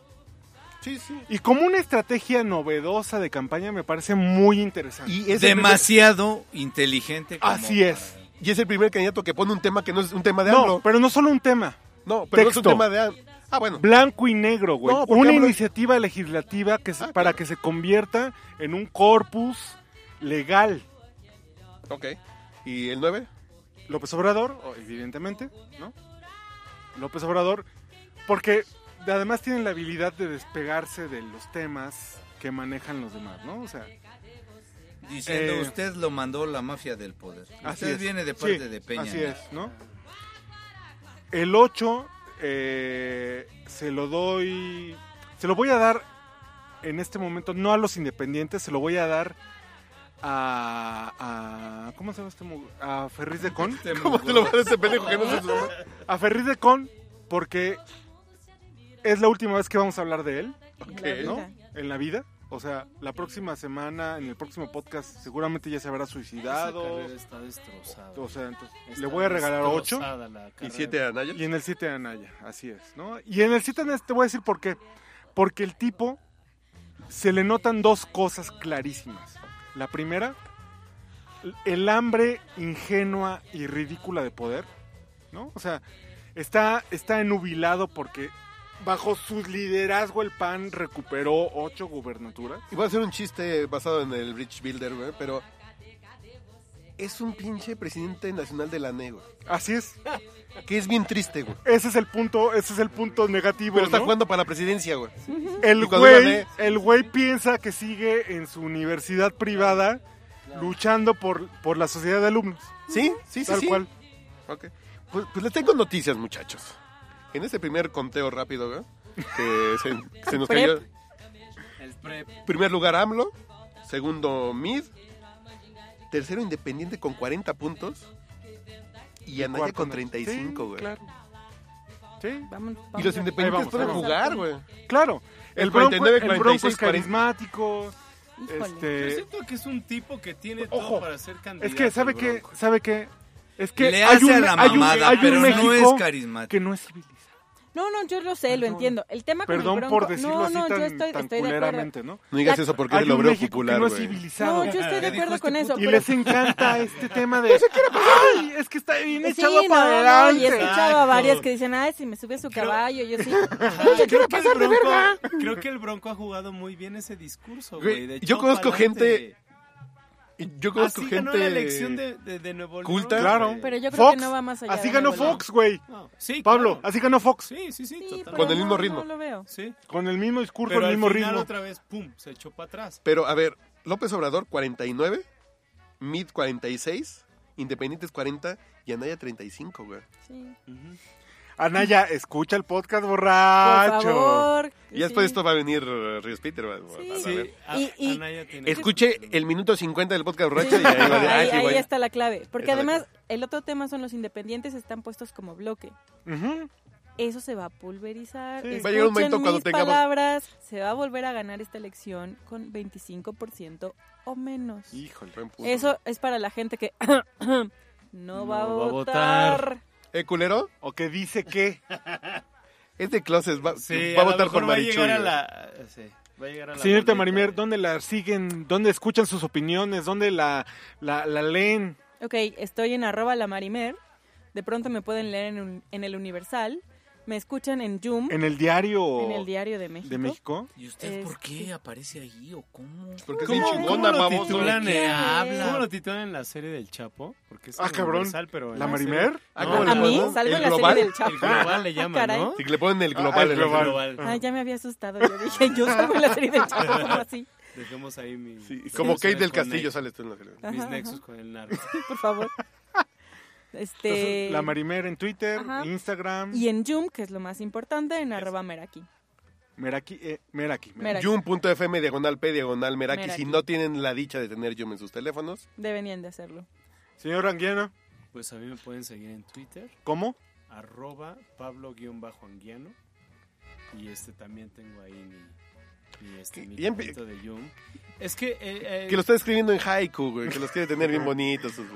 [SPEAKER 3] Sí, sí.
[SPEAKER 2] Y como una estrategia novedosa de campaña me parece muy interesante.
[SPEAKER 3] Y es,
[SPEAKER 4] Demasiado inteligente. como
[SPEAKER 2] Así es.
[SPEAKER 3] el
[SPEAKER 4] para-
[SPEAKER 3] primer, y es el primer candidato que pone un tema que no es un tema de
[SPEAKER 2] No,
[SPEAKER 3] AMLO.
[SPEAKER 2] pero no solo un tema.
[SPEAKER 3] No, pero no es un
[SPEAKER 2] texto.
[SPEAKER 3] tema de AMLO. Ah, bueno.
[SPEAKER 2] Blanco y negro, güey.
[SPEAKER 3] No, porque
[SPEAKER 2] una
[SPEAKER 3] AMLO-
[SPEAKER 2] iniciativa legislativa que se-
[SPEAKER 3] Ah,
[SPEAKER 2] para
[SPEAKER 3] claro.
[SPEAKER 2] que se convierta en un corpus legal.
[SPEAKER 3] Ok. ¿Y el 9?
[SPEAKER 2] López Obrador, o- evidentemente, ¿no? López Obrador, porque además tienen la habilidad de despegarse de los temas que manejan los demás, ¿no? O sea,
[SPEAKER 4] Diciendo,
[SPEAKER 2] Eh,
[SPEAKER 4] usted lo mandó la mafia del poder.
[SPEAKER 2] así
[SPEAKER 4] usted
[SPEAKER 2] es.
[SPEAKER 4] viene de
[SPEAKER 2] Sí,
[SPEAKER 4] parte de Peña.
[SPEAKER 2] Así es, ¿no? El 8 se lo doy, se lo voy a dar en este momento, no a los independientes, se lo voy a dar a, a ¿cómo se llama este? mu- A Ferriz de Con.
[SPEAKER 4] Este
[SPEAKER 3] ¿Cómo te lo va a dar ese pendejo que no se suma?
[SPEAKER 2] a Ferriz de Con porque es la última vez que vamos a hablar de él,
[SPEAKER 5] La
[SPEAKER 2] ¿no?
[SPEAKER 5] vida.
[SPEAKER 2] En la vida. O sea, la próxima semana, en el próximo podcast, seguramente ya se habrá
[SPEAKER 6] Esa
[SPEAKER 2] suicidado.
[SPEAKER 6] carrera está destrozada.
[SPEAKER 2] O sea, entonces,
[SPEAKER 6] Está
[SPEAKER 2] le voy a regalar 8
[SPEAKER 6] destrozada la
[SPEAKER 3] ¿Y
[SPEAKER 6] carrera.
[SPEAKER 3] 7 a Naya?
[SPEAKER 2] y en el 7 a Anaya, así es, ¿no? Y en el 7 te voy a decir por qué. Porque el tipo se le notan dos cosas clarísimas. La primera, el hambre ingenua y ridícula de poder, ¿no? O sea, está, está enubilado porque bajo su liderazgo el PAN recuperó ocho gubernaturas.
[SPEAKER 3] Y voy a hacer un chiste basado en el Bridge Builder, güey, pero. Es un pinche presidente nacional de la NE, güey.
[SPEAKER 2] Así es.
[SPEAKER 3] Que es bien triste, güey.
[SPEAKER 2] Ese es el punto, ese es el punto negativo.
[SPEAKER 3] Pero está
[SPEAKER 2] ¿no?
[SPEAKER 3] jugando para la presidencia, güey.
[SPEAKER 2] El
[SPEAKER 3] Y cuando era
[SPEAKER 2] güey,
[SPEAKER 3] de-
[SPEAKER 2] el güey piensa que sigue en su universidad privada luchando por, por la sociedad de alumnos.
[SPEAKER 3] ¿Sí? Sí, sí,
[SPEAKER 2] Tal
[SPEAKER 3] sí.
[SPEAKER 2] cual.
[SPEAKER 3] Ok. Pues, pues les tengo noticias, muchachos. En ese primer conteo rápido, güey,
[SPEAKER 2] (laughs)
[SPEAKER 3] que se, se nos cayó.
[SPEAKER 5] Prep.
[SPEAKER 6] El prep.
[SPEAKER 3] Primer lugar, AMLO. Segundo, MID. Tercero, Independiente con 40 puntos. Y Anaya
[SPEAKER 2] Cuarto,
[SPEAKER 3] con
[SPEAKER 2] ¿no?
[SPEAKER 3] 35,
[SPEAKER 2] Sí,
[SPEAKER 3] güey.
[SPEAKER 2] Claro. Sí,
[SPEAKER 5] Vamos,
[SPEAKER 3] Y
[SPEAKER 5] vamos
[SPEAKER 3] los
[SPEAKER 5] a-
[SPEAKER 2] Ahí
[SPEAKER 3] independientes
[SPEAKER 2] vamos,
[SPEAKER 3] pueden
[SPEAKER 2] ahí vamos.
[SPEAKER 3] jugar, güey.
[SPEAKER 2] claro. El,
[SPEAKER 3] El
[SPEAKER 2] bronco,
[SPEAKER 3] 49,
[SPEAKER 2] el bronco es
[SPEAKER 3] 46, 40.
[SPEAKER 2] carismático.
[SPEAKER 5] Híjole.
[SPEAKER 6] Yo
[SPEAKER 2] Este,
[SPEAKER 6] siento que es un tipo que tiene
[SPEAKER 2] Ojo.
[SPEAKER 6] todo para ser candidato.
[SPEAKER 2] es que, ¿sabe
[SPEAKER 6] el
[SPEAKER 2] qué?
[SPEAKER 6] Bronco.
[SPEAKER 2] ¿Sabe qué? Es que
[SPEAKER 4] le
[SPEAKER 2] hay
[SPEAKER 4] hace
[SPEAKER 2] un,
[SPEAKER 4] a la
[SPEAKER 2] hay un-
[SPEAKER 4] mamada,
[SPEAKER 2] hay un
[SPEAKER 4] pero no
[SPEAKER 2] México
[SPEAKER 4] es carismático.
[SPEAKER 2] que no es civilizado.
[SPEAKER 5] No, no, yo lo sé, lo
[SPEAKER 2] Perdón.
[SPEAKER 5] entiendo. El tema con
[SPEAKER 2] Perdón
[SPEAKER 5] el bronco...
[SPEAKER 2] por decirlo
[SPEAKER 5] no,
[SPEAKER 2] así
[SPEAKER 5] no,
[SPEAKER 2] tan,
[SPEAKER 5] yo estoy,
[SPEAKER 2] tan
[SPEAKER 5] estoy de acuerdo.
[SPEAKER 2] culeramente, ¿no?
[SPEAKER 3] No digas
[SPEAKER 5] La-
[SPEAKER 3] eso porque
[SPEAKER 2] Hay
[SPEAKER 3] eres el
[SPEAKER 2] un
[SPEAKER 3] obrero
[SPEAKER 2] México
[SPEAKER 3] popular,
[SPEAKER 2] que no es
[SPEAKER 3] güey.
[SPEAKER 2] civilizado.
[SPEAKER 5] No, yo estoy de
[SPEAKER 4] dijo
[SPEAKER 5] acuerdo
[SPEAKER 4] este
[SPEAKER 5] con eso.
[SPEAKER 2] Y
[SPEAKER 5] pero-
[SPEAKER 2] les encanta este tema (laughs) de. ¡Ay! Es que está bien
[SPEAKER 5] Sí,
[SPEAKER 2] echado
[SPEAKER 5] no,
[SPEAKER 2] para
[SPEAKER 5] no, y
[SPEAKER 2] adelante.
[SPEAKER 5] he escuchado a
[SPEAKER 6] Exacto.
[SPEAKER 5] varias que dicen, ay, si me sube a su caballo, yo
[SPEAKER 2] (laughs)
[SPEAKER 5] sí. "Ay, yo
[SPEAKER 6] Creo
[SPEAKER 5] quiero
[SPEAKER 6] que el
[SPEAKER 5] pasar de
[SPEAKER 6] Bronco-
[SPEAKER 5] verga.
[SPEAKER 6] Creo que el Bronco ha jugado muy bien ese discurso, güey.
[SPEAKER 3] Güey,
[SPEAKER 6] de
[SPEAKER 3] yo
[SPEAKER 6] chau
[SPEAKER 3] conozco
[SPEAKER 6] pa'lante.
[SPEAKER 3] Y Yo conozco
[SPEAKER 6] Así
[SPEAKER 3] gente.
[SPEAKER 6] Ah, ganó la elección de, de, de Nuevo León.
[SPEAKER 3] culta.
[SPEAKER 2] Claro.
[SPEAKER 6] güey.
[SPEAKER 5] Pero yo creo
[SPEAKER 2] Fox,
[SPEAKER 5] que no va más allá.
[SPEAKER 2] así
[SPEAKER 5] de
[SPEAKER 2] ganó
[SPEAKER 5] Nuevo León.
[SPEAKER 2] Fox, güey.
[SPEAKER 6] No, sí,
[SPEAKER 2] Pablo,
[SPEAKER 6] claro.
[SPEAKER 2] así ganó Fox.
[SPEAKER 6] Sí, sí, sí,
[SPEAKER 5] Sí,
[SPEAKER 6] totalmente.
[SPEAKER 5] pero
[SPEAKER 3] Con el mismo
[SPEAKER 5] no,
[SPEAKER 3] ritmo.
[SPEAKER 5] No lo veo.
[SPEAKER 6] Sí.
[SPEAKER 2] Con el mismo discurso,
[SPEAKER 6] Pero
[SPEAKER 2] el
[SPEAKER 6] al
[SPEAKER 2] mismo
[SPEAKER 6] final
[SPEAKER 2] ritmo.
[SPEAKER 6] otra vez, pum, se echó para atrás.
[SPEAKER 3] Pero a ver, López Obrador 49, Mid 46 Independientes 40 y Anaya 35, güey.
[SPEAKER 5] Sí.
[SPEAKER 2] Anaya, escucha el podcast
[SPEAKER 5] Por
[SPEAKER 2] borracho.
[SPEAKER 5] favor.
[SPEAKER 3] Y después de
[SPEAKER 5] sí.
[SPEAKER 3] esto va a venir eh, Ríos Peter. va- va-
[SPEAKER 5] Sí.
[SPEAKER 3] van a
[SPEAKER 6] Sí,
[SPEAKER 3] ver.
[SPEAKER 6] a-
[SPEAKER 5] Y- y-
[SPEAKER 6] Anaya tiene-
[SPEAKER 3] Escuche el minuto 50 del podcast borracho
[SPEAKER 5] Sí.
[SPEAKER 3] y ahí va a decir, ah,
[SPEAKER 5] Ahí,
[SPEAKER 3] sí,
[SPEAKER 5] ahí
[SPEAKER 3] güey.
[SPEAKER 5] está la clave. Porque
[SPEAKER 3] Está la
[SPEAKER 5] además, el otro tema son los independientes están puestos como bloque.
[SPEAKER 2] Ujú.
[SPEAKER 5] Eso se va a pulverizar.
[SPEAKER 2] Sí,
[SPEAKER 3] va a llegar un momento
[SPEAKER 5] Escuchen
[SPEAKER 3] cuando
[SPEAKER 5] mis
[SPEAKER 3] tengamos-
[SPEAKER 5] palabras, se va a volver a ganar esta elección con 25% o menos.
[SPEAKER 3] Híjole, buen punto.
[SPEAKER 5] Eso es para la gente que (coughs) no, va, a
[SPEAKER 6] No va a
[SPEAKER 5] votar.
[SPEAKER 3] ¿Eh, culero?
[SPEAKER 2] O que
[SPEAKER 6] (laughs)
[SPEAKER 2] dice que.
[SPEAKER 3] Es de Closes, va,
[SPEAKER 6] Sí,
[SPEAKER 3] va a
[SPEAKER 6] lo
[SPEAKER 3] votar
[SPEAKER 6] mejor
[SPEAKER 3] por
[SPEAKER 6] va a llegar
[SPEAKER 3] Marichuy.
[SPEAKER 6] a
[SPEAKER 3] güey.
[SPEAKER 6] la- sí, va a llegar a la boleta.
[SPEAKER 2] Señorita Marimer, ¿dónde la siguen? ¿Dónde escuchan sus opiniones? ¿Dónde la, la, la leen?
[SPEAKER 5] Ok, estoy en arroba la marimer. De pronto me pueden leer en, un- en el Universal. Me escuchan en Zoom,
[SPEAKER 2] ¿Mm?
[SPEAKER 5] en,
[SPEAKER 2] ¿En el diario,
[SPEAKER 5] el Diario de México.
[SPEAKER 2] de México?
[SPEAKER 4] ¿Y usted por
[SPEAKER 5] Este-
[SPEAKER 4] qué aparece ahí o cómo?
[SPEAKER 3] Porque es bien
[SPEAKER 6] ¿Cómo, cómo
[SPEAKER 3] chingona,
[SPEAKER 6] lo
[SPEAKER 3] baboso.
[SPEAKER 6] titulan?
[SPEAKER 5] ¿Qué?
[SPEAKER 6] eh, habla.
[SPEAKER 5] ¿Cómo
[SPEAKER 6] ¿Cómo
[SPEAKER 5] lo
[SPEAKER 6] lo titulan en la serie del Chapo? Porque es
[SPEAKER 2] Ah, cabrón.
[SPEAKER 6] universal, pero en
[SPEAKER 2] ¿La
[SPEAKER 6] serie-
[SPEAKER 2] Marimer?
[SPEAKER 3] Ah,
[SPEAKER 6] No,
[SPEAKER 3] ¿cómo le
[SPEAKER 5] A mí
[SPEAKER 3] ponen?
[SPEAKER 5] salgo
[SPEAKER 3] ¿El
[SPEAKER 5] en la
[SPEAKER 3] global?
[SPEAKER 5] serie del Chapo. Ah,
[SPEAKER 6] El global le llaman,
[SPEAKER 5] caray.
[SPEAKER 6] ¿no?
[SPEAKER 3] Si le ponen el global.
[SPEAKER 2] Ah, el
[SPEAKER 3] en
[SPEAKER 2] global.
[SPEAKER 5] Ah, ya me había asustado. Yo dije, yo salgo en la serie del Chapo, ¿cómo así?
[SPEAKER 6] Dejemos ahí mi...
[SPEAKER 3] Sí, como Kate del
[SPEAKER 6] con
[SPEAKER 3] Castillo
[SPEAKER 6] Nex-
[SPEAKER 3] sales tú en la televisión.
[SPEAKER 5] Ajá,
[SPEAKER 6] Mis
[SPEAKER 5] ajá.
[SPEAKER 6] nexos con el narco.
[SPEAKER 5] por (laughs) favor. Este,
[SPEAKER 2] Entonces, la Marimer en Twitter,
[SPEAKER 5] Ajá.
[SPEAKER 2] Instagram,
[SPEAKER 5] y en Zoom, que es lo más importante, en arroba meraki.
[SPEAKER 2] Meraki, eh, Meraki. Meraki.
[SPEAKER 5] Meraki.
[SPEAKER 3] Yum.fm diagonal P diagonal Meraki.
[SPEAKER 5] Meraki.
[SPEAKER 3] Si no tienen la dicha de tener Yum en sus teléfonos,
[SPEAKER 5] Deberían de hacerlo.
[SPEAKER 2] Señor Anguiano,
[SPEAKER 6] Pues a mí me pueden seguir en Twitter,
[SPEAKER 2] ¿cómo?
[SPEAKER 6] arroba pablo-anguiano. Y este también tengo ahí mi, mi, este,
[SPEAKER 3] Que-
[SPEAKER 6] mi
[SPEAKER 3] ya empie-
[SPEAKER 6] cuadrito de Yum. Es que... eh, eh,
[SPEAKER 3] que lo está escribiendo en haiku, güey, que los quiere tener bien bonitos. sus-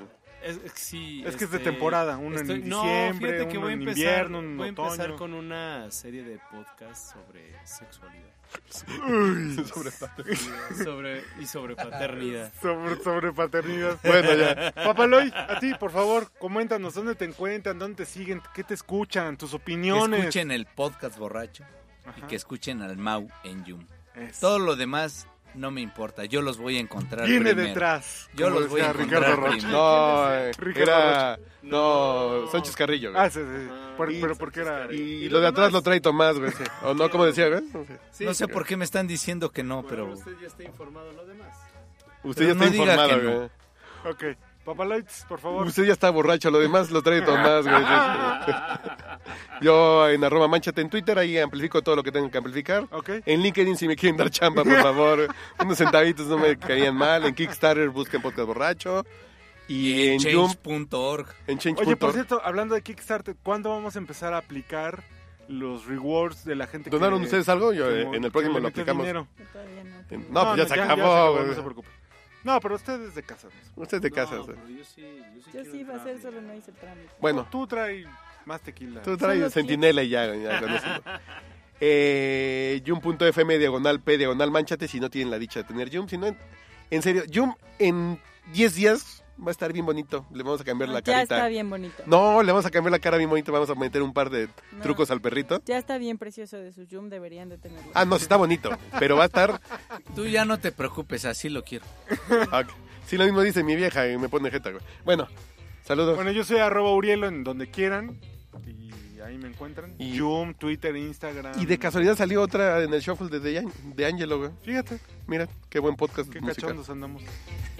[SPEAKER 6] Es, es que sí, este,
[SPEAKER 2] Es que es de temporada, uno en diciembre,
[SPEAKER 6] fíjate que
[SPEAKER 2] uno
[SPEAKER 6] voy a
[SPEAKER 2] en
[SPEAKER 6] empezar,
[SPEAKER 2] invierno, uno en
[SPEAKER 6] voy a empezar
[SPEAKER 2] otoño.
[SPEAKER 6] con una serie de podcasts sobre sexualidad.
[SPEAKER 3] sobre-
[SPEAKER 6] Y sobre, y sobre paternidad.
[SPEAKER 2] Sobre, sobre paternidad.
[SPEAKER 3] Bueno, ya.
[SPEAKER 2] Papaloy, a ti, por favor, coméntanos dónde te encuentran, dónde te siguen, qué te escuchan, tus
[SPEAKER 4] Que
[SPEAKER 2] opiniones.
[SPEAKER 4] escuchen el podcast borracho y
[SPEAKER 2] Ajá.
[SPEAKER 4] que escuchen al Mau en Yum.
[SPEAKER 2] Eso.
[SPEAKER 4] Todo lo demás no me importa, yo los voy a encontrar
[SPEAKER 2] Viene
[SPEAKER 4] primero.
[SPEAKER 2] detrás.
[SPEAKER 4] Yo
[SPEAKER 2] como
[SPEAKER 4] los voy a
[SPEAKER 2] decía
[SPEAKER 4] encontrar
[SPEAKER 2] Ricardo Rocha.
[SPEAKER 4] primero.
[SPEAKER 3] No, eh,
[SPEAKER 2] Ricardo
[SPEAKER 3] era. No, Sánchez Carrillo, güey.
[SPEAKER 2] Ah, sí, sí. sí. Por- pero porque era.
[SPEAKER 3] Y lo de atrás lo trae Tomás, güey. sí. O no, como decía, güey.
[SPEAKER 4] no sé por qué me están diciendo que no,
[SPEAKER 6] Pero
[SPEAKER 4] pero
[SPEAKER 6] usted ya está informado de lo demás.
[SPEAKER 3] Usted
[SPEAKER 4] Pero
[SPEAKER 3] ya está
[SPEAKER 4] no diga
[SPEAKER 3] informado,
[SPEAKER 4] que no.
[SPEAKER 3] güey.
[SPEAKER 2] Ok. Papaloids, por favor.
[SPEAKER 3] Usted ya está borracho, lo demás lo trae Tomás, güey. Yo en arroba manchate en Twitter, ahí amplifico todo lo que tengo que amplificar.
[SPEAKER 2] Ok.
[SPEAKER 3] En LinkedIn, si me quieren dar chamba, por favor. Unos centavitos no me caerían mal. En Kickstarter, busquen Podcast Borracho. Y en Yum,
[SPEAKER 4] change.org.
[SPEAKER 2] Oye, por
[SPEAKER 3] en Change.org.
[SPEAKER 2] cierto, hablando de Kickstarter, ¿cuándo vamos a empezar a aplicar los rewards de la gente que...
[SPEAKER 3] ¿Donaron ustedes algo? Yo, eh,
[SPEAKER 2] que-
[SPEAKER 3] en el
[SPEAKER 2] que
[SPEAKER 3] próximo
[SPEAKER 2] le
[SPEAKER 3] lo
[SPEAKER 2] mete
[SPEAKER 3] aplicamos.
[SPEAKER 2] dinero?
[SPEAKER 5] Yo todavía no. pero-
[SPEAKER 3] En- No, pues ya se acabó, güey.
[SPEAKER 2] no se preocupe. No, pero ustedes de casa. no se preocupen.
[SPEAKER 3] Usted de casa.
[SPEAKER 6] No,
[SPEAKER 3] o sea.
[SPEAKER 6] pero yo sí, yo sí
[SPEAKER 5] Yo
[SPEAKER 6] quiero
[SPEAKER 5] sí iba a
[SPEAKER 6] entrar,
[SPEAKER 5] hacer, solo
[SPEAKER 6] mira.
[SPEAKER 5] no hice el trámite.
[SPEAKER 3] Bueno,
[SPEAKER 2] Tú traes más tequila.
[SPEAKER 3] tú
[SPEAKER 5] Son
[SPEAKER 3] traes
[SPEAKER 5] los
[SPEAKER 3] Sentinela y ya, güey, ya con eso.
[SPEAKER 5] (laughs)
[SPEAKER 3] Eh, Yum.fm diagonal P diagonal manchate si no tienen la dicha de tener Yum. Si no, en, en serio, Yum en 10 días va a estar bien bonito. Le vamos a cambiar la
[SPEAKER 5] ya está
[SPEAKER 3] carita.
[SPEAKER 5] bien bonito.
[SPEAKER 3] No, le vamos a cambiar la cara bien bonito. Vamos a meter un par de
[SPEAKER 5] No.
[SPEAKER 3] trucos al perrito.
[SPEAKER 5] Ya está bien precioso de su Zoom, deberían de tenerlo.
[SPEAKER 3] Ah, no, sí está bonito, pero va a estar...
[SPEAKER 4] Tú ya no te preocupes, así lo quiero.
[SPEAKER 3] Ok. Sí, lo mismo dice mi vieja y me pone jeta, güey. Bueno, saludos.
[SPEAKER 2] Bueno, yo soy arroba Urielo en donde quieran. Y ahí me encuentran.
[SPEAKER 3] Y-
[SPEAKER 2] Zoom, Twitter, Instagram.
[SPEAKER 3] y de casualidad salió otra en el shuffle de, de, Ang- de Angelo, güey.
[SPEAKER 2] Fíjate,
[SPEAKER 3] Mira, qué buen podcast
[SPEAKER 2] qué
[SPEAKER 3] musical.
[SPEAKER 2] cachondos andamos.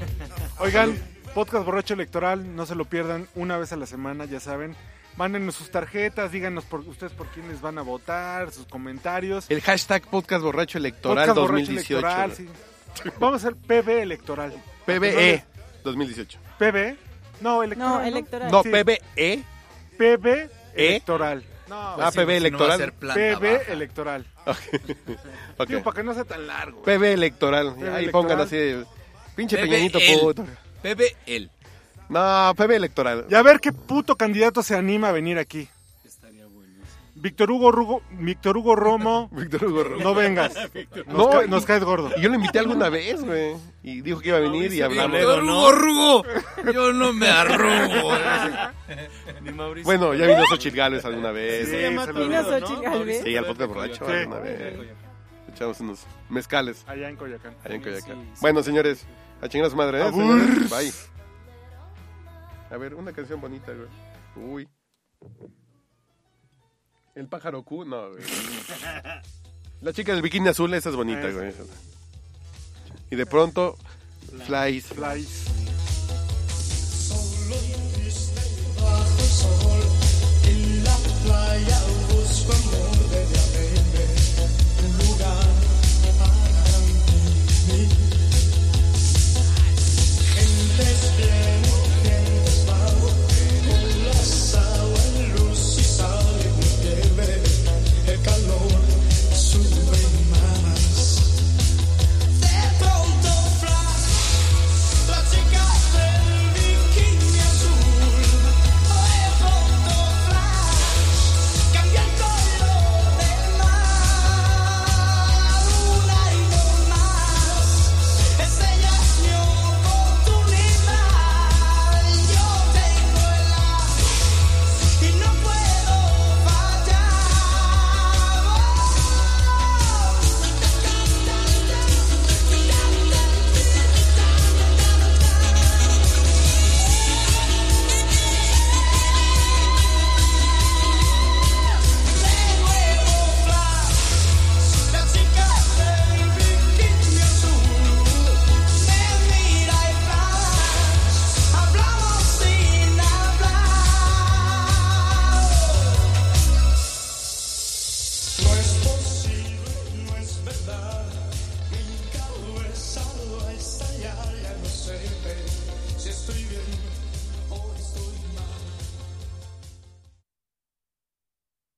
[SPEAKER 2] (laughs) Oigan, podcast borracho electoral, no se lo pierdan una vez a la semana, ya saben. Mándenos sus tarjetas, díganos por, ustedes por quiénes van a votar, sus comentarios.
[SPEAKER 3] El hashtag podcast borracho electoral
[SPEAKER 2] Podcast borracho
[SPEAKER 3] 2018.
[SPEAKER 2] electoral,
[SPEAKER 3] güey.
[SPEAKER 2] sí. Vamos a hacer PB electoral.
[SPEAKER 3] PBE
[SPEAKER 2] Pues,
[SPEAKER 3] 2018.
[SPEAKER 2] PB. No, electoral.
[SPEAKER 5] No, electoral.
[SPEAKER 3] No, ¿Eh?
[SPEAKER 2] Sí.
[SPEAKER 3] PBE.
[SPEAKER 2] PB electoral.
[SPEAKER 3] ¿eh? Ah,
[SPEAKER 2] pues,
[SPEAKER 4] Así,
[SPEAKER 3] PB
[SPEAKER 4] si no va a
[SPEAKER 3] electoral.
[SPEAKER 4] ser planta
[SPEAKER 2] PB
[SPEAKER 4] baja.
[SPEAKER 2] electoral.
[SPEAKER 3] Ok.
[SPEAKER 2] Digo, para que no sea tan largo.
[SPEAKER 3] PB electoral.
[SPEAKER 2] PB
[SPEAKER 3] Ahí
[SPEAKER 2] E electoral.
[SPEAKER 3] pongan así. de- Pinche
[SPEAKER 4] PBL.
[SPEAKER 3] peñanito puto.
[SPEAKER 4] PBL.
[SPEAKER 3] No, PB electoral.
[SPEAKER 2] Y a ver qué puto candidato se anima a venir aquí.
[SPEAKER 6] Estaría buenísimo.
[SPEAKER 2] Víctor Hugo Rugo, Víctor Hugo Romo,
[SPEAKER 3] Víctor Hugo Ro-
[SPEAKER 2] no vengas. Nos,
[SPEAKER 3] No,
[SPEAKER 2] ca-
[SPEAKER 3] y-
[SPEAKER 2] nos caes gordo.
[SPEAKER 3] Y Yo lo invité alguna vez, güey. Y dijo que iba a venir y hablamos.
[SPEAKER 4] Yo no arrugo. Yo no me arrugo.
[SPEAKER 6] Ni Mauricio.
[SPEAKER 3] Bueno, ya vino Xochitl Gálvez alguna vez.
[SPEAKER 2] Sí,
[SPEAKER 3] Sí,
[SPEAKER 2] saludos.
[SPEAKER 5] Vino Xochitl Gálvez.
[SPEAKER 3] al podcast borracho
[SPEAKER 2] Sí.
[SPEAKER 3] alguna vez. Echamos unos mezcales
[SPEAKER 2] Allá en Coyacán.
[SPEAKER 3] allá en
[SPEAKER 6] Sí,
[SPEAKER 3] Coyacán.
[SPEAKER 6] sí, sí.
[SPEAKER 3] Bueno, señores, a chingar a su madre, ¿eh? señores? Bye. A ver, una canción bonita, güey. Uy. El pájaro Q, no, güey. La chica del bikini azul, esa es bonita,
[SPEAKER 2] Esa.
[SPEAKER 3] güey. Y de pronto, flies.
[SPEAKER 2] Flies.
[SPEAKER 7] Solo sol. En la playa busco amor desde hace un lugar